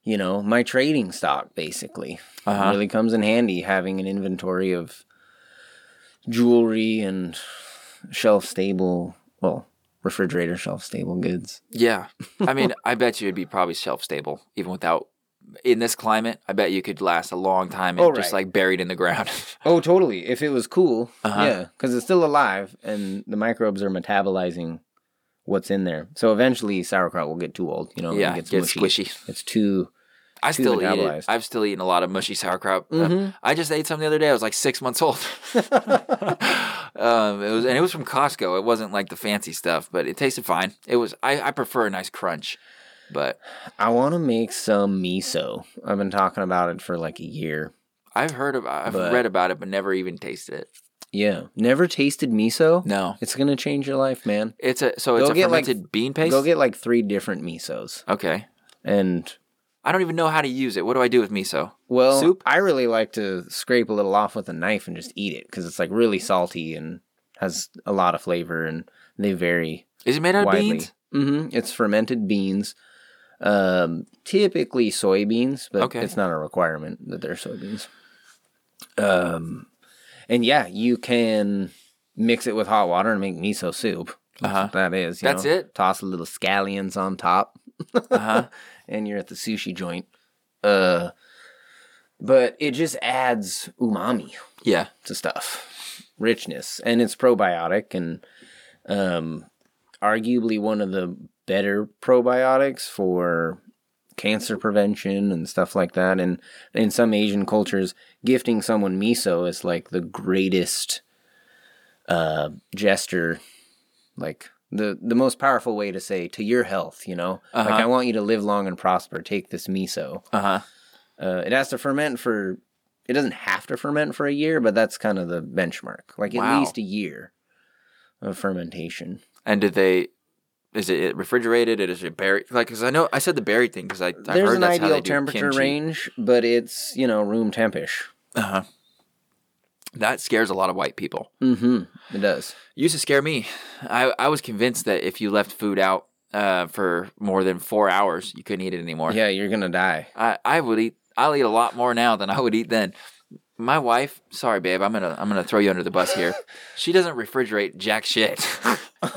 Speaker 1: you know, my trading stock basically. It
Speaker 2: Uh-huh.
Speaker 1: really comes in handy having an inventory of jewelry and shelf stable, well, refrigerator shelf stable goods.
Speaker 2: Yeah. I mean, I bet you it'd be probably self stable even without in this climate. I bet you could last a long time and
Speaker 1: Oh,
Speaker 2: just
Speaker 1: right.
Speaker 2: like buried in the ground.
Speaker 1: Oh, totally. If it was cool,
Speaker 2: Uh-huh.
Speaker 1: yeah, because it's still alive and the microbes are metabolizing what's in there. So eventually, sauerkraut will get too old. You know,
Speaker 2: Yeah,
Speaker 1: it gets,
Speaker 2: gets
Speaker 1: mushy.
Speaker 2: squishy.
Speaker 1: It's too.
Speaker 2: I
Speaker 1: too
Speaker 2: still eat
Speaker 1: metabolized. Mm-hmm.
Speaker 2: it. I've still eaten a lot of mushy sauerkraut. Um, I just ate some the other day. I was like six months old. um, it was and it was from Costco. It wasn't like the fancy stuff, but it tasted fine. It was. I, I prefer a nice crunch, but
Speaker 1: I want to make some miso. I've been talking about it for like a year.
Speaker 2: I've heard of. I've
Speaker 1: But-
Speaker 2: read about it, but never even tasted it.
Speaker 1: Yeah, never tasted miso.
Speaker 2: No,
Speaker 1: it's gonna change your life, man.
Speaker 2: it's a so
Speaker 1: Go
Speaker 2: it's a
Speaker 1: get, like,
Speaker 2: fermented bean paste.
Speaker 1: Go get like three different misos,
Speaker 2: okay.
Speaker 1: and
Speaker 2: I don't even know how to use it. What do I do with miso?
Speaker 1: well,
Speaker 2: Soup?
Speaker 1: I really like to scrape a little off with a knife and just eat it because it's like really salty and has a lot of flavor, and they vary
Speaker 2: Is it made out of beans?
Speaker 1: hmm It's fermented beans, um, typically soybeans, but
Speaker 2: Okay.
Speaker 1: it's not a requirement that they're soybeans. Um, and yeah, you can mix it with hot water and make miso soup. That's
Speaker 2: Uh-huh.
Speaker 1: what that is. you
Speaker 2: That's
Speaker 1: know?
Speaker 2: it?
Speaker 1: Toss a little scallions on top,
Speaker 2: Uh huh.
Speaker 1: and you're at the sushi joint. Uh, but it just adds umami
Speaker 2: yeah.
Speaker 1: to stuff, richness, and it's probiotic and um, arguably one of the better probiotics for cancer prevention and stuff like that. And in some Asian cultures, gifting someone miso is like the greatest uh, gesture, like the the most powerful way to say to your health. You know, like I want you to live long and prosper. Take this miso.
Speaker 2: Uh huh.
Speaker 1: Uh, it has to ferment for. It doesn't have to ferment for a year, but that's kind of the benchmark. Like
Speaker 2: Wow.
Speaker 1: at least a year of fermentation.
Speaker 2: And did they? Is it refrigerated? Is it buried? Like, because I know I said the buried thing because I I've
Speaker 1: There's
Speaker 2: heard
Speaker 1: an
Speaker 2: that's how they
Speaker 1: ideal
Speaker 2: do
Speaker 1: temperature
Speaker 2: kimchi.
Speaker 1: range, but it's you know room tempish.
Speaker 2: Uh-huh. That scares a lot of white people.
Speaker 1: Mm-hmm. It does.
Speaker 2: Used to scare me. I, I was convinced that if you left food out uh, for more than four hours, you couldn't eat it anymore.
Speaker 1: Yeah, you're gonna die.
Speaker 2: I, I would eat. I'll eat a lot more now than I would eat then. My wife, sorry, babe, I'm gonna I'm gonna throw you under the bus here. She doesn't refrigerate jack shit.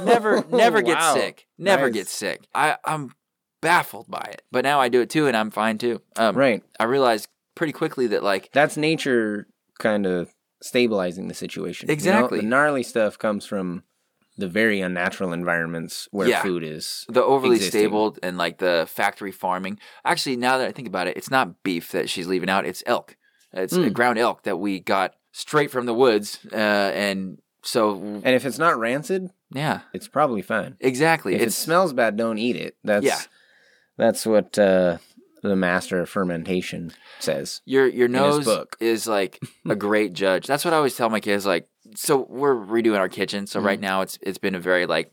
Speaker 2: never never get
Speaker 1: Wow.
Speaker 2: sick. Never
Speaker 1: Nice.
Speaker 2: get sick. I I'm baffled by it, but now I do it too, and I'm fine too. Um,
Speaker 1: Right.
Speaker 2: I realized pretty quickly that like
Speaker 1: That's nature kind of stabilizing the situation. you know?
Speaker 2: Exactly.
Speaker 1: The gnarly stuff comes from the very unnatural environments where
Speaker 2: Yeah.
Speaker 1: food is.
Speaker 2: the overly
Speaker 1: existing.
Speaker 2: stabled and like the factory farming. Actually, now that I think about it, it's not beef that she's leaving out. It's elk. It's uh,
Speaker 1: Mm.
Speaker 2: ground elk that we got straight from the woods. Uh, and so,
Speaker 1: And if it's not rancid,
Speaker 2: yeah,
Speaker 1: it's probably fine.
Speaker 2: exactly.
Speaker 1: If it
Speaker 2: it's
Speaker 1: smells bad, don't eat it. That's
Speaker 2: Yeah.
Speaker 1: That's what uh, the master of fermentation says.
Speaker 2: your your nose
Speaker 1: book.
Speaker 2: is like a great judge. That's what I always tell my kids. Like, so we're redoing our kitchen. So
Speaker 1: Mm-hmm.
Speaker 2: right now it's it's been a very like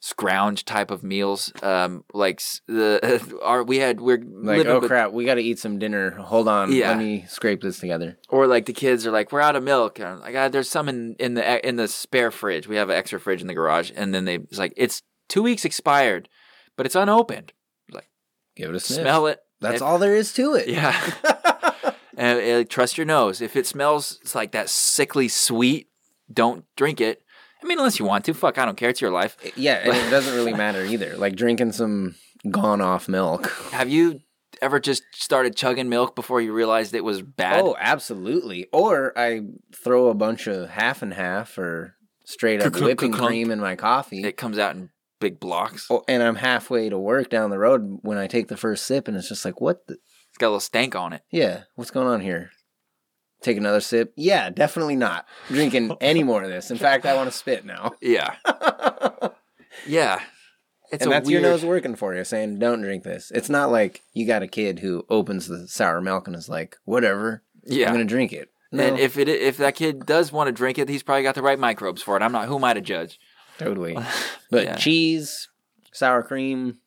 Speaker 2: scrounge type of meals. Um, like s- the our we had we're
Speaker 1: Like,
Speaker 2: living
Speaker 1: oh
Speaker 2: with-
Speaker 1: crap, we got to eat some dinner. Hold on,
Speaker 2: Yeah.
Speaker 1: let me scrape this together.
Speaker 2: or like the kids are like, "We're out of milk." And I'm like, ah, "There's some in, in the in the spare fridge. We have an extra fridge in the garage." And then they it's like, "It's two weeks expired, but it's unopened.
Speaker 1: Give it a sniff.
Speaker 2: Smell it.
Speaker 1: That's
Speaker 2: If-
Speaker 1: all there is to it.
Speaker 2: Yeah, and, and trust your nose. If it smells it's like that sickly sweet, don't drink it. I mean, unless you want to. Fuck, I don't care. It's your life.
Speaker 1: Yeah, and it doesn't really matter either. Like drinking some gone off milk.
Speaker 2: Have you ever just started chugging milk before you realized it was bad?
Speaker 1: Oh, absolutely. Or I throw a bunch of half and half or straight up
Speaker 2: Clunk,
Speaker 1: whipping
Speaker 2: clunk.
Speaker 1: cream in my coffee.
Speaker 2: It comes out in big blocks.
Speaker 1: Oh, and I'm halfway to work down the road when I take the first sip, and it's just like, what? The?
Speaker 2: It's got a little stank on it.
Speaker 1: Yeah, what's going on here? Take another sip. Yeah, definitely not drinking any more of this. In fact, I want to spit now.
Speaker 2: Yeah. yeah. It's
Speaker 1: and
Speaker 2: a
Speaker 1: that's
Speaker 2: weird,
Speaker 1: your nose working for you, saying, don't drink this. It's not like you got a kid who opens the sour milk and is like, whatever,
Speaker 2: Yeah.
Speaker 1: I'm going to drink it.
Speaker 2: And
Speaker 1: No,
Speaker 2: if it if that kid does want to drink it, he's probably got the right microbes for it. I'm not who am I to judge.
Speaker 1: totally. But
Speaker 2: Yeah.
Speaker 1: cheese, sour cream,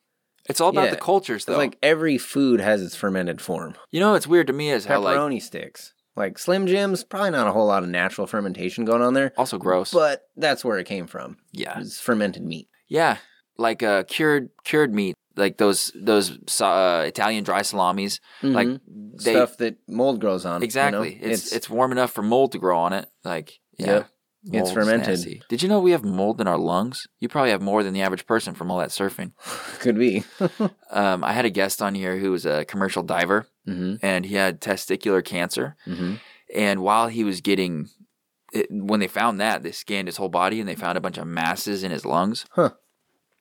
Speaker 2: It's all about
Speaker 1: Yeah.
Speaker 2: the cultures though.
Speaker 1: It's like every food has its fermented form.
Speaker 2: you know what's weird to me is how like
Speaker 1: Pepperoni sticks, like Slim Jims, probably not a whole lot of natural fermentation going on there,
Speaker 2: also gross.
Speaker 1: but that's where it came from.
Speaker 2: yeah.
Speaker 1: It's fermented meat.
Speaker 2: Yeah. Like uh cured cured meat, like those those sa- uh, Italian dry salamis. Like they
Speaker 1: Mm-hmm. Stuff that mold grows on. you know?
Speaker 2: Exactly. It's, it's warm enough for mold to grow on it. Like yeah.
Speaker 1: Yep. It's
Speaker 2: Mold's
Speaker 1: fermented.
Speaker 2: nasty. Did you know we have mold in our lungs? You probably have more than the average person from all that surfing.
Speaker 1: could be.
Speaker 2: Um, I had a guest on here who was a commercial diver,
Speaker 1: Mhm.
Speaker 2: and he had testicular cancer.
Speaker 1: Mhm.
Speaker 2: And while he was getting, it, when they found that, they scanned his whole body and they found a bunch of masses in his lungs,
Speaker 1: Huh.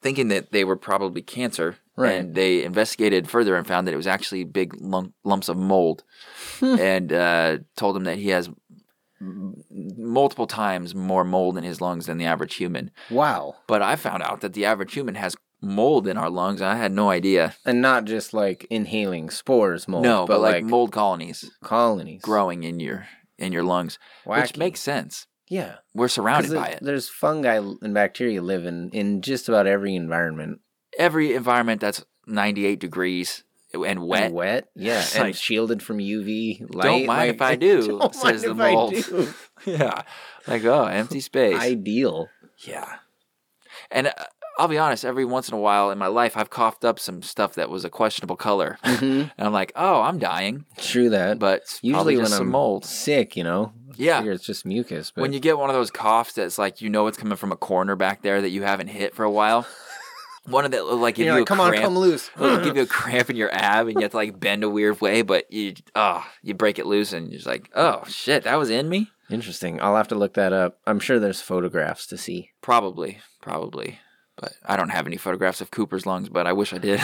Speaker 2: thinking that they were probably cancer.
Speaker 1: Right.
Speaker 2: And they investigated further and found that it was actually big lump, lumps of mold,
Speaker 1: Hmm.
Speaker 2: and uh, told him that he has m- multiple times more mold in his lungs than the average human.
Speaker 1: Wow.
Speaker 2: But I found out that the average human has mold in our lungs. And I had no idea.
Speaker 1: And not just like inhaling spores mold,
Speaker 2: no,
Speaker 1: but, like,
Speaker 2: mold colonies
Speaker 1: colonies
Speaker 2: growing in your in your lungs, which
Speaker 1: Wacky.
Speaker 2: makes sense.
Speaker 1: Yeah.
Speaker 2: We're
Speaker 1: 'Cause
Speaker 2: surrounded by
Speaker 1: there-
Speaker 2: it.
Speaker 1: There's fungi and bacteria living in just about every environment.
Speaker 2: Every environment that's 98 degrees and wet.
Speaker 1: And wet, yeah,
Speaker 2: It's
Speaker 1: and
Speaker 2: like,
Speaker 1: shielded from UV light.
Speaker 2: Don't mind
Speaker 1: like-
Speaker 2: if I do,
Speaker 1: Don't
Speaker 2: says the
Speaker 1: mind if I
Speaker 2: mold.
Speaker 1: do.
Speaker 2: yeah. Like, oh, empty space.
Speaker 1: Ideal.
Speaker 2: yeah. And uh, I'll be honest, every once in a while in my life, I've coughed up some stuff that was a questionable color. and I'm like, oh, I'm dying.
Speaker 1: True that.
Speaker 2: But it's probably
Speaker 1: Mm-hmm. usually when
Speaker 2: just some
Speaker 1: I'm
Speaker 2: mold.
Speaker 1: sick, you know,
Speaker 2: Yeah.
Speaker 1: I figure it's just mucus. But
Speaker 2: When you get one of those coughs that's like, you know, it's coming from a corner back there that you haven't hit for a while. One of that, like, give
Speaker 1: You're
Speaker 2: you
Speaker 1: like,
Speaker 2: a
Speaker 1: "Come on,
Speaker 2: cramp-
Speaker 1: come loose."
Speaker 2: It'll give you a cramp in your ab, and you have to like bend a weird way, but you, ah, you break it loose, and you're just like, oh shit, that was in me.
Speaker 1: interesting, I'll have to look that up. I'm sure there's photographs to see.
Speaker 2: Probably, probably, but I don't have any photographs of Cooper's lungs, but I wish I did.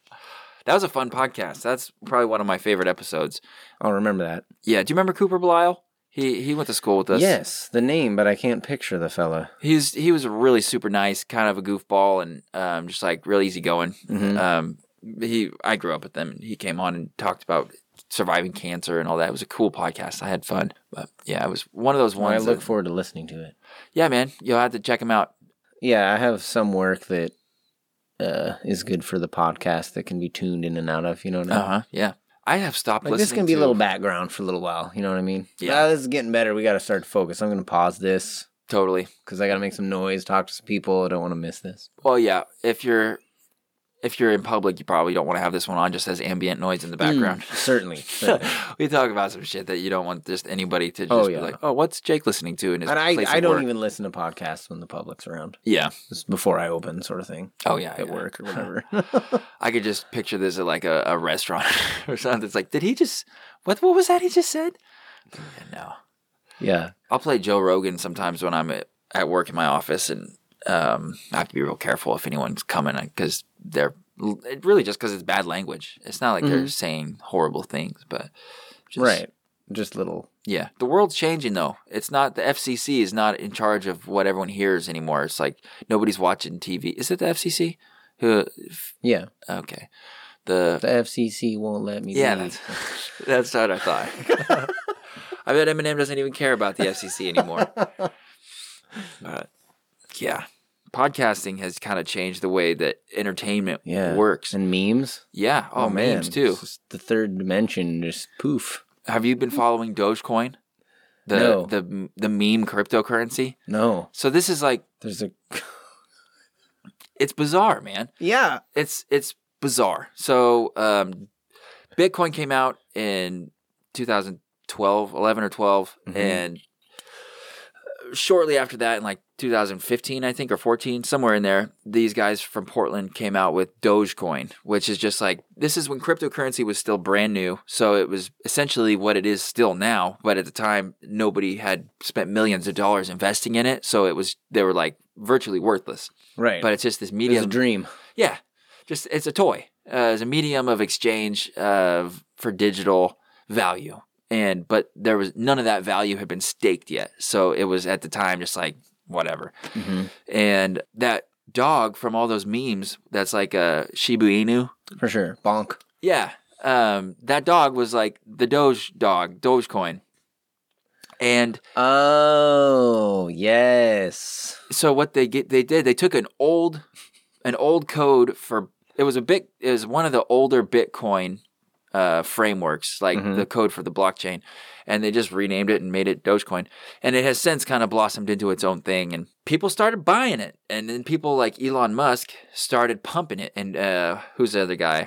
Speaker 2: that was a fun podcast. That's probably one of my favorite episodes.
Speaker 1: I'll remember that.
Speaker 2: Yeah, do you remember Cooper Belial? He he went to school with us.
Speaker 1: yes, the name, but I can't picture the fella.
Speaker 2: he's he was really super nice, kind of a goofball, and um, just like real easygoing.
Speaker 1: Mm. Uh,
Speaker 2: Um, he I grew up with him. and He came on and talked about surviving cancer and all that. It was a cool podcast. I had fun, but yeah, it was one of those
Speaker 1: I
Speaker 2: ones.
Speaker 1: look
Speaker 2: that-
Speaker 1: forward to listening to it.
Speaker 2: yeah, man, you'll have to check him out.
Speaker 1: Yeah, I have some work that uh, is good for the podcast that can be tuned in and out of. You know what I mean?
Speaker 2: Uh huh. Yeah, I have stopped
Speaker 1: Uh-huh. Like
Speaker 2: listening.
Speaker 1: this can be a
Speaker 2: to-
Speaker 1: little background for a little while. You know what I mean?
Speaker 2: Yeah.
Speaker 1: Ah, this is getting better. We got to start to focus. I'm going to pause this
Speaker 2: Totally.
Speaker 1: because I got to make some noise, talk to some people. I don't want to miss this.
Speaker 2: Well, yeah. If you're if you're in public, you probably don't want to have this one on just as ambient noise in the
Speaker 1: Hmm.
Speaker 2: background.
Speaker 1: Mm, Certainly. certainly.
Speaker 2: we talk about some shit that you don't want just anybody to just
Speaker 1: Oh,
Speaker 2: be
Speaker 1: yeah.
Speaker 2: like, oh, what's Jake listening to in his
Speaker 1: and I,
Speaker 2: place of
Speaker 1: I don't
Speaker 2: work?"
Speaker 1: even listen to podcasts when the public's around.
Speaker 2: Yeah.
Speaker 1: It's before I open, sort of thing,
Speaker 2: Oh yeah.
Speaker 1: at
Speaker 2: yeah.
Speaker 1: work or whatever.
Speaker 2: I could just picture this at like a, a restaurant or something. It's like, did he just what what was that he just said? Yeah, no.
Speaker 1: yeah.
Speaker 2: I'll play Joe Rogan sometimes when I'm at, at work in my office and um, I have to be real careful if anyone's coming because they're it really just because it's bad language. It's not like they're saying horrible things, but just,
Speaker 1: right. Just little.
Speaker 2: yeah. The world's changing though. It's not the FCC is not in charge of what everyone hears anymore. It's like nobody's watching TV. Is it the FCC? Who?
Speaker 1: Yeah.
Speaker 2: Okay. The
Speaker 1: The FCC won't let me.
Speaker 2: Yeah,
Speaker 1: leave.
Speaker 2: that's, that's what I thought. I bet Eminem doesn't even care about the FCC anymore. But yeah, podcasting has kind of changed the way that entertainment
Speaker 1: yeah.
Speaker 2: works.
Speaker 1: And memes.
Speaker 2: yeah, oh, memes
Speaker 1: man.
Speaker 2: too.
Speaker 1: It's just the third dimension, just poof.
Speaker 2: Have you been following Dogecoin? The,
Speaker 1: No.
Speaker 2: the the meme cryptocurrency.
Speaker 1: No.
Speaker 2: So this is like
Speaker 1: There's a.
Speaker 2: it's bizarre, man.
Speaker 1: Yeah.
Speaker 2: it's it's bizarre. So um, Bitcoin came out in 2012, 11 or 12, and uh, shortly after that, in like 2015, I think, or 14, somewhere in there, these guys from Portland came out with Dogecoin, which is just like this is when cryptocurrency was still brand new. So it was essentially what it is still now. But at the time, nobody had spent millions of dollars investing in it. So it was, they were like virtually worthless.
Speaker 1: Right.
Speaker 2: But it's just this
Speaker 1: it was
Speaker 2: medium.
Speaker 1: a dream.
Speaker 2: Yeah, just it's a toy. Uh, it's a medium of exchange uh, for digital value, and but there was none of that value had been staked yet, so it was at the time just like whatever.
Speaker 1: Mm-hmm.
Speaker 2: And that dog from all those memes, that's like a Shibu Inu.
Speaker 1: For sure. Bonk.
Speaker 2: Yeah, um, that dog was like the Doge dog, Dogecoin, and
Speaker 1: Oh, yes.
Speaker 2: so what they get they did they took an old an old code for it was a bit it was one of the older bitcoin uh, frameworks like the code for the blockchain and they just renamed it and made it dogecoin and it has since kind of blossomed into its own thing and people started buying it and then people like elon musk started pumping it and uh, who's the other guy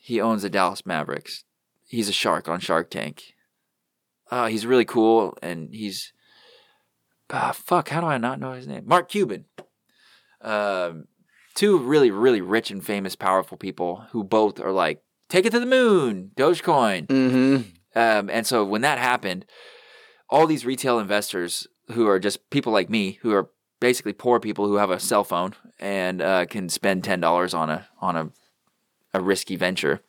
Speaker 2: he owns the dallas mavericks he's a shark on shark tank uh, he's really cool and he's ah, fuck, how do I not know his name? Mark Cuban. Um, two really, really rich and famous, powerful people who both are like, take it to the moon, Dogecoin.
Speaker 1: Mm-hmm.
Speaker 2: Um, and so when that happened, all these retail investors who are just people like me, who are basically poor people who have a cell phone and uh, can spend ten dollars on a on a a risky venture,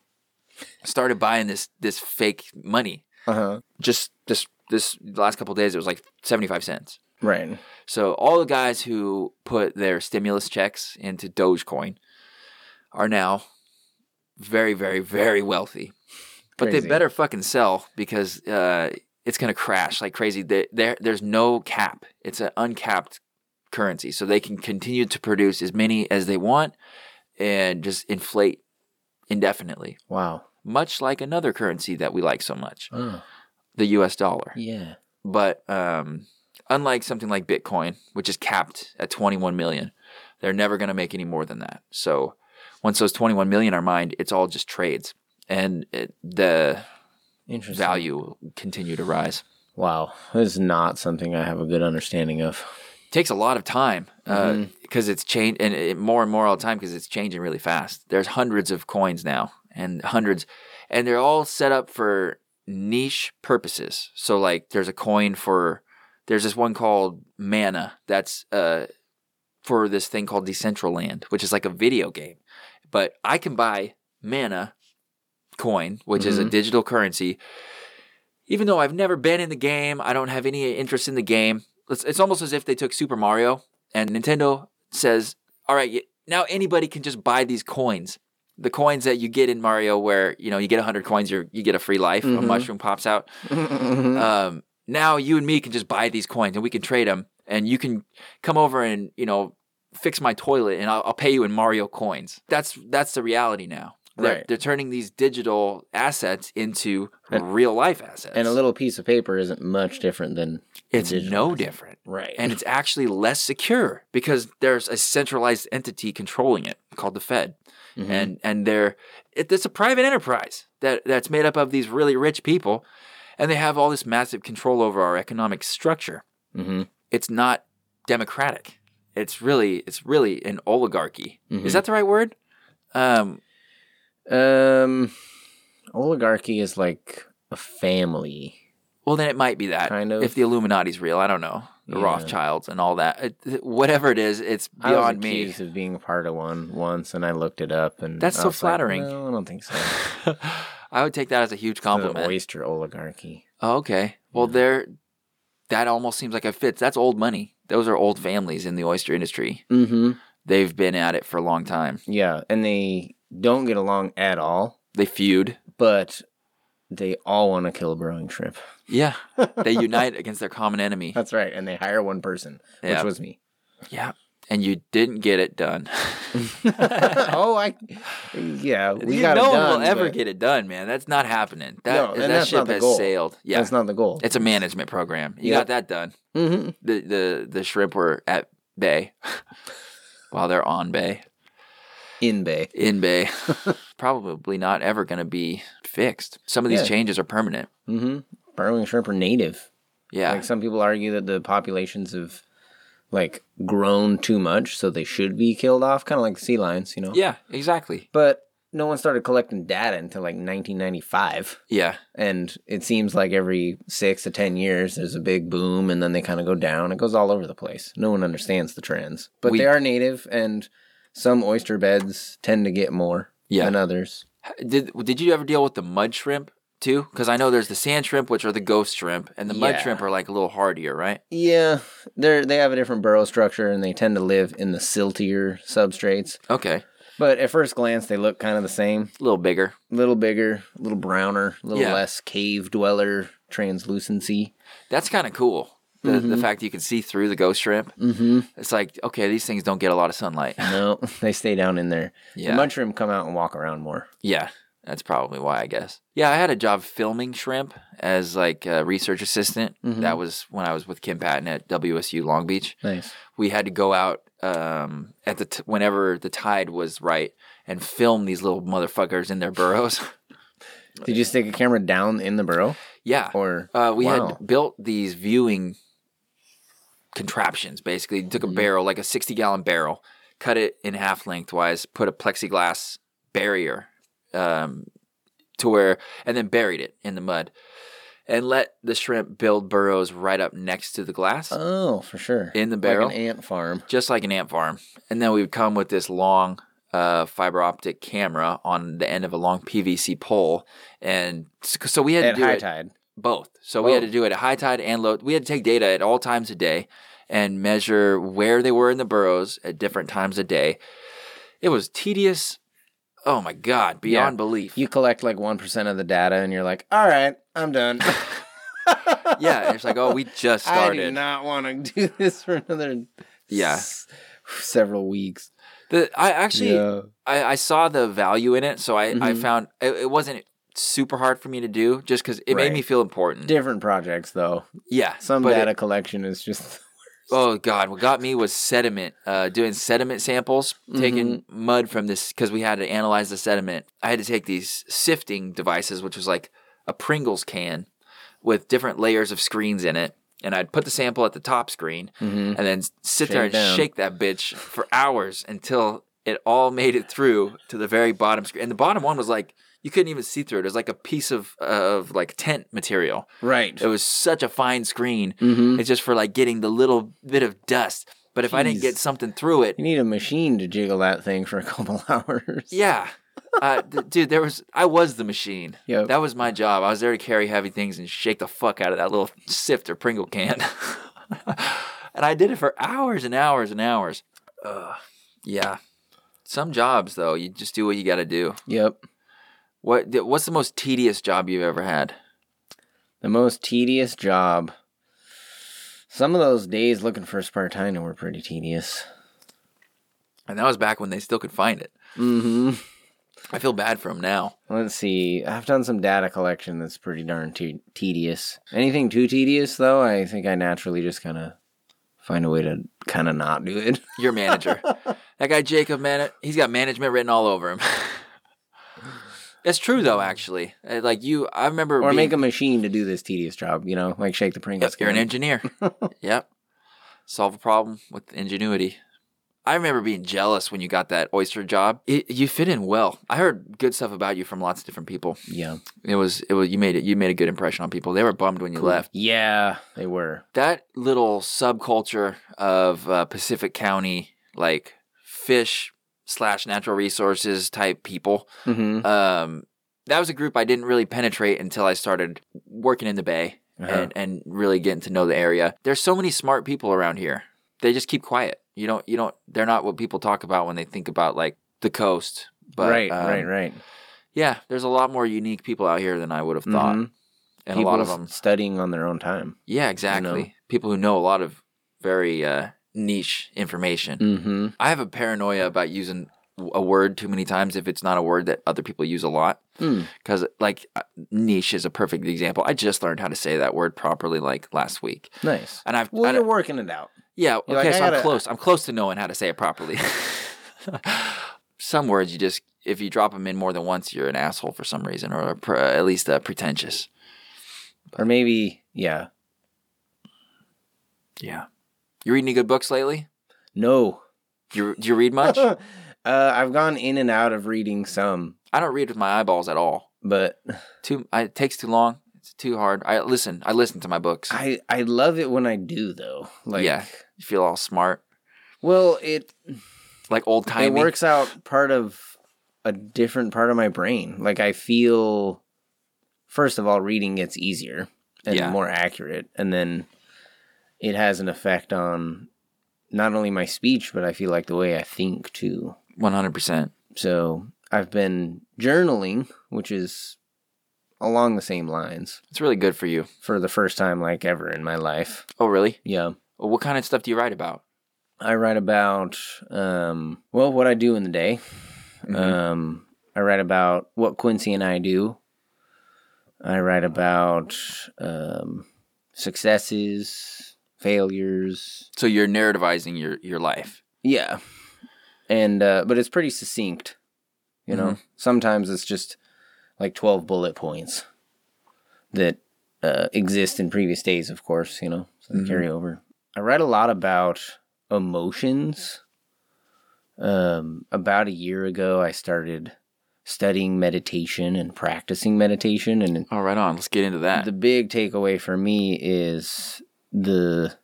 Speaker 2: started buying this this fake money.
Speaker 1: Uh-huh.
Speaker 2: Just this this last couple of days, it was like seventy five cents.
Speaker 1: Right.
Speaker 2: So all the guys who put their stimulus checks into Dogecoin are now very, very, very wealthy. But
Speaker 1: Crazy.
Speaker 2: they better fucking sell because uh, it's gonna crash like crazy. There, there, there's no cap. It's an uncapped currency, so they can continue to produce as many as they want and just inflate indefinitely,
Speaker 1: Wow. Oh,
Speaker 2: much like another currency that we like so much, the U.S. dollar
Speaker 1: Yeah.
Speaker 2: but um, unlike something like Bitcoin, which is capped at 21 million, they're never going to make any more than that. So once those 21 million are mined, it's all just trades, and it, the
Speaker 1: Interesting.
Speaker 2: value will continue to rise.
Speaker 1: Wow. This is not something I have a good understanding of.
Speaker 2: takes a lot of time because it's changed and it, more and more all the time because it's changing really fast. There's hundreds of coins now and hundreds, and they're all set up for niche purposes. So like, there's a coin for there's this one called Mana that's uh for this thing called Decentraland, which is like a video game, but I can buy Mana coin, which is a digital currency. Even though I've never been in the game, I don't have any interest in the game. It's, it's almost as if they took Super Mario and Nintendo says, "All right, y- now anybody can just buy these coins." The coins that you get in Mario, where you know you get 100 coins, you you get a free life.
Speaker 1: Mm-hmm.
Speaker 2: A mushroom pops out. Um, now you and me can just buy these coins, and we can trade them. And you can come over and you know fix my toilet, and I'll, I'll pay you in Mario coins. That's that's the reality now. They're,
Speaker 1: Right.
Speaker 2: they're turning these digital assets into real life assets.
Speaker 1: And a little piece of paper isn't much different than
Speaker 2: it's no
Speaker 1: digital asset.
Speaker 2: different.
Speaker 1: Right.
Speaker 2: And it's actually less secure because there's a centralized entity controlling it called the Fed.
Speaker 1: Mm-hmm.
Speaker 2: And and they're it, it's a private enterprise that that's made up of these really rich people and they have all this massive control over our economic structure.
Speaker 1: Mhm.
Speaker 2: It's not democratic. It's really it's really an oligarchy.
Speaker 1: Mm-hmm.
Speaker 2: Is that the right word? Um,
Speaker 1: um oligarchy is like a family.
Speaker 2: well then it might be that
Speaker 1: Kind of.
Speaker 2: if the Illuminati's real, I don't know. The
Speaker 1: Yeah.
Speaker 2: Rothschilds and all that. It- whatever it is, it's
Speaker 1: I was
Speaker 2: beyond me.
Speaker 1: accused of being a part of one once, and I looked it up, and
Speaker 2: That's
Speaker 1: I
Speaker 2: so
Speaker 1: was like,
Speaker 2: flattering.
Speaker 1: no, I don't think so.
Speaker 2: I would take that as a huge
Speaker 1: The
Speaker 2: compliment.
Speaker 1: oyster oligarchy.
Speaker 2: Oh, okay. Well, there, that almost seems like it fits. That's old money. Those are old families in the oyster industry.
Speaker 1: Mm-hmm.
Speaker 2: They've been at it for a long time.
Speaker 1: Yeah, and they don't get along at all,
Speaker 2: They feud.
Speaker 1: but they all want to kill a growing shrimp.
Speaker 2: Yeah. they unite against their common enemy.
Speaker 1: That's right, and they hire one person,
Speaker 2: Yeah.
Speaker 1: which was me.
Speaker 2: Yeah. And you didn't get it done.
Speaker 1: oh, I, yeah, we
Speaker 2: You-
Speaker 1: got
Speaker 2: no
Speaker 1: it done.
Speaker 2: one will ever
Speaker 1: but
Speaker 2: get it done, man. That's not happening.
Speaker 1: No,
Speaker 2: That,
Speaker 1: and
Speaker 2: that
Speaker 1: that's
Speaker 2: ship
Speaker 1: not the
Speaker 2: has
Speaker 1: goal.
Speaker 2: sailed. Yeah.
Speaker 1: That's not the goal.
Speaker 2: it's a management program. You
Speaker 1: Yep.
Speaker 2: got that done.
Speaker 1: hmm
Speaker 2: the the the shrimp were at bay while they're on bay
Speaker 1: in bay.
Speaker 2: in bay probably not ever going to be fixed some of these
Speaker 1: Yeah.
Speaker 2: changes are permanent
Speaker 1: Mm-hmm. Burrowing shrimp are native
Speaker 2: Yeah.
Speaker 1: Like some people argue that the populations have like grown too much, so they should be killed off, kind of like sea lions, you know.
Speaker 2: yeah, exactly.
Speaker 1: But no one started collecting data until like 1995,
Speaker 2: Yeah.
Speaker 1: and it seems like every six to ten years there's a big boom, and then they kind of go down. It goes all over the place. No one understands the trends, but
Speaker 2: We-
Speaker 1: they are native, and some oyster beds tend to get more
Speaker 2: Yeah.
Speaker 1: than others.
Speaker 2: Did did you ever deal with the mud shrimp too? Because I know there's the sand shrimp, which are the ghost shrimp, and the mud
Speaker 1: Yeah.
Speaker 2: shrimp are like a little hardier, right?
Speaker 1: Yeah, they're they have a different burrow structure, and they tend to live in the siltier substrates.
Speaker 2: Okay,
Speaker 1: But at first glance, they look kind of the same.
Speaker 2: a little bigger.
Speaker 1: A little bigger, a little browner, a little
Speaker 2: Yeah.
Speaker 1: less cave dweller translucency.
Speaker 2: That's kind of cool. The, the fact that you can see through the ghost shrimp.
Speaker 1: Mm-hmm.
Speaker 2: It's like okay, these things don't get a lot of sunlight.
Speaker 1: No, they stay down in there.
Speaker 2: Yeah.
Speaker 1: The mushroom come out and walk around more.
Speaker 2: Yeah, that's probably why, I guess. Yeah, I had a job filming shrimp as like a research assistant. That was when I was with Kim Patton at WSU Long Beach.
Speaker 1: Nice.
Speaker 2: We had to go out um, at the t- whenever the tide was right and film these little motherfuckers in their burrows.
Speaker 1: Did you stick a camera down in the burrow?
Speaker 2: yeah,
Speaker 1: Or
Speaker 2: uh, we
Speaker 1: wow.
Speaker 2: had built these viewing contraptions. Basically, You
Speaker 1: Mm-hmm.
Speaker 2: took a barrel, like a sixty-gallon barrel, cut it in half lengthwise, put a plexiglass barrier um, to where, and then buried it in the mud, and let the shrimp build burrows right up next to the glass,
Speaker 1: Oh, for sure.
Speaker 2: In the
Speaker 1: Like
Speaker 2: barrel?
Speaker 1: an ant farm.
Speaker 2: just like an ant farm. And then we would come with this long. Uh, fiber optic camera on the end of a long PVC pole, and s- so we had
Speaker 1: At
Speaker 2: to do
Speaker 1: high
Speaker 2: it
Speaker 1: tide.
Speaker 2: both. So we had to
Speaker 1: Both.
Speaker 2: do it at high tide and low. We had to take data at all times a day and measure where they were in the burrows at different times a day. It was tedious. Oh my god, beyond
Speaker 1: Yeah.
Speaker 2: belief.
Speaker 1: You collect like 1% of the data and you're like, all right, I'm done.
Speaker 2: yeah, it's like oh, we just
Speaker 1: I do
Speaker 2: started.
Speaker 1: not want to do this for another
Speaker 2: Yeah.
Speaker 1: s- several weeks.
Speaker 2: The, I actually
Speaker 1: Yeah.
Speaker 2: I, I saw the value in it, so I I
Speaker 1: Mhm.
Speaker 2: found it, it wasn't super hard for me to do just because it made
Speaker 1: Right.
Speaker 2: me feel important.
Speaker 1: Different projects though.
Speaker 2: yeah,
Speaker 1: Some
Speaker 2: but it-
Speaker 1: data collection is just
Speaker 2: Oh God! What got me was sediment. Uh, doing sediment samples, taking
Speaker 1: Mm-hmm.
Speaker 2: mud from this because we had to analyze the sediment. I had to take these sifting devices, which was like a Pringles can with different layers of screens in it, and I'd put the sample at the top screen, and then s- sit there and
Speaker 1: Shake down.
Speaker 2: shake that bitch for hours until it all made it through to the very bottom screen. And the bottom one was like you couldn't even see through it. It was like a piece of of like tent material.
Speaker 1: right.
Speaker 2: It mm-hmm. was such a fine screen.
Speaker 1: Mhm.
Speaker 2: It's just for like getting the little bit of dust. But if I didn't
Speaker 1: Jeez.
Speaker 2: get something through it,
Speaker 1: You need a machine to jiggle that thing for a couple hours.
Speaker 2: yeah. Uh, th- dude, there was I was the machine.
Speaker 1: Yep.
Speaker 2: That was my job. I was there to carry heavy things and shake the fuck out of that little sift or Pringle can. and I did it for hours and hours and hours. Ugh. yeah. Some jobs though, you just do what you got to do.
Speaker 1: Yep.
Speaker 2: What th- what's the most tedious job you've ever had?
Speaker 1: The most tedious job. Some of those days looking for Spartina were pretty tedious.
Speaker 2: And that was back when they still could find it.
Speaker 1: Mm-hmm.
Speaker 2: I feel bad for them now.
Speaker 1: Let's see. I've done some data collection that's pretty darn te- tedious. Anything too tedious, though, I think I naturally just kind of find a way to kind of not do it.
Speaker 2: Your manager. that guy Jacob man, he's got management written all over him. That's true though, actually. Uh, Like you, I remember.
Speaker 1: or
Speaker 2: being-
Speaker 1: make a machine to do this tedious job, you know? Like shake the Pringles.
Speaker 2: Yep, you're an
Speaker 1: can.
Speaker 2: engineer. yep. Solve a problem with ingenuity. I remember being jealous when you got that oyster job. It, you fit in well. I heard good stuff about you from lots of different people.
Speaker 1: Yeah.
Speaker 2: It was it was you made it you made a good impression on people. They were bummed when you left.
Speaker 1: Yeah, they were.
Speaker 2: that little subculture of uh, Pacific County, like fish slash natural resources type people,
Speaker 1: Mm-hmm.
Speaker 2: um, that was a group I didn't really penetrate until I started working in the Bay
Speaker 1: Uh-huh.
Speaker 2: and, and really getting to know the area. There's so many smart people around here. They just keep quiet. You don't, you don't, they're not what people talk about when they think about like the coast. But,
Speaker 1: right,
Speaker 2: um,
Speaker 1: right, right.
Speaker 2: Yeah, there's a lot more unique people out here than I would have thought.
Speaker 1: Mhm.
Speaker 2: And a lot of
Speaker 1: People's
Speaker 2: them
Speaker 1: studying on their own time.
Speaker 2: Yeah, exactly. People who know a lot of very uh, niche information.
Speaker 1: Mm-hmm.
Speaker 2: I have a paranoia about using w- a word too many times if it's not a word that other people use a lot.
Speaker 1: Hmm.
Speaker 2: Because, like, uh, niche is a perfect example. I just learned how to say that word properly, like, last week.
Speaker 1: Nice.
Speaker 2: And I've,
Speaker 1: Well,
Speaker 2: I
Speaker 1: you're
Speaker 2: don't-
Speaker 1: working it out.
Speaker 2: yeah,
Speaker 1: you're
Speaker 2: okay,
Speaker 1: like,
Speaker 2: so
Speaker 1: I
Speaker 2: I'm
Speaker 1: gotta-
Speaker 2: close. I'm close to knowing how to say it properly. some words you just, if you drop them in more than once, you're an asshole for some reason, or a pre- at least uh, pretentious.
Speaker 1: Or maybe, yeah.
Speaker 2: Yeah. You read any good books lately?
Speaker 1: No.
Speaker 2: You do you read much?
Speaker 1: uh, I've gone in and out of reading some,
Speaker 2: I don't read with my eyeballs at all.
Speaker 1: but
Speaker 2: Too I, it takes too long. It's too hard. I listen. I listen to my books.
Speaker 1: I I love it when I do though. Like
Speaker 2: yeah. You feel all smart,
Speaker 1: well, it
Speaker 2: like old timey.
Speaker 1: it works out part of a different part of my brain. Like I feel first of all reading gets easier and
Speaker 2: Yeah.
Speaker 1: more accurate and then it has an effect on not only my speech but I feel like the way I think too.
Speaker 2: One hundred percent.
Speaker 1: So, I've been journaling, which is along the same lines
Speaker 2: It's really good for you.
Speaker 1: for the first time like ever in my life.
Speaker 2: Oh, really?
Speaker 1: Yeah.
Speaker 2: Well, What kind of stuff do you write about?
Speaker 1: I write about um, well what I do in the day. Um, I write about what Quincy and I do. I write about um, successes, failures.
Speaker 2: So you're narrativizing your your life.
Speaker 1: Yeah, and uh, but it's pretty succinct. You know, sometimes it's just like twelve bullet points that uh, exist in previous days. Of course, you know, so they carry over. I write a lot about emotions. Um, about a year ago, I started studying meditation and practicing meditation, and
Speaker 2: Oh, right on. Let's get into that.
Speaker 1: the big takeaway for me is the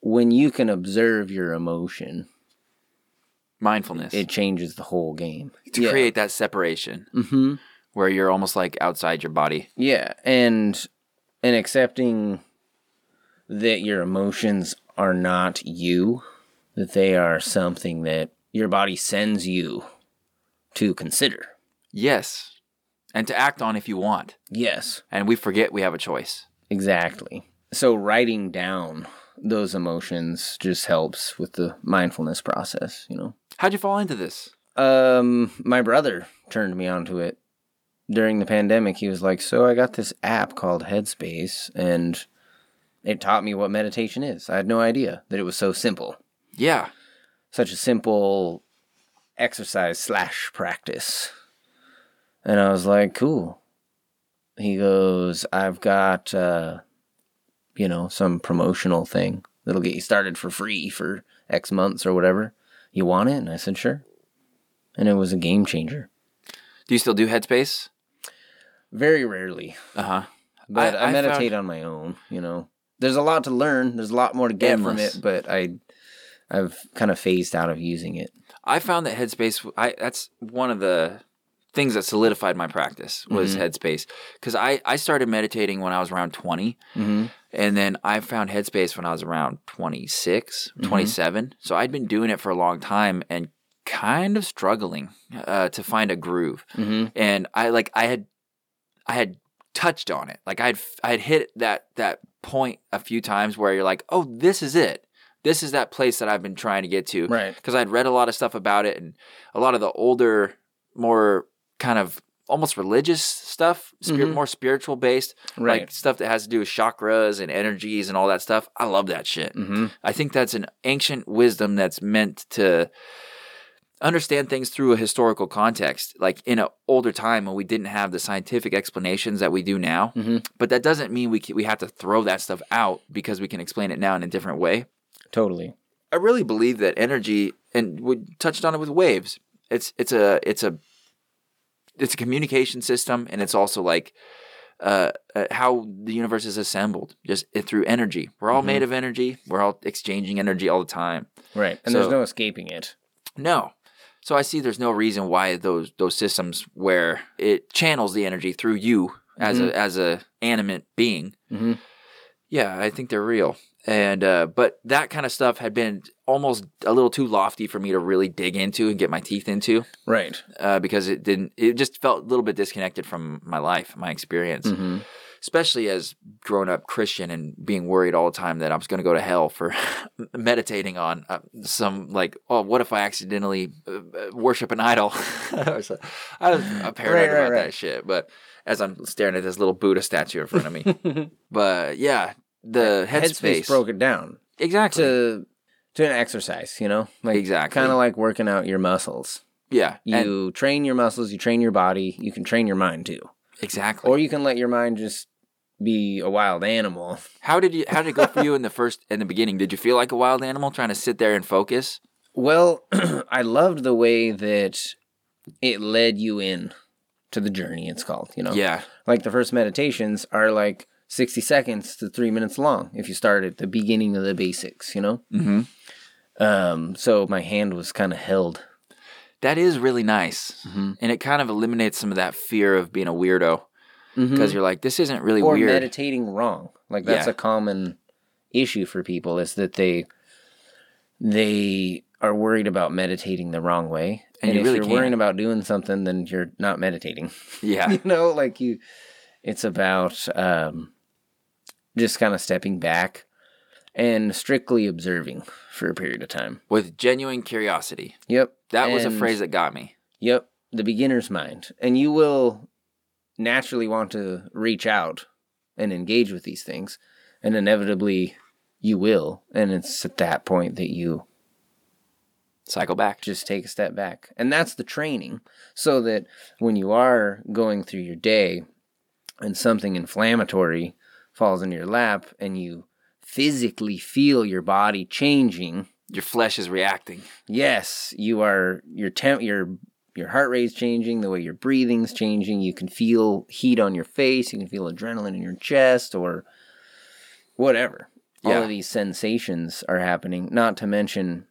Speaker 1: when you can observe your emotion,
Speaker 2: Mindfulness
Speaker 1: it changes the whole game.
Speaker 2: to create that separation
Speaker 1: hmm
Speaker 2: where you're almost like outside your body.
Speaker 1: Yeah, and and accepting that your emotions are not you, that they are something that your body sends you to consider.
Speaker 2: Yes, and to act on if you want.
Speaker 1: Yes.
Speaker 2: And we forget we have a choice.
Speaker 1: Exactly. So writing down those emotions just helps with the mindfulness process, you know.
Speaker 2: How'd you fall into this?
Speaker 1: Um my brother turned me onto it during the pandemic. He was like, "So I got this app called Headspace and it taught me what meditation is. I had no idea that it was so simple.
Speaker 2: Yeah,
Speaker 1: Such a simple exercise slash practice." And I was like, "Cool." He goes, "I've got uh you know, some promotional thing that'll get you started for free for X months or whatever. You want it?" And I said, "Sure." And it was a game changer.
Speaker 2: Do you still do Headspace?
Speaker 1: Very rarely,
Speaker 2: Uh huh.
Speaker 1: but I,
Speaker 2: I
Speaker 1: meditate
Speaker 2: found-
Speaker 1: on my own. You know, there's a lot to learn. There's a lot more to get
Speaker 2: Endless.
Speaker 1: from it, but I, I've kind of phased out of using it.
Speaker 2: I found that Headspace. I that's one of the things that solidified my practice was Headspace because I I started meditating when I was around 20 and then I found Headspace when I was around 26, 27. So I'd been doing it for a long time and kind of struggling uh, to find a groove. And I like I had I had touched on it. Like I'd I'd hit that that point a few times where you're like, "Oh, this is it. This is that place that I've been trying to get to."
Speaker 1: Right.
Speaker 2: Cuz I'd read a lot of stuff about it and a lot of the older more kind of almost religious stuff, spirit, more spiritual based, like
Speaker 1: Mm-hmm. Right.
Speaker 2: stuff that has to do with chakras and energies and all that stuff. I love that shit.
Speaker 1: Mm-hmm.
Speaker 2: I think that's an ancient wisdom that's meant to understand things through a historical context, like in an older time when we didn't have the scientific explanations that we do now. But that doesn't mean we ca- we have to throw that stuff out because we can explain it now in a different way.
Speaker 1: Totally.
Speaker 2: I really believe that energy, and we touched on it with waves. It's it's a it's a it's a communication system, and it's also like uh, uh, how the universe is assembled, just it, through energy. We're all made of energy. We're all exchanging energy all the time.
Speaker 1: Right. And
Speaker 2: So-
Speaker 1: there's no escaping it.
Speaker 2: No. So I see there's no reason why those those systems where it channels the energy through you as a as a animate being.
Speaker 1: Mhm.
Speaker 2: Yeah, I think they're real. And uh, but that kind of stuff had been almost a little too lofty for me to really dig into and get my teeth into
Speaker 1: Right.
Speaker 2: uh, because it didn't. It just felt a little bit disconnected from my life, my experience,
Speaker 1: Mm-hmm.
Speaker 2: especially as grown up Christian and being worried all the time that I was going to go to hell for meditating on uh, some like, oh, what if I accidentally uh, uh, worship an idol? I was I was paranoid
Speaker 1: right,
Speaker 2: about that
Speaker 1: right.
Speaker 2: shit, but as I'm staring at this little Buddha statue in front of me, but yeah, the headspace,
Speaker 1: Headspace broke it down
Speaker 2: exactly.
Speaker 1: to to an exercise. You know, like
Speaker 2: Exactly.
Speaker 1: kind of like working out your muscles.
Speaker 2: yeah, and,
Speaker 1: You train your muscles. You train your body. You can train your mind too.
Speaker 2: exactly.
Speaker 1: or you can let your mind just be a wild animal.
Speaker 2: How did you? How did it go for you in the first in the beginning? Did you feel like a wild animal trying to sit there and focus?
Speaker 1: Well, I loved the way that it led you in to the journey. It's called, you know.
Speaker 2: Yeah,
Speaker 1: Like the first meditations are like sixty seconds to three minutes long if you start at the beginning of the basics, you know.
Speaker 2: Mhm.
Speaker 1: Um. So my hand was kind of held.
Speaker 2: that is really nice,
Speaker 1: Mm-hmm.
Speaker 2: and it kind of eliminates some of that fear of being a weirdo
Speaker 1: Mm-hmm.
Speaker 2: because you're like, this isn't really
Speaker 1: Mm. or
Speaker 2: weird.
Speaker 1: meditating wrong. Like that's
Speaker 2: Yeah.
Speaker 1: a common issue for people is that they they are worried about meditating the wrong way.
Speaker 2: And
Speaker 1: And,
Speaker 2: you
Speaker 1: if
Speaker 2: really
Speaker 1: you're
Speaker 2: can't.
Speaker 1: worrying about doing something, then you're not meditating.
Speaker 2: yeah,
Speaker 1: you know, like you it's about um just kind of stepping back and strictly observing for a period of time.
Speaker 2: with genuine curiosity.
Speaker 1: Yep.
Speaker 2: That was a
Speaker 1: And-
Speaker 2: phrase that got me.
Speaker 1: Yep, the beginner's mind. And you will naturally want to reach out and engage with these things. And inevitably, you will. And it's at that point that you
Speaker 2: Cycle back.
Speaker 1: just take a step back. And that's the training. So that when you are going through your day and something inflammatory falls into your lap and you physically feel your body changing,
Speaker 2: Your flesh is reacting.
Speaker 1: yes you are your temp your your heart rate's changing the way your breathing's changing you can feel heat on your face you can feel adrenaline in your chest or whatever all
Speaker 2: Yeah.
Speaker 1: of these sensations are happening not to mention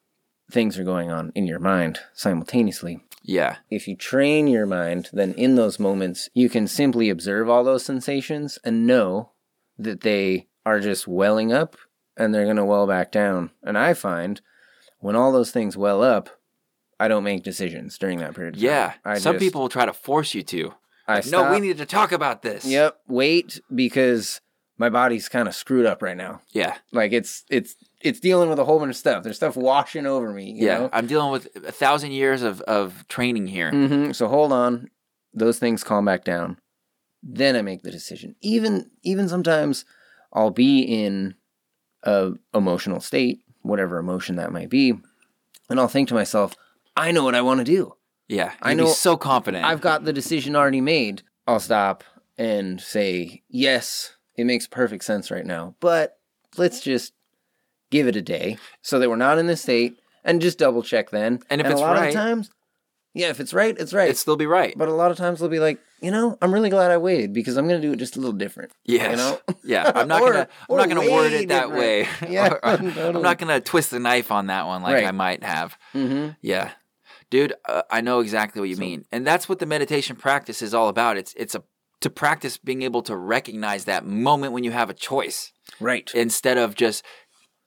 Speaker 1: things are going on in your mind simultaneously
Speaker 2: Yeah,
Speaker 1: if you train your mind then in those moments you can simply observe all those sensations and know that they are just welling up and they're going to well back down. And I find when all those things well up, I don't make decisions during that period. Of
Speaker 2: yeah.
Speaker 1: time. I
Speaker 2: some
Speaker 1: just-
Speaker 2: people will try to force you to.
Speaker 1: I
Speaker 2: Like,
Speaker 1: stop.
Speaker 2: No, we need to talk about this.
Speaker 1: Yep, wait because my body's kind of screwed up right now.
Speaker 2: Yeah.
Speaker 1: Like it's it's it's dealing with a whole bunch of stuff. There's stuff washing over me. You
Speaker 2: yeah.
Speaker 1: Know?
Speaker 2: I'm dealing with a thousand years of, of training here.
Speaker 1: hmm So hold on, those things calm back down. Then I make the decision. Even even sometimes I'll be in a emotional state, whatever emotion that might be, and I'll think to myself, I know what I want to do.
Speaker 2: Yeah.
Speaker 1: I
Speaker 2: You'd be
Speaker 1: know-
Speaker 2: so confident.
Speaker 1: I've got the decision already made. I'll stop and say, yes, it makes perfect sense right now, but let's just give it a day so that we're not in this state and just double check then.
Speaker 2: And if it's
Speaker 1: a lot
Speaker 2: right-
Speaker 1: of the times, yeah, if it's right, it's right.
Speaker 2: It'd still be right.
Speaker 1: But a lot of times they'll be like, you know, I'm really glad I waited because I'm going to do it just a little different.
Speaker 2: Yes.
Speaker 1: You know?
Speaker 2: Yeah. I'm not
Speaker 1: Or-
Speaker 2: gonna I'm
Speaker 1: or
Speaker 2: not gonna word
Speaker 1: way
Speaker 2: it that way.
Speaker 1: different. Yeah,
Speaker 2: Or- or I'm
Speaker 1: totally.
Speaker 2: not gonna twist the knife on that one like
Speaker 1: Right.
Speaker 2: I might have.
Speaker 1: Mm-hmm.
Speaker 2: Yeah. Dude, uh, I know exactly what you mean. And that's what the meditation practice is all about. It's it's a to practice being able to recognize that moment when you have a choice
Speaker 1: Right.
Speaker 2: instead of just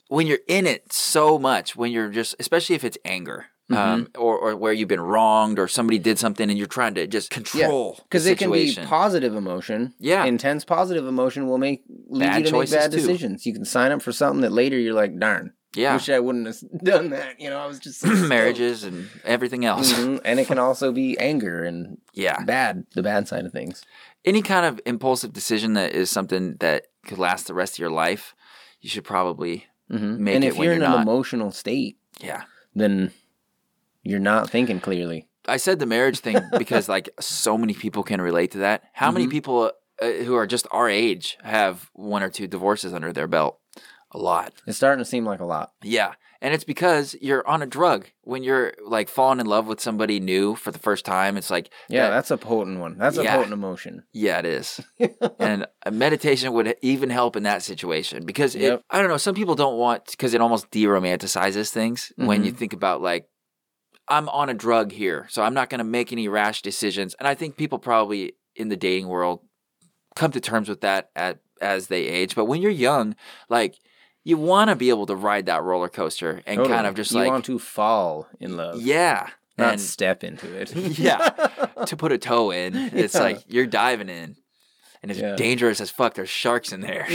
Speaker 2: when you're in it so much when you're just especially if it's anger um,
Speaker 1: Mm-hmm.
Speaker 2: or, or where you've been wronged or somebody did something and you're trying to just control
Speaker 1: Because
Speaker 2: the
Speaker 1: it can be
Speaker 2: situation.
Speaker 1: positive emotion.
Speaker 2: Yeah.
Speaker 1: Intense positive emotion will make lead
Speaker 2: Bad
Speaker 1: you to make
Speaker 2: choices,
Speaker 1: bad
Speaker 2: too.
Speaker 1: decisions. You can sign up for something that later you're like, darn.
Speaker 2: yeah
Speaker 1: Wish I wouldn't have done that. You know, I was just
Speaker 2: marriages and everything else
Speaker 1: Mhm. And it can also be anger and
Speaker 2: yeah
Speaker 1: bad, the bad side of things.
Speaker 2: any kind of impulsive decision that is something that could last the rest of your life you should probably
Speaker 1: Mhm.
Speaker 2: Mm-hmm. Make
Speaker 1: and
Speaker 2: it
Speaker 1: if
Speaker 2: when
Speaker 1: you're in
Speaker 2: you're
Speaker 1: an
Speaker 2: not.
Speaker 1: emotional state,
Speaker 2: yeah
Speaker 1: then you're not thinking clearly.
Speaker 2: I said the marriage thing because like so many people can relate to that. How many people uh, who are just our age have one or two divorces under their belt? A lot.
Speaker 1: It's starting to seem like a lot.
Speaker 2: Yeah. And it's because you're on a drug. When you're like falling in love with somebody new for the first time, it's like
Speaker 1: Yeah,
Speaker 2: that-
Speaker 1: that's a potent one. That's
Speaker 2: Yeah.
Speaker 1: a potent emotion.
Speaker 2: yeah, it is. and a meditation would even help in that situation because it,
Speaker 1: Yep.
Speaker 2: I don't know, some people don't want because it almost de-romanticizes things when
Speaker 1: Mm-hmm.
Speaker 2: you think about like I'm on a drug here, so I'm not going to make any rash decisions. And I think people probably in the dating world come to terms with that at as they age. But when you're young, like you want to be able to ride that roller coaster and
Speaker 1: Totally.
Speaker 2: kind of just
Speaker 1: you
Speaker 2: like
Speaker 1: want to fall in love,
Speaker 2: yeah,
Speaker 1: not
Speaker 2: and
Speaker 1: step into it.
Speaker 2: yeah, to put a toe in, it's
Speaker 1: Yeah.
Speaker 2: like you're diving in, and it's
Speaker 1: Yeah.
Speaker 2: dangerous as fuck. There's sharks in there.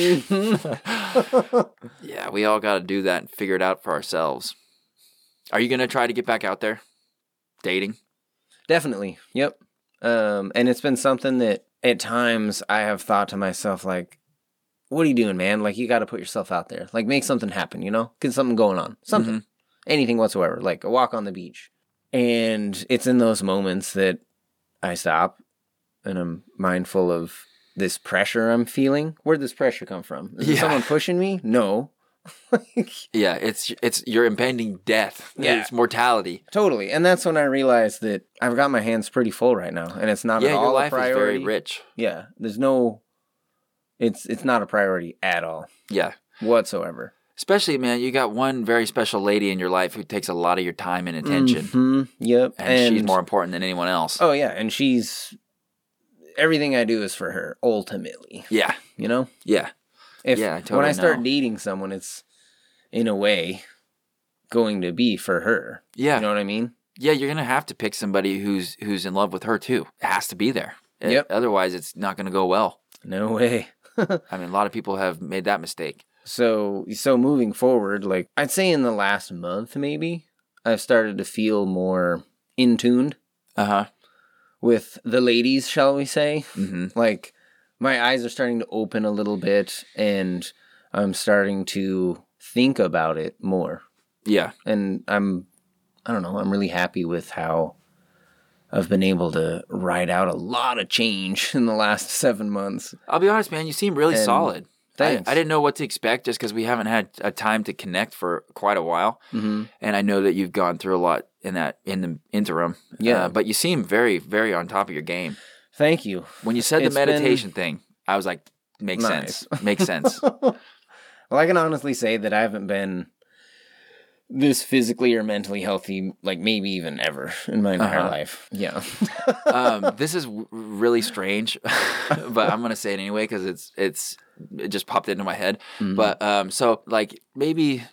Speaker 2: yeah, we all got to do that and figure it out for ourselves. Are you gonna try to get back out there, dating?
Speaker 1: Definitely. Yep. Um, and it's been something that at times I have thought to myself, like, what are you doing, man? Like, you got to put yourself out there. Like, make something happen, you know? Get something going on. Something.
Speaker 2: Mm-hmm.
Speaker 1: Anything whatsoever. Like, a walk on the beach. And it's in those moments that I stop and I'm mindful of this pressure I'm feeling. Where'd this pressure come from? Is it
Speaker 2: Yeah.
Speaker 1: someone pushing me? No.
Speaker 2: Yeah, it's it's your impending death.
Speaker 1: Yeah.
Speaker 2: It's mortality.
Speaker 1: Totally. And that's when I realized that I've got my hands pretty full right now and it's not
Speaker 2: yeah,
Speaker 1: at all
Speaker 2: your life
Speaker 1: a priority.
Speaker 2: is very rich.
Speaker 1: Yeah. There's no it's it's not a priority at all
Speaker 2: Yeah.
Speaker 1: whatsoever.
Speaker 2: Especially, man, you got one very special lady in your life who takes a lot of your time and attention.
Speaker 1: Mhm. Yep.
Speaker 2: And, she's more important than anyone else.
Speaker 1: Oh yeah, and she's everything I do is for her ultimately,
Speaker 2: Yeah.
Speaker 1: you know?
Speaker 2: Yeah.
Speaker 1: If
Speaker 2: Yeah, I
Speaker 1: when
Speaker 2: totally
Speaker 1: I start
Speaker 2: know.
Speaker 1: dating someone it's in a way going to be for her.
Speaker 2: Yeah.
Speaker 1: You know what I mean?
Speaker 2: yeah, you're gonna have to pick somebody who's who's in love with her too. It has to be there. It-
Speaker 1: Yep.
Speaker 2: Otherwise, it's not gonna go well.
Speaker 1: No way.
Speaker 2: I mean, a lot of people have made that mistake.
Speaker 1: So so moving forward, like I'd say in the last month maybe, I've started to feel more in tuned
Speaker 2: Uh
Speaker 1: Uh-huh.
Speaker 2: huh.
Speaker 1: with the ladies, shall we say.
Speaker 2: hmm
Speaker 1: Like my eyes are starting to open a little bit and I'm starting to think about it more.
Speaker 2: Yeah.
Speaker 1: And I'm I don't know, I'm really happy with how I've been able to ride out a lot of change in the last seven months.
Speaker 2: I'll be honest, man. You seem really
Speaker 1: And
Speaker 2: solid.
Speaker 1: Thanks.
Speaker 2: I, I didn't know what to expect just because we haven't had a time to connect for quite a while,
Speaker 1: Mhm.
Speaker 2: and I know that you've gone through a lot in that in the interim. Uh,
Speaker 1: Yeah.
Speaker 2: but you seem very, very on top of your game.
Speaker 1: Thank you.
Speaker 2: When you said
Speaker 1: It's
Speaker 2: the
Speaker 1: been-
Speaker 2: meditation thing, I was like, makes
Speaker 1: Nice.
Speaker 2: sense. Makes sense.
Speaker 1: Well, I can honestly say that I haven't been this physically or mentally healthy, like maybe even ever in my entire
Speaker 2: Uh-huh.
Speaker 1: life. Yeah.
Speaker 2: um, this is w- really strange, but I'm gonna say it anyway because it's it's it just popped into my head.
Speaker 1: Mm-hmm.
Speaker 2: But um, so like maybe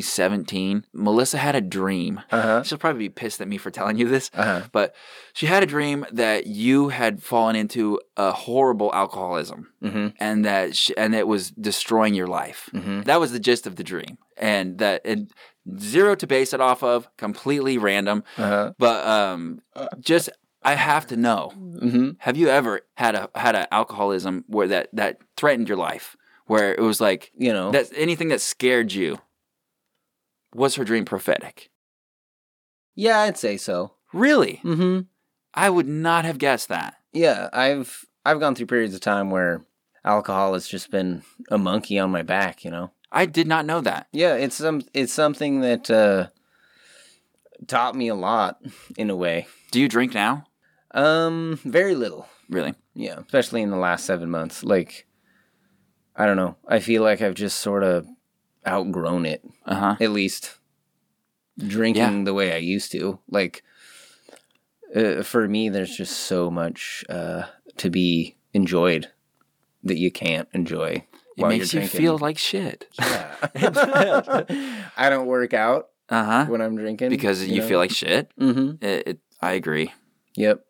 Speaker 2: 2017, Melissa had a dream.
Speaker 1: Uh-huh.
Speaker 2: She'll probably be pissed at me for telling you this,
Speaker 1: Uh-huh.
Speaker 2: but she had a dream that you had fallen into a horrible alcoholism,
Speaker 1: Mhm.
Speaker 2: and that sh and it was destroying your life.
Speaker 1: Mm-hmm.
Speaker 2: That was the gist of the dream, and that and zero to base it off of, completely random.
Speaker 1: Uh-huh.
Speaker 2: But um,
Speaker 1: Uh,
Speaker 2: just I have to know:
Speaker 1: Mm-hmm.
Speaker 2: Have you ever had a had an alcoholism where that that threatened your life, where it was like
Speaker 1: You know,
Speaker 2: that anything that scared you? Was her dream prophetic?
Speaker 1: yeah, I'd say so.
Speaker 2: Really?
Speaker 1: Mm-hmm.
Speaker 2: I would not have guessed that.
Speaker 1: Yeah, I've I've gone through periods of time where alcohol has just been a monkey on my back. You know.
Speaker 2: I did not know that.
Speaker 1: Yeah, it's some it's something that uh, taught me a lot in a way.
Speaker 2: Do you drink now?
Speaker 1: Um, very little.
Speaker 2: Really?
Speaker 1: Yeah, especially in the last seven months. Like, I don't know. I feel like I've just sort of outgrown it,
Speaker 2: Uh huh.
Speaker 1: at least drinking the way I used to. Like, uh, for me, there's just so much uh, to be enjoyed that you can't enjoy.
Speaker 2: It
Speaker 1: while
Speaker 2: makes you
Speaker 1: you're drinking.
Speaker 2: feel like shit.
Speaker 1: I don't work out
Speaker 2: Uh huh.
Speaker 1: when I'm drinking
Speaker 2: Because you feel like shit.
Speaker 1: Mm-hmm.
Speaker 2: It, it, I agree.
Speaker 1: Yep.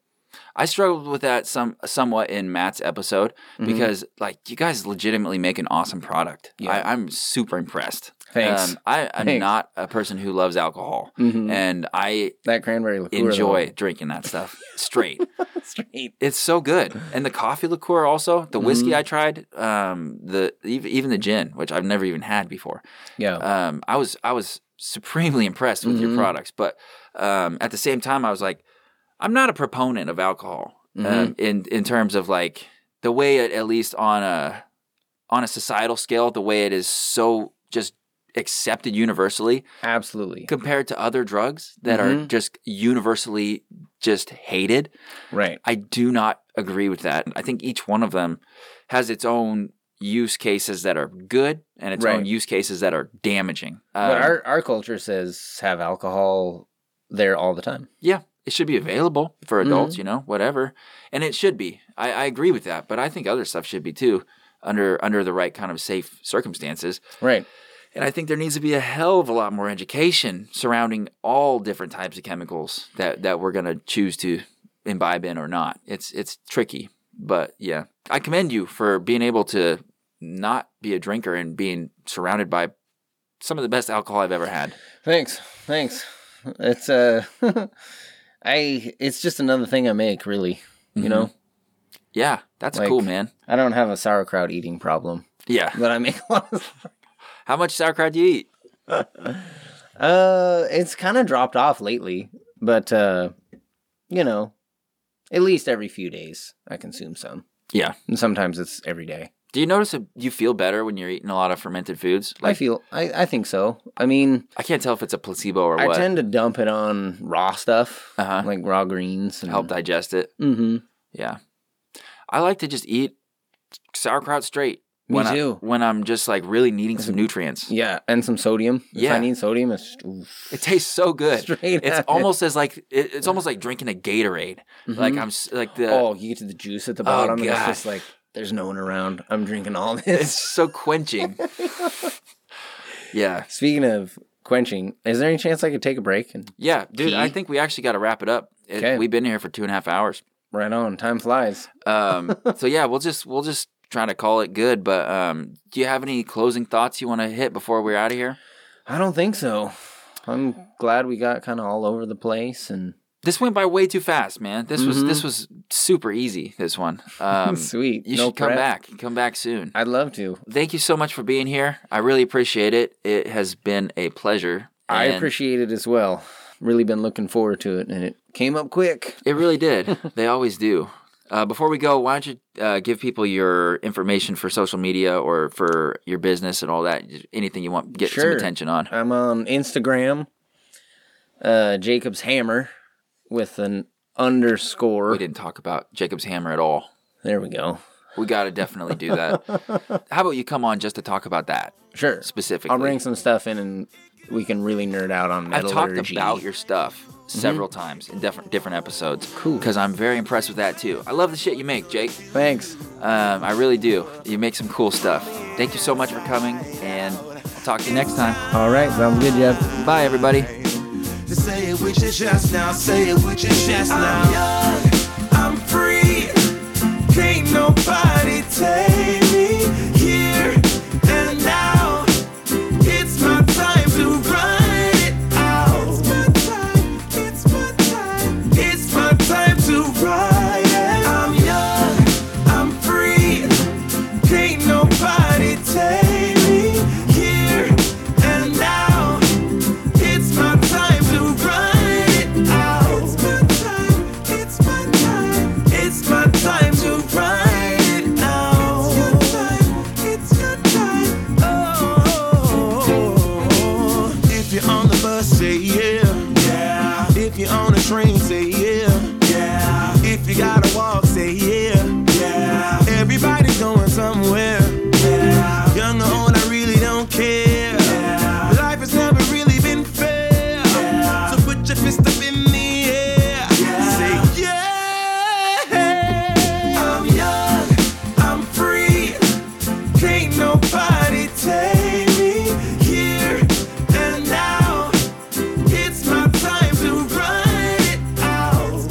Speaker 2: I struggled with that some somewhat in Matt's episode
Speaker 1: Mm-hmm.
Speaker 2: because like you guys legitimately make an awesome product.
Speaker 1: Yeah.
Speaker 2: I, I'm super impressed.
Speaker 1: Thanks.
Speaker 2: I, I'm
Speaker 1: Thanks.
Speaker 2: not a person who loves alcohol,
Speaker 1: Mhm.
Speaker 2: Um, and I
Speaker 1: That cranberry liqueur. though.
Speaker 2: enjoy drinking that stuff straight.
Speaker 1: Straight. Mm-hmm.
Speaker 2: It's so good, and the coffee liqueur also. The whiskey I tried, um, the ev- even the gin, which I've never even had before.
Speaker 1: Yeah.
Speaker 2: Um, I was I was supremely impressed with
Speaker 1: Mm-hmm.
Speaker 2: your products, but um, at the same time, I was like, I'm not a proponent of alcohol
Speaker 1: Mm-hmm.
Speaker 2: um, in in terms of like the way it at least on a on a societal scale, the way it is so just accepted universally
Speaker 1: Absolutely.
Speaker 2: compared to other drugs that are
Speaker 1: Mhm.
Speaker 2: just universally just hated.
Speaker 1: Right.
Speaker 2: I do not agree with that. I think each one of them has its own use cases that are good and its own
Speaker 1: Right.
Speaker 2: use cases that are damaging.
Speaker 1: but
Speaker 2: Um,
Speaker 1: our, our culture says have alcohol there all the time.
Speaker 2: yeah, it should be available for adults, you know, whatever. And it should be. I, I agree with that, but I think other stuff should be too under under the right kind of safe circumstances.
Speaker 1: Right.
Speaker 2: And I think there needs to be a hell of a lot more education surrounding all different types of chemicals that, that we're gonna choose to imbibe in or not. It's it's tricky, but yeah, I commend you for being able to not be a drinker and being surrounded by some of the best alcohol I've ever had.
Speaker 1: Thanks. Thanks. It's uh I it's just another thing I make really, you know.
Speaker 2: Yeah, that's
Speaker 1: Like-
Speaker 2: cool, man.
Speaker 1: I don't have a sauerkraut eating problem,
Speaker 2: Yeah.
Speaker 1: but I make a lot of
Speaker 2: How much sauerkraut do you eat?
Speaker 1: Uh it's kind of dropped off lately, but uh you know, at least every few days I consume some.
Speaker 2: Yeah.
Speaker 1: And sometimes it's every day.
Speaker 2: Do you notice that you feel better when you're eating a lot of fermented foods?
Speaker 1: I feel I, I think so. I mean,
Speaker 2: I can't tell if it's a placebo or
Speaker 1: I
Speaker 2: what.
Speaker 1: tend to dump it on raw stuff,
Speaker 2: Uh-huh.
Speaker 1: like raw greens. And,
Speaker 2: help digest it.
Speaker 1: Mm-hmm.
Speaker 2: Yeah. I like to just eat sauerkraut straight.
Speaker 1: Me
Speaker 2: when
Speaker 1: too.
Speaker 2: I, when I'm just like really needing some nutrients.
Speaker 1: Yeah, and some sodium. If
Speaker 2: Yeah.
Speaker 1: I need sodium, it's oof.
Speaker 2: It tastes so good.
Speaker 1: Straight
Speaker 2: it's
Speaker 1: at it.
Speaker 2: almost as like it, it's almost like drinking a Gatorade. Like I'm s- like the
Speaker 1: Mm-hmm. oh, you get to the juice at the bottom, and it's
Speaker 2: God.
Speaker 1: just like there's no one around. I'm drinking all
Speaker 2: it's
Speaker 1: this.
Speaker 2: so quenching. yeah.
Speaker 1: Speaking of quenching, is there any chance I could take a break? And
Speaker 2: Yeah, dude, I
Speaker 1: Pee?
Speaker 2: think we actually got to wrap it up. It-
Speaker 1: Okay.
Speaker 2: We've been here for two and a half hours.
Speaker 1: right on, time flies.
Speaker 2: Um, so yeah, we'll just we'll just try to call it good. But um, do you have any closing thoughts you want to hit before we're out of here?
Speaker 1: I don't think so. I'm glad we got kind of all over the place and
Speaker 2: This went by way too fast, man. This was
Speaker 1: Mm-hmm.
Speaker 2: this was super easy. This one. Um,
Speaker 1: Sweet.
Speaker 2: You
Speaker 1: No
Speaker 2: should come
Speaker 1: prep.
Speaker 2: back. Come back soon.
Speaker 1: I'd love to.
Speaker 2: Thank you so much for being here. I really appreciate it. It has been a pleasure.
Speaker 1: I
Speaker 2: and
Speaker 1: appreciate it as well. Really been looking forward to it, and it came up quick.
Speaker 2: It really did. they always do. Uh, before we go, why don't you uh, give people your information for social media or for your business and all that? Anything you want, get some
Speaker 1: Sure.
Speaker 2: attention on.
Speaker 1: I'm on Instagram, uh, Jacob's Hammer, with an
Speaker 2: We
Speaker 1: underscore.
Speaker 2: didn't talk about Jacob's Hammer at all.
Speaker 1: There we go.
Speaker 2: We got to definitely do that. How about you come on just to talk about that?
Speaker 1: Sure.
Speaker 2: Specifically.
Speaker 1: I'll bring some stuff in, and we can really nerd out on
Speaker 2: I've talked
Speaker 1: metallurgy.
Speaker 2: about your stuff several times in different different episodes.
Speaker 1: Mm-hmm. Cool.
Speaker 2: Because I'm very impressed with that too. I love the shit you make, Jake.
Speaker 1: Thanks.
Speaker 2: Um, I really do. You make some cool stuff. Thank you so much for coming, and I'll talk to you next time.
Speaker 1: All right, sounds good, Jeff.
Speaker 2: Bye, everybody.
Speaker 5: To say it with your chest now, say it with your chest now. I'm young, I'm free. Can't nobody take me here and now. It's my time to run it out. It's my time, it's my time. It's my time to run it. I'm young, I'm free. Can't nobody take me here and now. It's my time to run it out. It's my time. It's my time. It's my time to run it out. It's your time. It's your time. Oh. If you're on the bus, say yeah. Yeah. If you're on the train, say yeah. Yeah. If you gotta walk, say yeah. Yeah. Everybody's going somewhere. Yeah. Young or old, I really don't care. Yeah. Life has never really been fair. So put your fist up in the air. Say yeah. I'm young, I'm free. Can't nobody take me here and now. It's my time to run it out.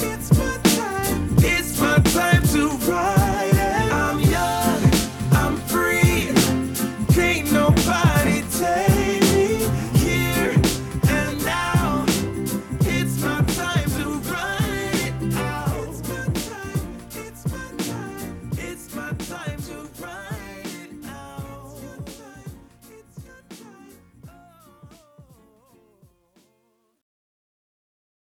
Speaker 5: It's my time. It's my time. It's my time to run it. I'm young. I'm free. Can't nobody take me here and now. It's my time to run it out. It's my time. It's my time. It's my time. Oh.